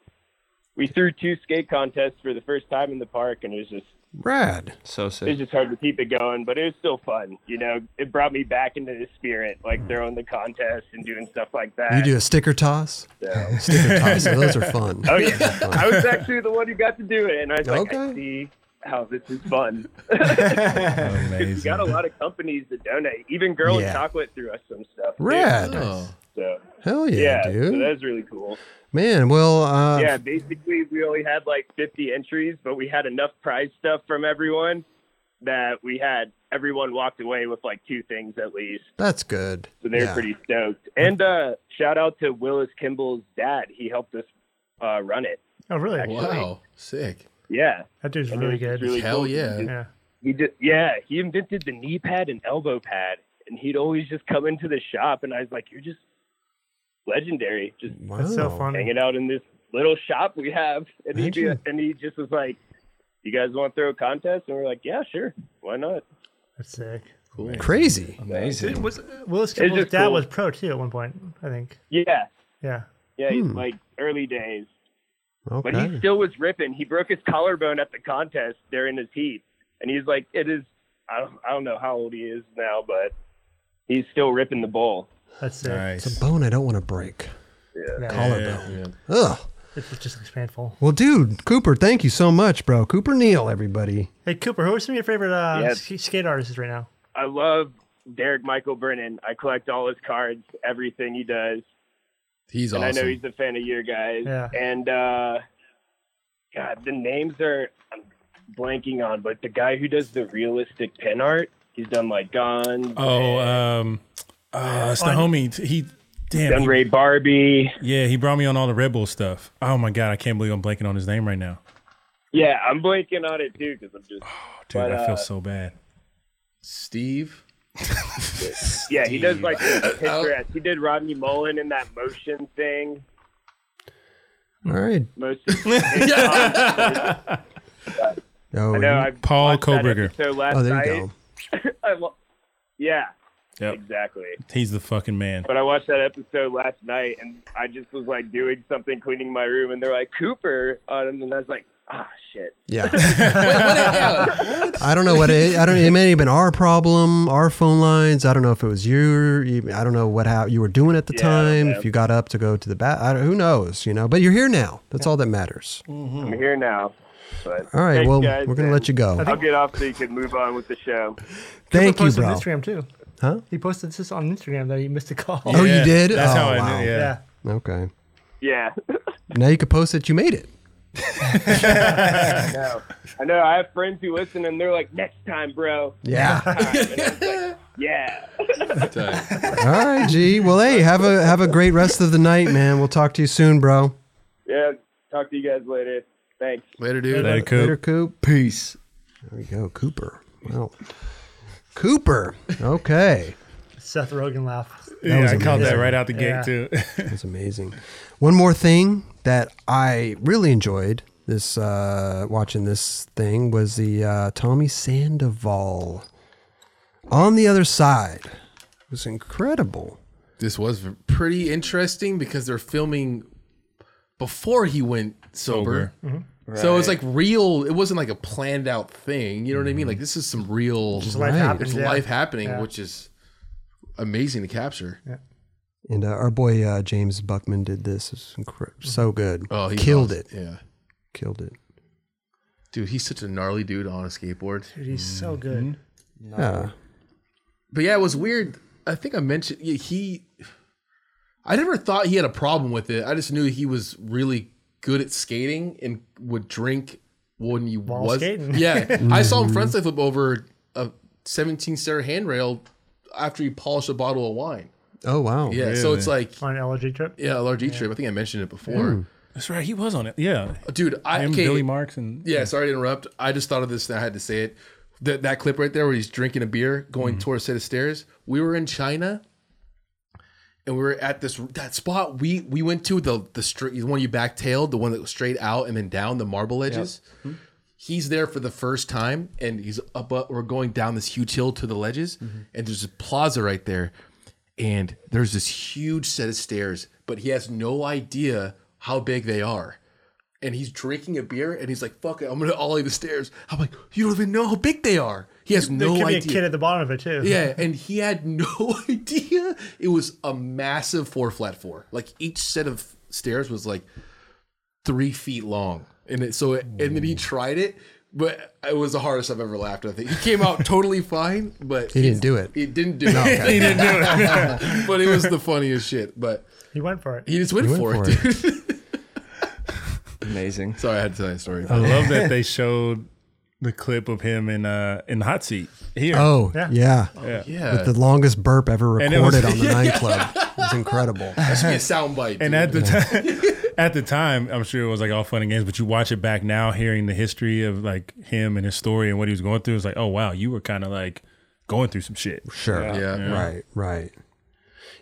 we threw two skate contests for the first time in the park, and it was just
Rad.
So
it was
sick.
just hard to keep it going, but it was still fun. You know, it brought me back into the spirit, like throwing the contest and doing stuff like that.
You do a sticker toss.
So.
Sticker toss. Those are fun.
Oh yeah, I was actually the one who got to do it, and I was like,
Okay.
I see how this is fun.
Amazing.
we got a lot of companies that donate. Even Girl
Yeah.
and Chocolate threw us some stuff. too.
Rad.
Oh.
So
Hell
yeah,
yeah,
so that
dude.
was really cool.
Man, well, uh,
yeah, basically we only had like 50 entries, but we had enough prize stuff from everyone that we had everyone walked away with like two things at least.
that's good.
So they're
Yeah.
pretty stoked. And uh, shout out to Willis Kimball's dad. He helped us uh, run it.
Oh, really?
Wow. Sick.
Yeah,
That dude's
And it
really
was just
good.
Really
Hell
cool.
yeah.
yeah.
He did, yeah, he invented the knee pad and elbow pad, and he'd always just come into the shop, and I was like, "You're just legendary, just
Wow.
That's so
Oh.
funny.
hanging out in this little shop we have." And he
Imagine.
and he just was like, "You guys want to throw a contest?" And we're like, "Yeah, sure, why not?"
That's sick.
Crazy.
Amazing.
Was Willis Kimball's
just
dad
cool.
was pro too at one point, I think.
Yeah,
Yeah.
yeah,
Hmm.
like early days, but he
Okay.
still was ripping. He broke his collarbone at the contest during his heat, and he's like, "It is." I don't, I don't know how old he is now, but he's still ripping the bowl.
That's sick.
Nice.
Bone I don't want to break.
Yeah.
Yeah.
Ugh.
It just looks painful.
Well, dude, Cooper, thank you so much, bro. Cooper Neal, everybody.
Hey Cooper, who are some of your favorite uh,
Yeah.
sk- skate artists right now?
I love Derek Michael Brennan. I collect all his cards, everything he does,
He's
and
awesome.
I know he's a fan of your guys.
Yeah.
And uh, God, the names are I'm blanking on, but the guy who does the realistic pin art, he's done like Gun,
Oh, um, uh, it's the homie. T- He, damn.
Gun
he-
Ray Barbie.
yeah, he brought me on all the Red Bull stuff. Oh my god, I can't believe I'm blanking on his name right now.
Yeah, I'm blanking on it too because I'm just
Oh, dude,
But,
I feel
uh,
so bad.
Steve.
yeah. He does like the picturesque. He did Rodney Mullen in that motion thing.
All right.
Most of I
Oh,
know I
Paul
watched that
Koberger.
episode last
oh, there
night.
you go.
I lo- yeah,
Yep.
exactly.
He's the fucking man.
But I watched that episode last night, and I just was like doing something, cleaning my room, and they're like Cooper, on him, and I was like, ah, shit.
Yeah.
yeah.
I don't know what it. I don't. It may have been our problem, our phone lines. I don't know if it was your. you- I don't know what how you were doing at the
Yeah,
time.
yeah.
If you got up to go to the bath. I don't, who knows? You know. But you're here now. That's all that matters.
I'm here now. But
Hmm. All right.
thanks,
well,
guys,
we're gonna let you go.
I'll get off so you can move on with the show.
Thank
Cooper
you,
posted
bro.
on Instagram too.
Huh?
He posted this on Instagram that he missed a call.
Oh, you
Yeah,
did?
That's
Oh,
how I
wow.
knew. Yeah.
yeah.
Okay.
Yeah.
Now you can post that you made it.
no. I know. I have friends who listen, and they're like, next time, bro.
Yeah.
Yeah.
all right, G. Well, hey, have a have a great rest of the night, man. We'll talk to you soon, bro.
Yeah. Talk to you guys later. Thanks.
Later, dude.
Hey, Coop.
Later, Coop. Peace. There we go, Cooper. Well, Cooper. Okay,
Seth Rogen laugh.
Yeah,
was
I called that
amazing.
right out the
Yeah.
gate too.
that's amazing. One more thing that I really enjoyed this uh, watching this thing was the uh, Tommy Sandoval on the other side. It was incredible.
This was v- pretty interesting because they're filming before he went sober.
Mm-hmm.
So it's like real. It wasn't like a planned out thing. You know what I mean? Like this is some real.
Just life
Mm-hmm. Right.
happens.
It's
Yeah.
life happening,
Yeah.
which is amazing to capture.
And uh, our boy uh, James Buckman did this. It was incre- so good.
Oh, he
killed it.
Yeah,
Killed it.
dude, he's such a gnarly dude on a skateboard.
Dude, he's
Mm-hmm.
so good.
Yeah.
But yeah, it was weird. I think I mentioned yeah, he. I never thought he had a problem with it. I just knew he was really good at skating and would drink when you
While
was
skating.
Yeah, I saw him frontside flip over a 17 stair handrail after he polished a bottle of wine.
Oh wow.
Yeah, so it's like
On an LG trip.
yeah, a large E trip. I think I mentioned it before,
That's right. He was on it. e- Yeah.
dude. I
Him,
okay,
Billy Marks, and
Yeah, sorry to interrupt. I just thought of this and I had to say it. That that clip right there where he's drinking a beer going towards a set of stairs. We were in China and we were at this that spot we we went to the the straight the one you backtailed, the one that was straight out and then down the marble edges. He's there for the first time and he's up, up we're going down this huge hill to the ledges and there's a plaza right there and there's this huge set of stairs, but he has no idea how big they are and he's drinking a beer and he's like, "Fuck it, I'm gonna ollie the stairs." I'm like, "You don't even know how big they are." He has
There
no
could be a kid
idea.
at the bottom of it too.
Yeah, and he had no idea. It was a massive four flat four. Like each set of stairs was like three feet long, and it, so it, and then he tried it, but it was the hardest I've ever laughed. I think he came out totally fine, but
He didn't do it.
He didn't do it. he didn't do it. but it was the funniest shit. But
He went for it.
he just went,
He went
for,
for
it, dude.
Amazing.
Sorry, I had to tell you a story.
I love that they showed the clip of him in uh in the hot seat here.
Oh
Yeah.
yeah.
yeah,
With the longest burp ever
And it
recorded
was-
on the Nine Club. It was incredible.
that should be a sound bite.
And
dude.
at the time, at the time, I'm sure it was like all fun and games. But you watch it back now, hearing the history of like him and his story and what he was going through, it's like, oh wow, you were kind of like going through some shit.
Sure.
Yeah. Yeah.
Right. Right.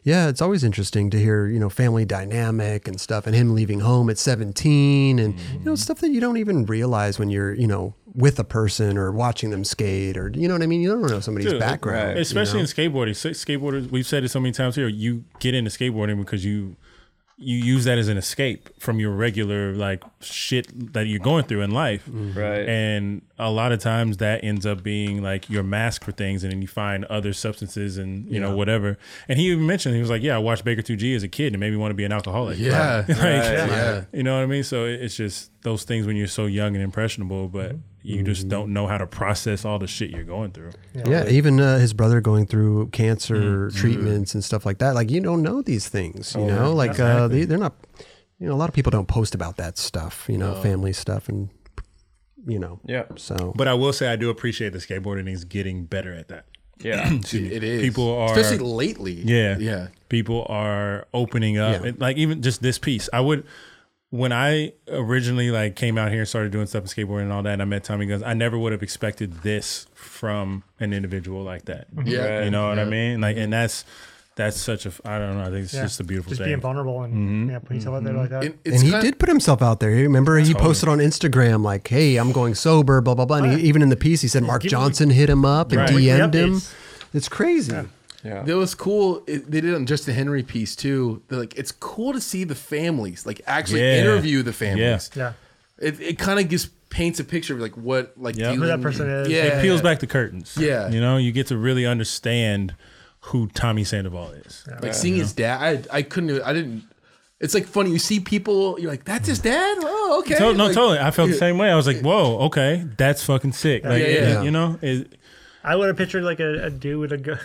Yeah, it's always interesting to hear, you know, family dynamic and stuff and him leaving home at 17 and you
Mm.
know stuff that you don't even realize when you're, you know, with a person or watching them skate or you know what I mean? You don't know somebody's
Dude,
background. you
especially
know?
in skateboarding. Sa- Skateboarders, we've said it so many times here. You get into skateboarding because you you use that as an escape from your regular like shit that you're going through in life.
Right.
And a lot of times that ends up being like your mask for things, and then you find other substances and you know whatever. And he even mentioned he was like, "Yeah, I watched Baker Two G as a kid, and made me want to be an alcoholic."
yeah,
Like,
yeah.
You know what I mean? So it- it's just those things when you're so young and impressionable, but you just don't know how to process all the shit you're going through.
Yeah, even uh, his brother going through cancer treatments and stuff like that. Like you don't know these things, you know. Like uh, they, they're not, you know, a lot of people don't post about that stuff, you know, family stuff and you know.
Yeah.
So
But I will say I do appreciate that skateboarding is getting better at that.
Yeah.
Dude, it is.
People are-
especially lately.
Yeah.
yeah.
People are opening up.
Yeah.
And, Like even just this piece. I would when I originally like came out here and started doing stuff in skateboarding and all that and I met Tommy Guns, I never would have expected this from an individual like that.
Yeah.
Mm-hmm.
You know what I mean? Like and that's that's such a f- I don't know. I think it's
Yeah.
just a beautiful
Just
thing. Mm-hmm.
being vulnerable and yeah, putting yourself out there like that.
And it's
and he
kind-
did put himself out there. You remember he posted on Instagram like, "Hey, I'm going sober," blah blah blah. And he, even in the piece, he said Mark
Give me-
Johnson hit him up and
Right.
DM'd him.
Updates.
It's crazy.
That was cool. It, they did it on Justin Henry piece too. They're like, it's cool to see the families, like actually
Yeah.
interview the families.
Yeah.
It, it kind of just paints a picture of like what like
Yep. Who
that
dealing-
person is.
Yeah,
It peels back the curtains.
Yeah.
You know, you get to really understand who Tommy Sandoval is.
Like seeing his dad, I I couldn't. I didn't. It's like funny. You see people, you're like, that's his dad. Oh, okay.
To- no,
Like,
totally. I felt the same way. I was like, "Whoa, okay, that's fucking sick." Like,
Yeah, yeah, yeah.
you know, it,
I would have pictured like a, a dude with a go-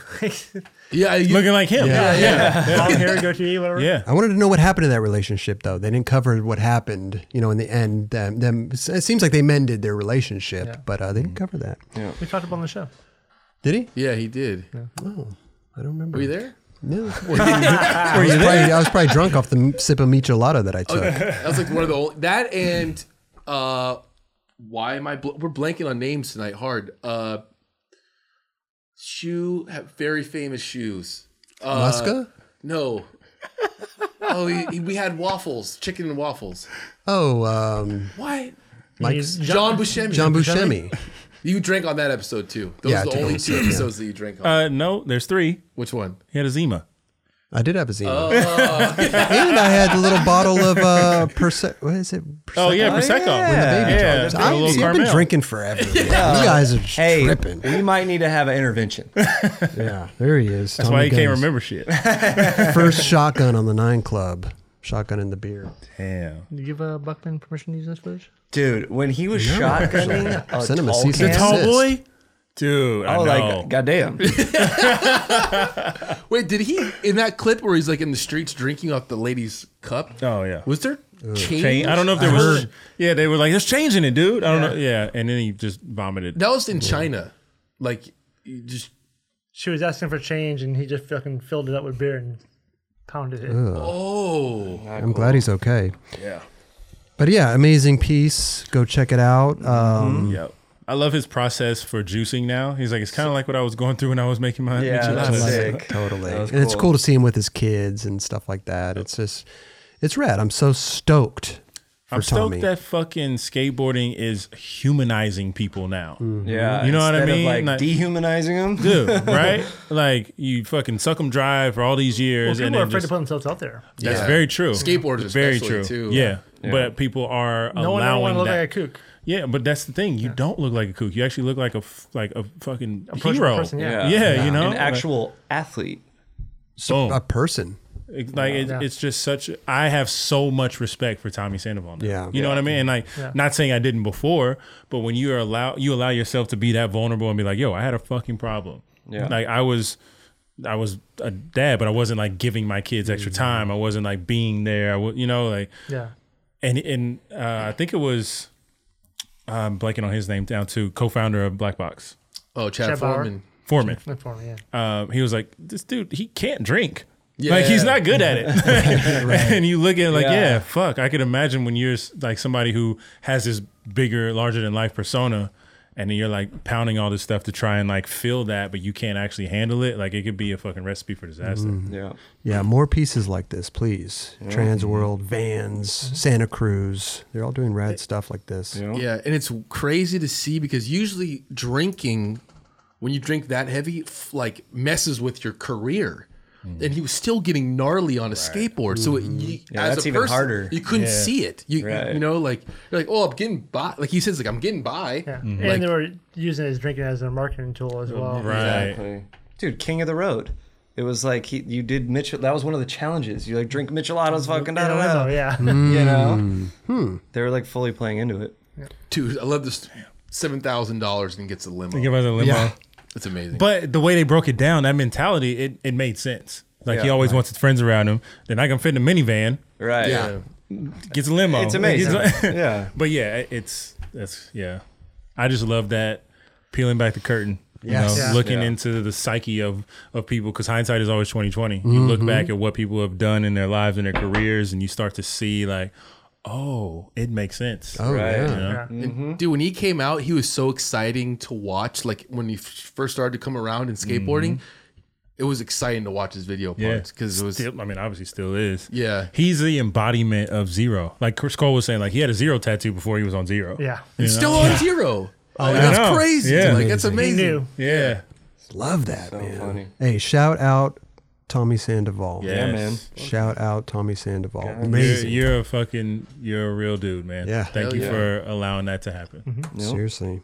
Yeah, you,
looking like him. Yeah, yeah,
long hair, goatee, whatever.
yeah.
I wanted to know what happened to that relationship, though. They didn't cover what happened, you know, in the end. Them, them it seems like they mended their relationship, but uh, they didn't cover that.
We talked about on the show.
Did he?
yeah, he did.
I don't remember.
Were you there?
No. I, was probably, I was probably drunk off the m- sip of michelada that I took.
That was like one of the old that and uh, why am I? Bl- we're blanking on names tonight. Hard. Uh, shoe, have very famous shoes. Uh,
Muska?
No. oh, he, he- we had waffles, chicken and waffles.
Oh, um,
What?
Mike's
John Buscemi.
John Buscemi.
You drank on that episode too. Those
Yeah,
are
I
the
took
only
on
two
some, yeah.
episodes that you drank on.
Uh, no, there's three.
Which one?
He had a Zima.
I did have a Zima.
Oh.
and I had a little bottle of uh, Perse- what is it?
Oh yeah, Prosecco.
yeah.
Yeah,
Prosecco.
a little
I, see, I've been
Carmel.
drinking forever. man. You guys are
Hey,
tripping.
we might need to have an intervention.
Yeah, there he is.
That's why he can't remember shit.
First shotgun on the Nine Club. Shotgun in the beer.
Damn.
Did you give uh, Buckman permission to use this footage?
Dude, when he was shotgunning a
Send him a
tall
cease and
can-
desist.
Dude, I
Oh,
know.
like goddamn.
Wait, did he in that clip where he's like in the streets drinking off the lady's cup?
oh yeah.
Was there change?
Chain- I don't know if there was. Yeah, they were like, "It's changing it, dude." I don't know. Yeah, and then he just vomited.
That was in China. Like, you just
She was asking for change, and he just fucking filled it up with beer and pounded it.
Ah,
oh,
I'm glad he's okay.
Yeah.
But yeah, amazing piece. Go check it out.
Mm-hmm.
Um,
Yep. I love his process for juicing now. He's like, it's kind of like what I was going through when I was making my
Yeah,
enchiladas.
that's
Love
sick.
it. Totally. And it's cool to see him with his kids and stuff like that. It's just, it's rad. I'm so stoked for
I'm
Tommy.
stoked that fucking skateboarding is humanizing people now.
Yeah,
You know what I
instead of,
mean?
like
Like-
dehumanizing him.
Dude, right? like you fucking suck them dry for all these
Well,
years, and
people are
then
afraid to
just,
put themselves out there.
that's
Yeah.
very true.
Skateboarders
very
especially,
true.
too.
Yeah. but people are
No one ever
allowing
want to look
that.
like a kook.
yeah, but that's the thing. You don't look like a kook. You actually look like a f- like a fucking hero.
person, yeah.
yeah, you know,
an actual athlete.
Boom.
a person.
It's like it,
Yeah.
it's just such. I have so much respect for Tommy Sandoval. Now.
Yeah.
you know what I mean. And like, not saying I didn't before, but when you are allow you allow yourself to be that vulnerable and be like, "Yo, I had a fucking problem." Yeah, like I was, I was a dad, but I wasn't like giving my kids extra time. I wasn't like being there. I was, you know, like
Yeah.
and and uh, I think it was. I'm blanking on his name down to co-founder of Black Box
oh, Chad,
Chad Bauer.
Foreman.
Foreman.
Look for me, yeah.
um, he was like, "This dude, he can't drink. Like he's not good at it." and you look at it like, yeah. fuck." I could imagine when you're s- like somebody who has this bigger, larger than life persona, and then you're like pounding all this stuff to try and like fill that, but you can't actually handle it. Like it could be a fucking recipe for disaster.
Yeah,
Yeah, more pieces like this, please. Trans
Mm-hmm.
World, Vans, Santa Cruz. They're all doing rad stuff like this.
Yeah, and it's crazy to see because usually drinking, when you drink that heavy, f- like messes with your career.
Mm.
And he was still getting gnarly on a skateboard, so it, you, as
that's
a
even
person,
harder.
you couldn't see it. You,
Right.
you know, like you're like, oh, I'm getting by. Like he says, like I'm getting by.
yeah.
Mm-hmm.
and they were using his drinking as their marketing tool as well.
Right.
exactly. Dude, king of the road. It was like he, you did Mitchell. That was one of the challenges. You like drink Micheladas, fucking da
In
da
Orlando,
da.
Mm-hmm.
yeah.
You know, they were like fully playing into it.
Dude, I love this. Seven thousand dollars and gets a limo.
Think about the limo.
It's amazing.
But the way they broke it down, that mentality, it, it made sense. Like he always wants his friends around him. Then I can fit in a minivan,
Right.
yeah,
gets a limo.
It's amazing.
Gets a-
Yeah.
But yeah, it- it's that's yeah. I just love that peeling back the curtain. You
Yes.
know,
Yeah.
looking into the psyche of of people because hindsight is always twenty You look
Mm-hmm.
back at what people have done in their lives and their careers, and you start to see like, oh, it makes sense.
Oh,
Right.
yeah.
You know?
Yeah.
dude. When he came out, he was so exciting to watch. Like when he f- first started to come around in skateboarding, it was exciting to watch his video
Yeah,
parts because it was
Still, I mean, obviously, still is.
yeah.
He's the embodiment of zero. Like Chris Cole was saying, like he had a zero tattoo before he was on zero.
Yeah.
It's still on zero. Oh, that's
know.
crazy!
Yeah.
Like that's
He
amazing.
knew.
yeah,
Love that,
So
man.
funny.
Hey, shout out Tommy Sandoval.
Yes.
man.
Shout out Tommy Sandoval.
You're,
Amazing.
you're a fucking, you're a real dude, man.
Yeah.
Thank
Hell
you
yeah.
for allowing that to happen.
Seriously.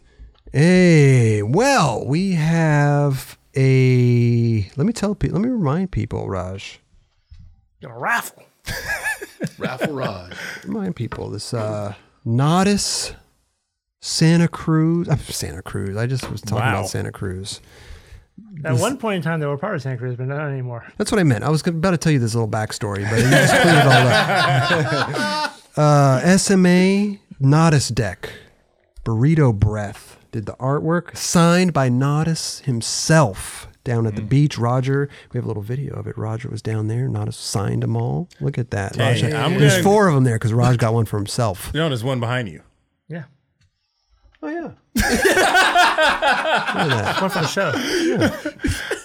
Hey, well, we have a. Let me tell. pe- Let me remind people, Raj.
Gonna Raffle.
Raffle Rod.
Remind people this. uh Nodis, Santa Cruz. I'm Santa Cruz. I just was talking
Wow.
about Santa Cruz.
At one point in time, they were part of Santa Cruz, but not anymore.
That's what I meant. I was gonna- about to tell you this little backstory, but you just cleared it all up. Uh, SMA Nodis deck, Burrito Breath did the artwork, signed by Nodis himself down
Hmm.
at the beach. Roger, we have a little video of it. Roger was down there. Nodis signed them all. Look at that. Raj-
Hey, I'm
there's
gonna-
four of them there because Raj got one for himself.
No, there's one behind you.
Yeah.
Oh yeah,
One for the show.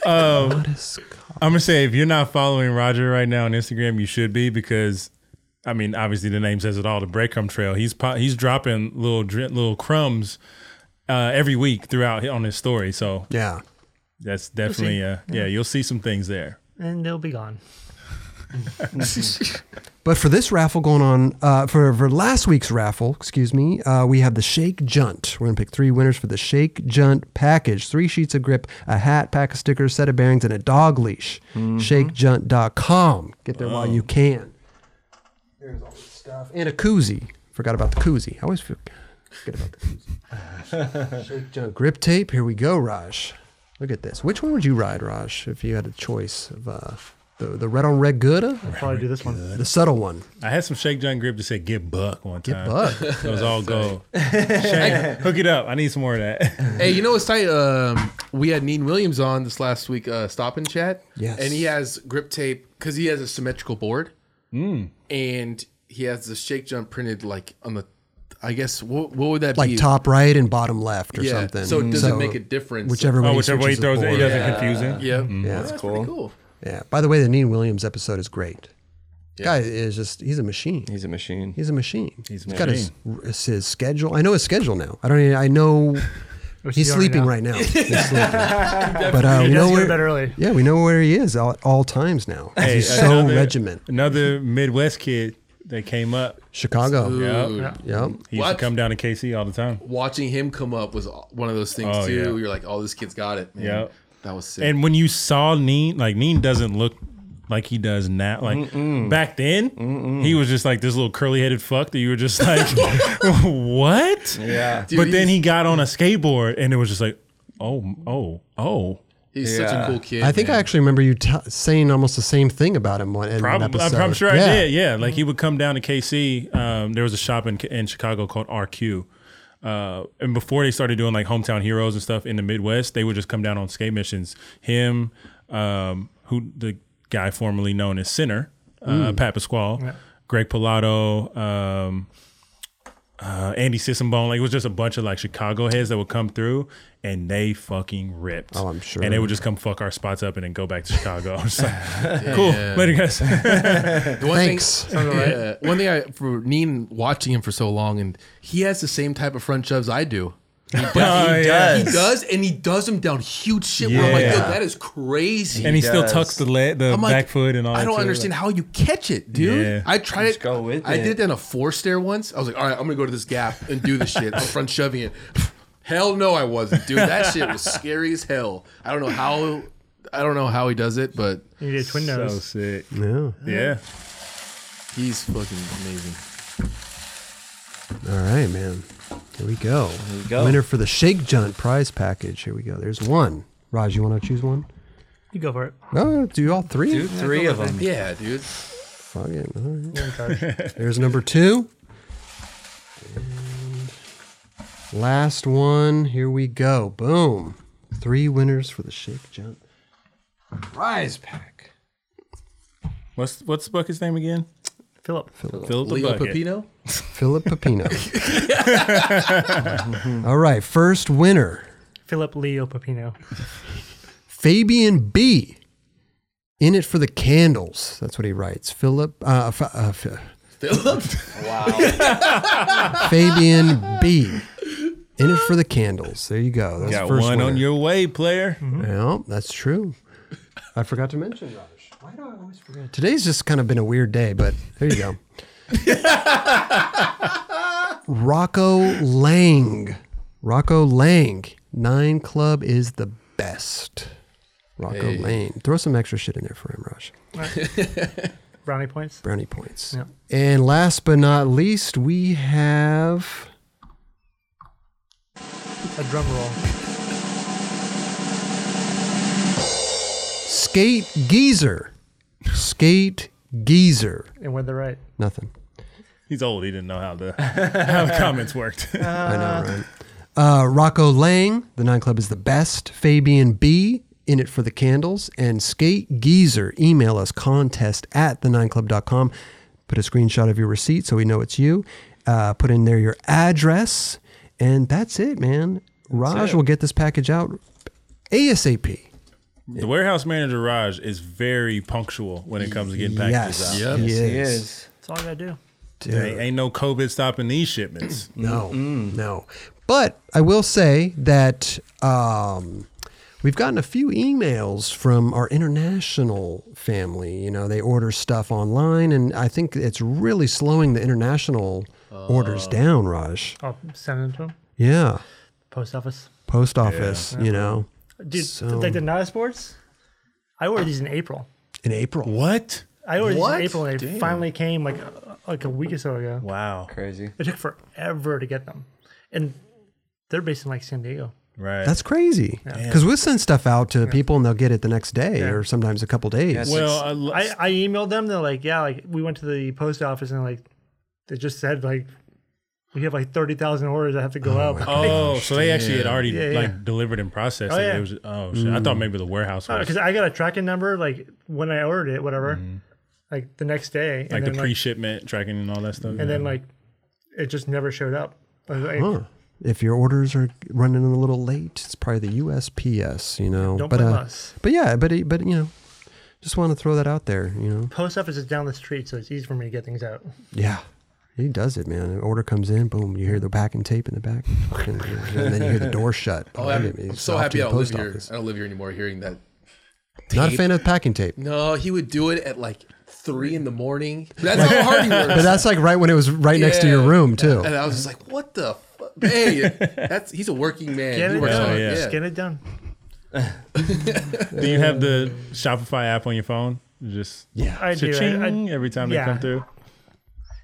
Oh.
Nodis.
I'm gonna say if you're not following Roger right now on Instagram, you should be because, I mean, obviously the name says it all. The breadcrumb trail. He's po- he's dropping little dri- little crumbs uh, every week throughout on his story. So
Yeah,
that's definitely uh, yeah. You'll see some things there.
And they'll be gone.
But for this raffle going on, uh, for, for last week's raffle, excuse me, uh, we have the Shake Junt. We're going to pick three winners for the Shake Junt package three sheets of grip, a hat, pack of stickers, set of bearings, and a dog leash. ShakeJunt.com. Get there while you can. There's all this stuff. And a koozie. Forgot about the koozie. I always forget about the koozie. Shake Junt grip tape. Here we go, Raj. Look at this. Which one would you ride, Raj, if you had a choice of uh, the, the red on red Gouda?
Probably do this one.
The subtle one.
I had some Shake John Grip to say get buck one time.
buck.
It was all gold. Shake, hook it up. I need some more of that.
Hey, you know what's tight? Um, we had Neen Williams on this last week, uh, Stop and Chat.
Yes.
And he has grip tape because he has a symmetrical board. Mm. And he has the shake jump printed like on the, I guess, what, what would that
like
be?
top right and bottom left or
yeah.
something.
So it doesn't make a difference.
Whichever way,
Oh, whichever way he
switches his
throws it, he
board.
doesn't confuse him.
Yeah.
Yeah.
That's cool. cool.
Yeah. By the way, the Neen Williams episode is great. Guy is just—he's a machine.
He's a machine.
He's a machine.
He's a
He's got his, it's his schedule. I know his schedule now. I don't. Even, I know he's
he on
sleeping right
right
now. He's sleeping. but uh, we
He
know
does go to bed
where.
early.
Yeah, we know where he is at all times now.
Hey,
he's so
another-
regiment.
Another Midwest kid that came up.
Chicago.
Dude,
Yeah.
Yep.
He used
What?
to come down to KC all the time.
Watching him come up was one of those things,
Oh,
too.
yeah.
You're like, oh, this kid's got it. Man.
Yeah.
That was sick.
And when you saw Neen, like Neen doesn't look like he does now. Like back then, he was just like this little curly headed fuck that you were just like, what?
Yeah.
Dude,
but then
he's-
he got on a skateboard and it was just like, oh, oh, oh.
He's such a
Yeah.
cool kid.
I think
man.
I actually remember you t- saying almost the same thing about him one, in
Prob-
an episode.
I'm, I'm sure
yeah.
I did. Yeah, like he would come down to KC. Um, there was a shop in in Chicago called RQ. Uh, and before they started doing like hometown heroes and stuff in the Midwest, they would just come down on skate missions. Him, um, who the guy formerly known as Sinner,
Mm.
uh, Pat Pasquale, Greg Pilato, um, uh, Andy Sissenbone. Like it was just a bunch of like Chicago heads that would come through, and they fucking ripped.
Oh, I'm sure.
And they would just come fuck our spots up and then go back to Chicago. I was like, cool, later guys.
The one
Thanks.
Thing, yeah, one thing I for Neen watching him for so long, and he has the same type of front shoves I do.
Oh, yeah.
He does, and he does them down huge shit. Where I'm like,
Yeah.
dude, that is crazy.
and he still
does.
tucks the le- the
I'm like,
back foot and all.
I
that
don't
too.
understand how you catch it, dude.
Yeah.
I tried
Just
it.
go with
I
it.
did it in a four stair once. I was like, all right, I'm gonna go to this gap and do this shit. I'm front shoving it. Hell no, I wasn't, dude. That shit was scary as hell. I don't know how. I don't know how he does it, but
You did twin
So
nose.
sick.
Yeah.
Yeah.
he's fucking amazing.
All right, man. Here we go.
we go.
Winner for the Shake Junt prize package. Here we go. There's one. Raj, you want to choose one?
You go for it.
No, do all three.
Do three of them.
Yeah, dude.
Fuck it. All right.
You're in charge.
There's number two. And last one. Here we go. Boom. Three winners for the Shake Junt prize pack.
What's what's the bucket's name again?
Philip.
Philip the
Leo
bucket.
Pepino.
Philip Pepino. all right. First winner.
Philip Leo Papino.
Fabian B. In it for the candles. That's what he writes. Philip, uh, F- uh, F-
Philip,
Fabian B. In it for the candles. There you go. That's the
Got
first
one on
winner. Mm-hmm.
your way, player.
Yeah, that's true. I forgot to mention Raj. Why do I always forget? Today's just kind of been a weird day, but there you go. Rocco Lang. Rocco Lang. Nine Club is the best. Rocco Lang. Throw some extra shit in there for him, Raj.
Brownie points.
Brownie points.
Yeah.
And last but not least, we have.
A drum roll.
Skate Geezer. Skate Geezer.
And when they're right.
Nothing.
He's old. He didn't know how the how the comments worked.
I know, right? Uh, Rocco Lang, The Nine Club is the best. Fabian B, In It for the Candles. And Skate Geezer, email us contest at thenightclub.com. Put a screenshot of your receipt so we know it's you. Uh, put in there your address. And that's it, man. Raj will get this package out ASAP.
the warehouse manager Raj is very punctual when it comes to getting packages
yes.
out.
Yep.
He
He
is.
is.
That's all I gotta do.
Dude.
Ain't, ain't no COVID stopping these shipments.
No, no. But I will say that um, we've gotten a few emails from our international family. You know, they order stuff online, and I think it's really slowing the international orders down, Raj.
I'll send them to them.
Yeah.
Post office.
Post office, you know,
Dude,
So-
like the Nada sports, I ordered these in April.
in April.
What?
I ordered these
What?
in April and they finally came like uh, like a week or so ago.
Wow.
Crazy.
It took forever to get them. And they're based in like San Diego.
Right.
That's crazy. Because we'll send stuff out to people and they'll get it the next day or sometimes a couple days.
well, I, lo-
I, I emailed them. They're like, yeah, like we went to the post office and like they just said like we have like thirty thousand orders that have to go out.
Oh, so they actually had already
Yeah,
like
yeah.
delivered and processed
Oh,
it.
yeah. Oh,
It was oh shit. I thought maybe the warehouse was
because I got a tracking number like when I ordered it, whatever. Like the next day, and
like the
then like,
pre-shipment tracking and all that stuff.
and then like it just never showed up. I was like,
Huh. If your orders are running a little late, it's probably the USPS, you know.
Don't
but,
blame
uh,
us.
But yeah, but it- but you know, just want to throw that out there. You know,
Post office is down the street, so it's easy for me to get things out.
yeah, he does it, man. An order comes in, boom, you hear the packing tape in the back, and, then you hear the door shut.
Oh,
Believe
I'm,
me,
I'm
he's
so
off
happy
to
I
the
don't live
post
here.
office.
I don't live here anymore. Hearing that.
Not a
tape.
fan of packing tape.
No, he would do it at like three in the morning. That's how hard he works.
But that's like right when it was right next to your
Yeah.
room too.
And I was just like, what the fuck? Hey, that's he's a working man.
Get
he
it
works
done.
Oh,
hard.
yeah.
Yeah.
Just get it done.
do you have the Shopify app on your phone? Just
Yeah,
I do. I, I,
cha-ching every time
yeah.
they come through.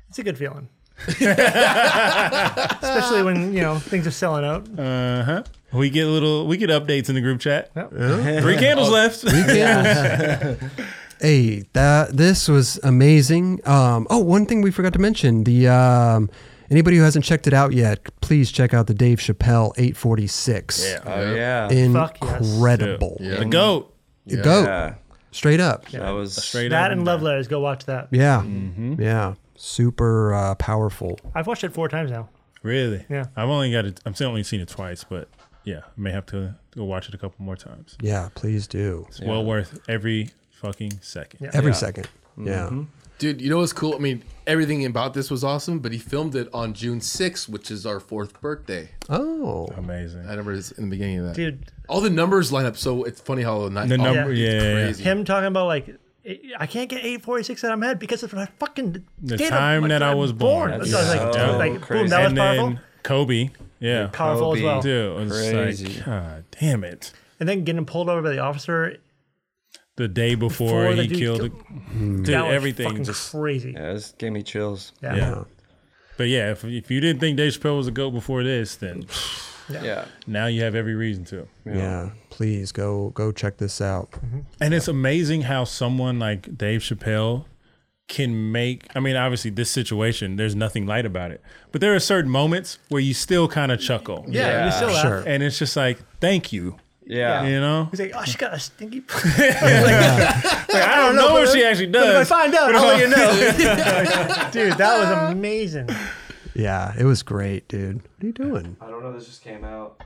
it's a good feeling. Especially when you know things are selling out.
Uh huh. We get little we get updates in the group chat.
Yep.
Three
Oh,
candles left.
Hey, that this was amazing. Um, oh, one thing we forgot to mention: the um, anybody who hasn't checked it out yet, please check out the Dave Chappelle 846.
Yeah.
Oh yeah.
Fuck yes.
incredible.
The goat.
The goat,
yeah.
straight up.
That was
Straight
That
up.
and love letters. Go watch that.
Yeah,
Mm-hmm.
yeah, super uh, powerful.
I've watched it four times now.
Really?
Yeah.
I've only got it. I've still only seen it twice, but yeah, I may have to go watch it a couple more times.
Yeah, please do
It's well worth every fucking second.
Yeah.
every second. Yeah,
Mm-hmm.
Dude, you know what's cool? I mean, everything about this was awesome, but he filmed it on June 6th, which is our fourth birthday.
oh,
I
Amazing.
remember this in the beginning of that.
Dude,
All the numbers line up, so it's funny how not,
The number.
Yeah.
Yeah. yeah, yeah.
crazy.
him talking about like I can't get 846 that I'm at because of my fucking
The
date of-
time
like,
that I
I'm
was born.
That's
Yeah.
what I was like,
So
like, boom,
crazy.
that was
and
powerful.
then Kobe. Yeah.
powerful as
Kobe,
well.
Dude, it was
Crazy.
like, God damn it.
And then getting pulled over by the officer.
The day before,
Before the
he
dude
killed,
killed-
dude,
That was
everything
fucking
just.
crazy. Yeah.
Yeah, this gave me chills.
Yeah. But yeah, if, if you didn't think Dave Chappelle was a goat before this, then
Yeah.
now you have every reason to.
yeah. Please go go check this out.
And it's amazing how someone like Dave Chappelle can make I mean, obviously this situation, there's nothing light about it. But there are certain moments where you still kind of chuckle.
Yeah, you still laugh.
Sure.
And it's just like, thank you.
Yeah.
You know?
He's like, oh, she got a stinky.
I don't know what she actually
if I
does.
find out, I'll let you know. Dude, that was amazing.
Yeah, it was great, dude. What are you doing?
I don't know. This just came out.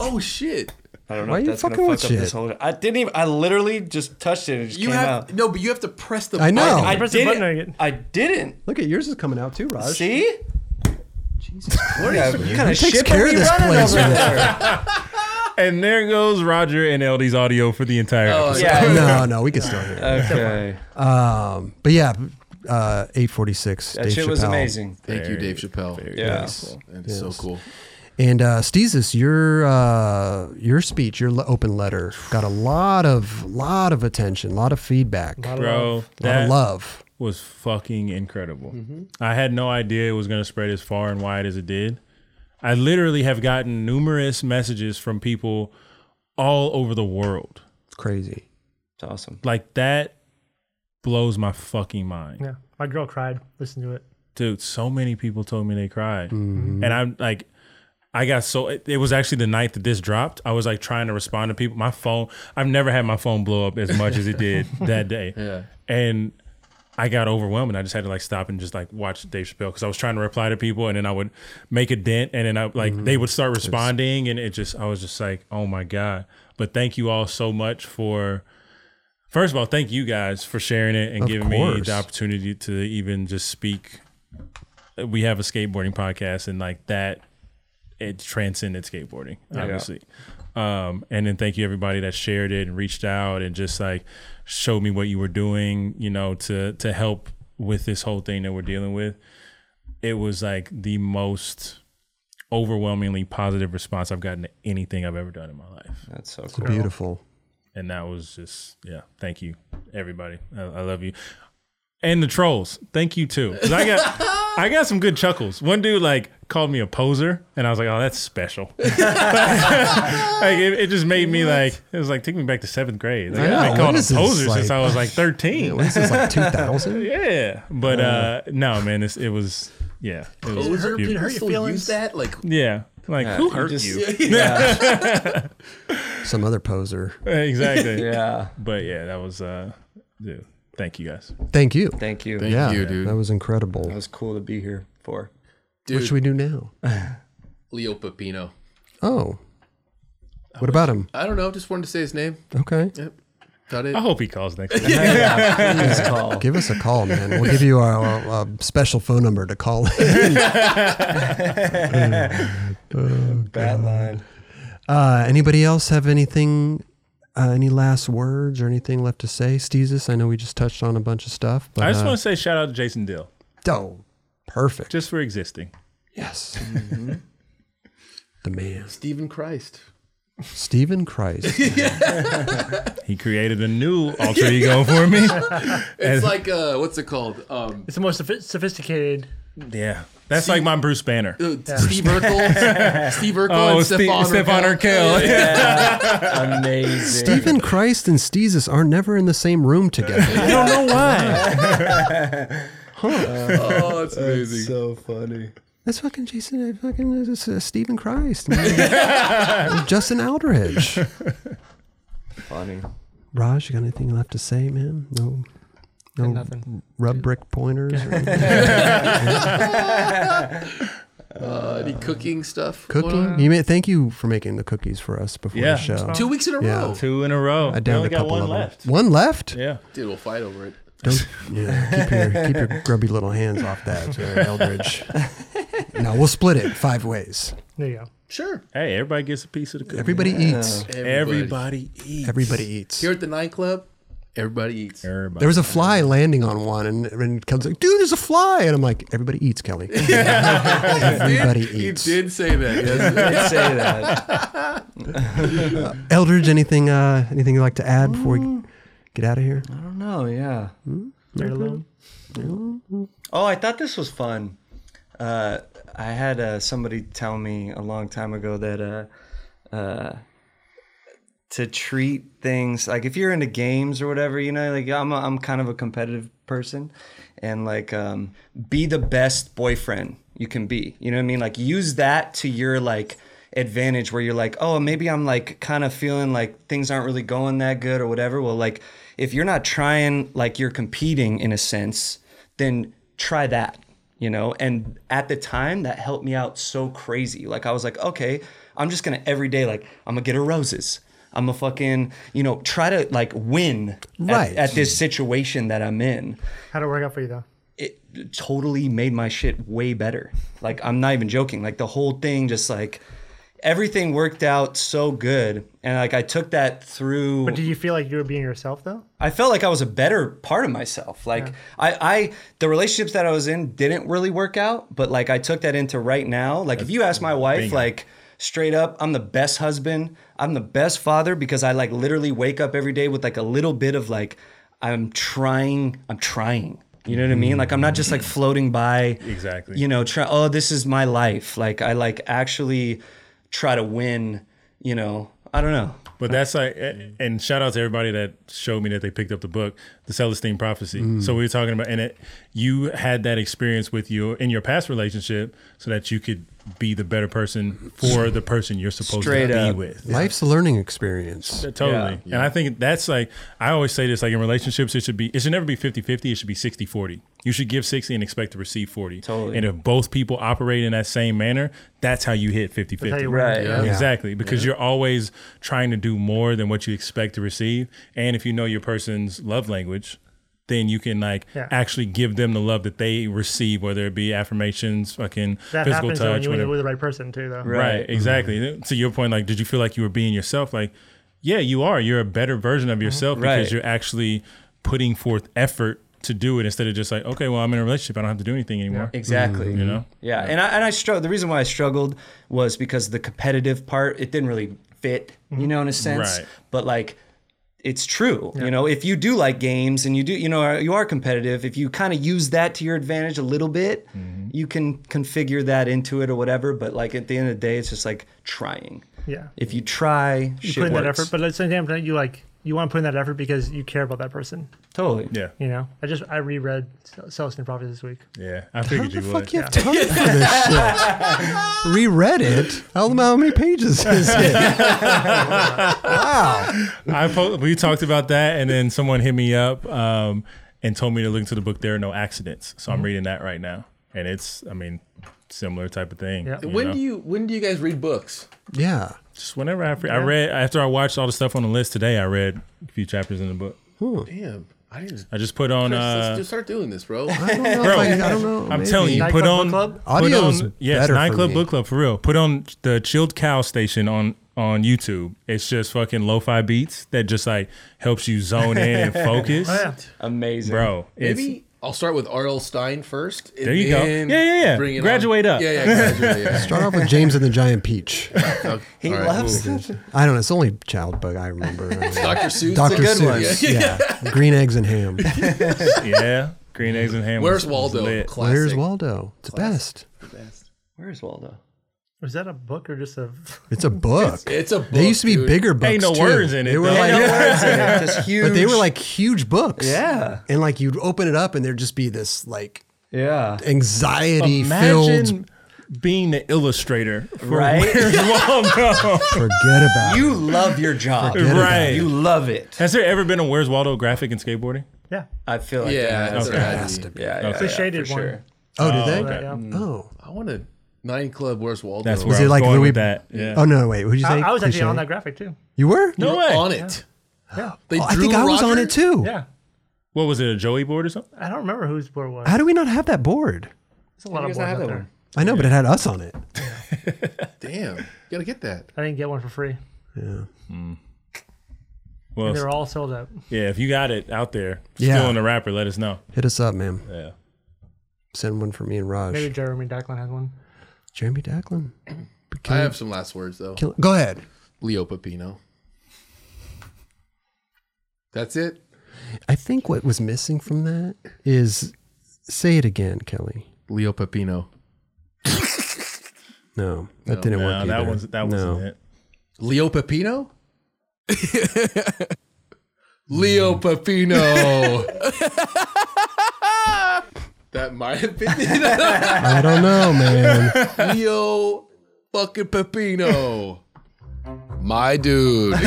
oh, shit.
I don't know
Why
if
you
that's gonna
fucking
fuck
with
up
shit?
this whole. I didn't even. I literally just touched it. And it just
You
came
have
out.
no, but you have to press the.
I know.
button.
I
Press the button,
didn't. I didn't.
Look at yours is coming out too, Raj.
See? Jesus Christ! What kind of
takes
ship
care
are
of
we
this
running
place,
over
man?
there?
And there goes Roger and LD's audio for the entire episode.
Yeah.
No, no, we can still hear. it.
Okay.
Um, but yeah, uh, eight forty six.
That shit was amazing.
Thank you, Dave Chappelle.
Yeah.
That is so cool.
And uh, Steezus, your uh, your speech, your le- open letter, got a lot of lot of attention, a lot of feedback, a
Bro,
lot
that
of love.
was fucking incredible. I had no idea it was going to spread as far and wide as it did. I literally have gotten numerous messages from people all over the world.
It's crazy.
It's awesome.
Like that blows my fucking mind.
Yeah, my girl cried. Listen to it.
dude so many people told me they cried and i'm like i got so it, it was actually the night that this dropped i was like trying to respond to people my phone i've never had my phone blow up as much as it did that day yeah. and i got overwhelmed and i just had to like stop and just like watch dave chappelle because i was trying to reply to people and then i would make a dent and then i like
Mm-hmm.
they would start responding and it just i was just like oh my god but thank you all so much for First of all, thank you guys for sharing it and
Of
giving me
course.
the opportunity to even just speak. We have a skateboarding podcast, and like that, it transcended skateboarding, obviously. Um, and then thank you everybody that shared it and reached out and just like showed me what you were doing, you know, to to help with this whole thing that we're dealing with. It was like the most overwhelmingly positive response I've gotten to anything I've ever done in my life
That's so cool.
Beautiful.
and that was just yeah thank you everybody i, I love you and the trolls thank you too 'Cause i got i got some good chuckles one dude like called me a poser and i was like oh that's special like it, it just made me like it was like take me back to seventh grade like,
know,
i've
what
been called a
is this,
poser
like-
since i was like 13
This is like two thousand.
yeah but uh no man it's, it was yeah it was
Those are
beautiful.
people
hurt your
still Use
feelings?
that like
yeah like who hurt
just-
you
Some other poser.
exactly
Yeah.
but yeah that was uh dude thank you guys
Thank you.
Thank you.
Thank
yeah,
you, dude.
that was incredible.
It was cool to be here for.
what
dude.
should we do now?
Leo Pepino.
Oh, what about him?
I don't know. Just wanted to say his name.
Okay,
That it.
i hope he calls next week
Please call.
give us a call, man. We'll give you our, our, our special phone number to call in.
Bat line.
Uh, anybody else have anything, uh, any last words or anything left to say? Steezus, I know we just touched on a bunch of stuff, but
I just
uh,
want to say shout out to Jason Dill
oh, perfect.
just for existing.
yes. Mm-hmm. The man,
Stephen Christ.
Stephen Christ.
He created a new alter ego for me.
It's like uh, what's it called? Um,
It's the most sophi- sophisticated.
Yeah, that's like my Bruce Banner.
uh, Steve Urkel. Steve Urkel
Oh,
and
Ste-
Stefan
Stefan
Oh,
Urkel.
Amazing.
Stephen Christ and Steezus are never in the same room together.
I don't know why.
Oh, that's amazing.
So funny.
That's fucking Jason. uh, Fucking uh, uh, Stephen Christ. man. Justin Aldridge.
Funny.
Raj, you got anything left to say, man? No. No nothing. rub brick pointers or anything?
Uh, any cooking stuff? going
cooking.
on?
You may, thank you for making the cookies for us before
Yeah.
the show.
Two weeks in a
Yeah.
row.
Two in a row.
I
we
downed
only
a
got
couple
one
of them.
left.
One left?
Yeah,
Dude, we'll fight over it.
Don't yeah, keep your keep your grubby little hands off that, uh, Eldridge. no, we'll split it five ways.
There you go.
Sure.
hey, everybody gets a piece of the cookie.
Everybody eats.
Everybody eats.
Everybody eats.
Here at the nightclub, everybody eats.
Everybody.
There was a fly landing on one, and, and Kelly's like, "Dude, there's a fly!" And I'm like, "Everybody eats, Kelly. Everybody
You
eats."
did say that. Yes.
Did say that.
Eldridge, anything uh, anything you'd like to add before
Mm.
we get out of here?
I don't know. Yeah.
They're alone.
Oh, I thought this was fun. Uh, I had uh, somebody tell me a long time ago that uh, uh, to treat things like if you're into games or whatever, you know, like I'm a, I'm kind of a competitive person, and like um, be the best boyfriend you can be. You know what I mean? Like use that to your like advantage where you're like, oh, maybe I'm like kind of feeling like things aren't really going that good or whatever. Well, like if you're not trying like you're competing in a sense, then try that. you know and at the time that helped me out so crazy like i was like okay i'm just gonna every day like i'm gonna get her roses i'm gonna fucking you know try to like win at-
Right.
at, this situation that i'm in
How'd it work out for you though?
it totally made my shit way better like i'm not even joking like the whole thing just like everything worked out so good and like i took that through
But do you feel like you were being yourself though?
I felt like I was a better part of myself. Like I, I, the relationships that I was in didn't really work out, but like I took that into right now. Like if you ask my wife,
Bingo.
like straight up, I'm the best husband. I'm the best father because I like literally wake up every day with like a little bit of like, I'm trying, I'm trying. You know what I mean? Like I'm not just like floating by.
Mm-hmm. Exactly.
You know, try. Oh, this is my life. Like I like actually try to win. You know, I don't know.
But that's like, a- and shout out to everybody that showed me that they picked up the book, The Celestine Prophecy.
Mm.
So we were talking about, and it, you had that experience with you in your past relationship, so that you could be the better person for the person you're supposed
Straight
to be
up.
with.
Life's a learning experience.
Yeah, Totally. And I think that's like, I always say this, like in relationships, it should be, it should never be 50 50. It should be 60 40. You should give 60 and expect to receive 40.
Totally.
And if both people operate in that same manner, that's how you hit 50
That's how
50.
you win.
Yeah.
Exactly. Because you're always trying to do more than what you expect to receive. And if you know your person's love language, then you can like
Yeah.
actually give them the love that they receive, whether it be affirmations, fucking
That
physical
happens when
touch,
you when
whatever.
you're with the right person too though.
Right.
Right, exactly. To your point, like, did you feel like you were being yourself? Like, yeah, you are. You're a better version of yourself because
Right.
you're actually putting forth effort to do it instead of just like, okay, well, I'm in a relationship. I don't have to do anything anymore.
Exactly.
You know?
Yeah, and I and I struggled. The reason why I struggled was because the competitive part it didn't really fit, you know, in a sense.
Right.
But like, it's true. You know, if you do like games and you do, you know, are- you are competitive. If you kind of use that to your advantage a little bit, you can configure that into it or whatever. But like at the end of the day, it's just like trying.
Yeah.
If you try,
You
shit
put in that
works.
effort, but at the same time don't you like you want to put in that effort because you care about that person.
totally.
Yeah.
You know? I just I reread Cel- Celestine Prophecy this week.
Yeah. I figured you would.
Fuck, you have time for this shit. Reread it. How, how many pages is it? wow.
I po- we talked about that, and then someone hit me up um, and told me to look into the book. There are no accidents, so I'm reading that right now, and it's, I mean, similar type of thing.
Yeah.
when
know?
do you when do you guys read books?
Yeah.
Just whenever I, free- I read after I watched all the stuff on the list today, I read a few chapters in the book.
Damn, I didn't.
I just put on.
Chris,
uh,
let's just start doing this, bro.
I don't know.
Bro,
if I, I don't know.
I'm
Maybe.
telling you,
Night
put
Club Book
on,
Club?
put
Audio's
on yes,
better for
nightclub
me.
book club for real. Put on the chilled cow station on on YouTube. It's just fucking lo-fi beats that just like helps you zone in and focus,
Oh,
Yeah.
Amazing.
bro. It's,
Maybe I'll start with R.L. Stein first. and
There you go.
then
Yeah, yeah, yeah.
bring it on.
Graduate up.
Yeah, yeah, graduate. Yeah.
Start off with James and the Giant Peach.
Okay.
He
All right,
loves
cool.
that.
I don't know. It's only child bug I remember.
Dr. Seuss.
Dr.
Good one.
Seuss. Yeah. Green eggs and ham.
yeah. Green eggs and ham.
Where's
was
Waldo?
lit.
Classic.
Where's Waldo? It's the best.
Where's Waldo?
Was that a book or just a
It's a book.
It's a. Book,
they used to be
dude.
bigger books.
Ain't no
too.
words in it,
They were
though.
like,
No words in it. Just huge.
but they were like huge books.
Yeah.
And like you'd open it up and there'd just be this like
yeah.
anxiety filled.
Imagine being the illustrator for
Right?
Where's Waldo.
Forget about
You love your job.
Forget about
Right. it.
You love it.
Has there ever been a Where's Waldo graphic in skateboarding?
yeah.
I feel like
Yeah,
It has.
that's
Okay.
what I
it.
had.
Has to be.
Yeah, yeah,
It's
The
yeah,
shaded
for
one.
sure.
Oh, did they?
Right, yeah.
Oh.
I want a nine club. Where's Waldo?
That's
Was
where I
it
was
like
going
Louis?
with that. Yeah.
Oh no! Wait, who'd you say?
I, I was actually
Cliche?
on that graphic too.
You were?
no
We're
way.
on it.
Yeah.
They
Oh, I
drew
think I was on
Roger?
it too.
Yeah.
What was it? A Joey board or something?
I don't remember whose board it was.
How do we not have that board?
There's a lot of
guys not
boards
have
out
that
there.
one?
I know, but it had us on it.
Damn, you gotta get that.
I didn't get one for free.
Well,
They were all sold out.
Yeah, if you got it out there,
Yeah.
still in the wrapper, let us know.
Hit us up, man.
Yeah.
Send one for me and
Maybe
Raj.
Jeremy Declan has one.
Jeremy Dacklin.
I have some last words though.
Kill- Go ahead.
Leo Pepino. That's it.
I think what was missing from that is say it again, Kelly.
Leo Pepino.
No, that didn't work.
No, that
either.
was that wasn't it.
Leo Pepino. Leo
Mm.
Pepino. that might have been
I don't know, man.
Leo fucking Pepino. My dude.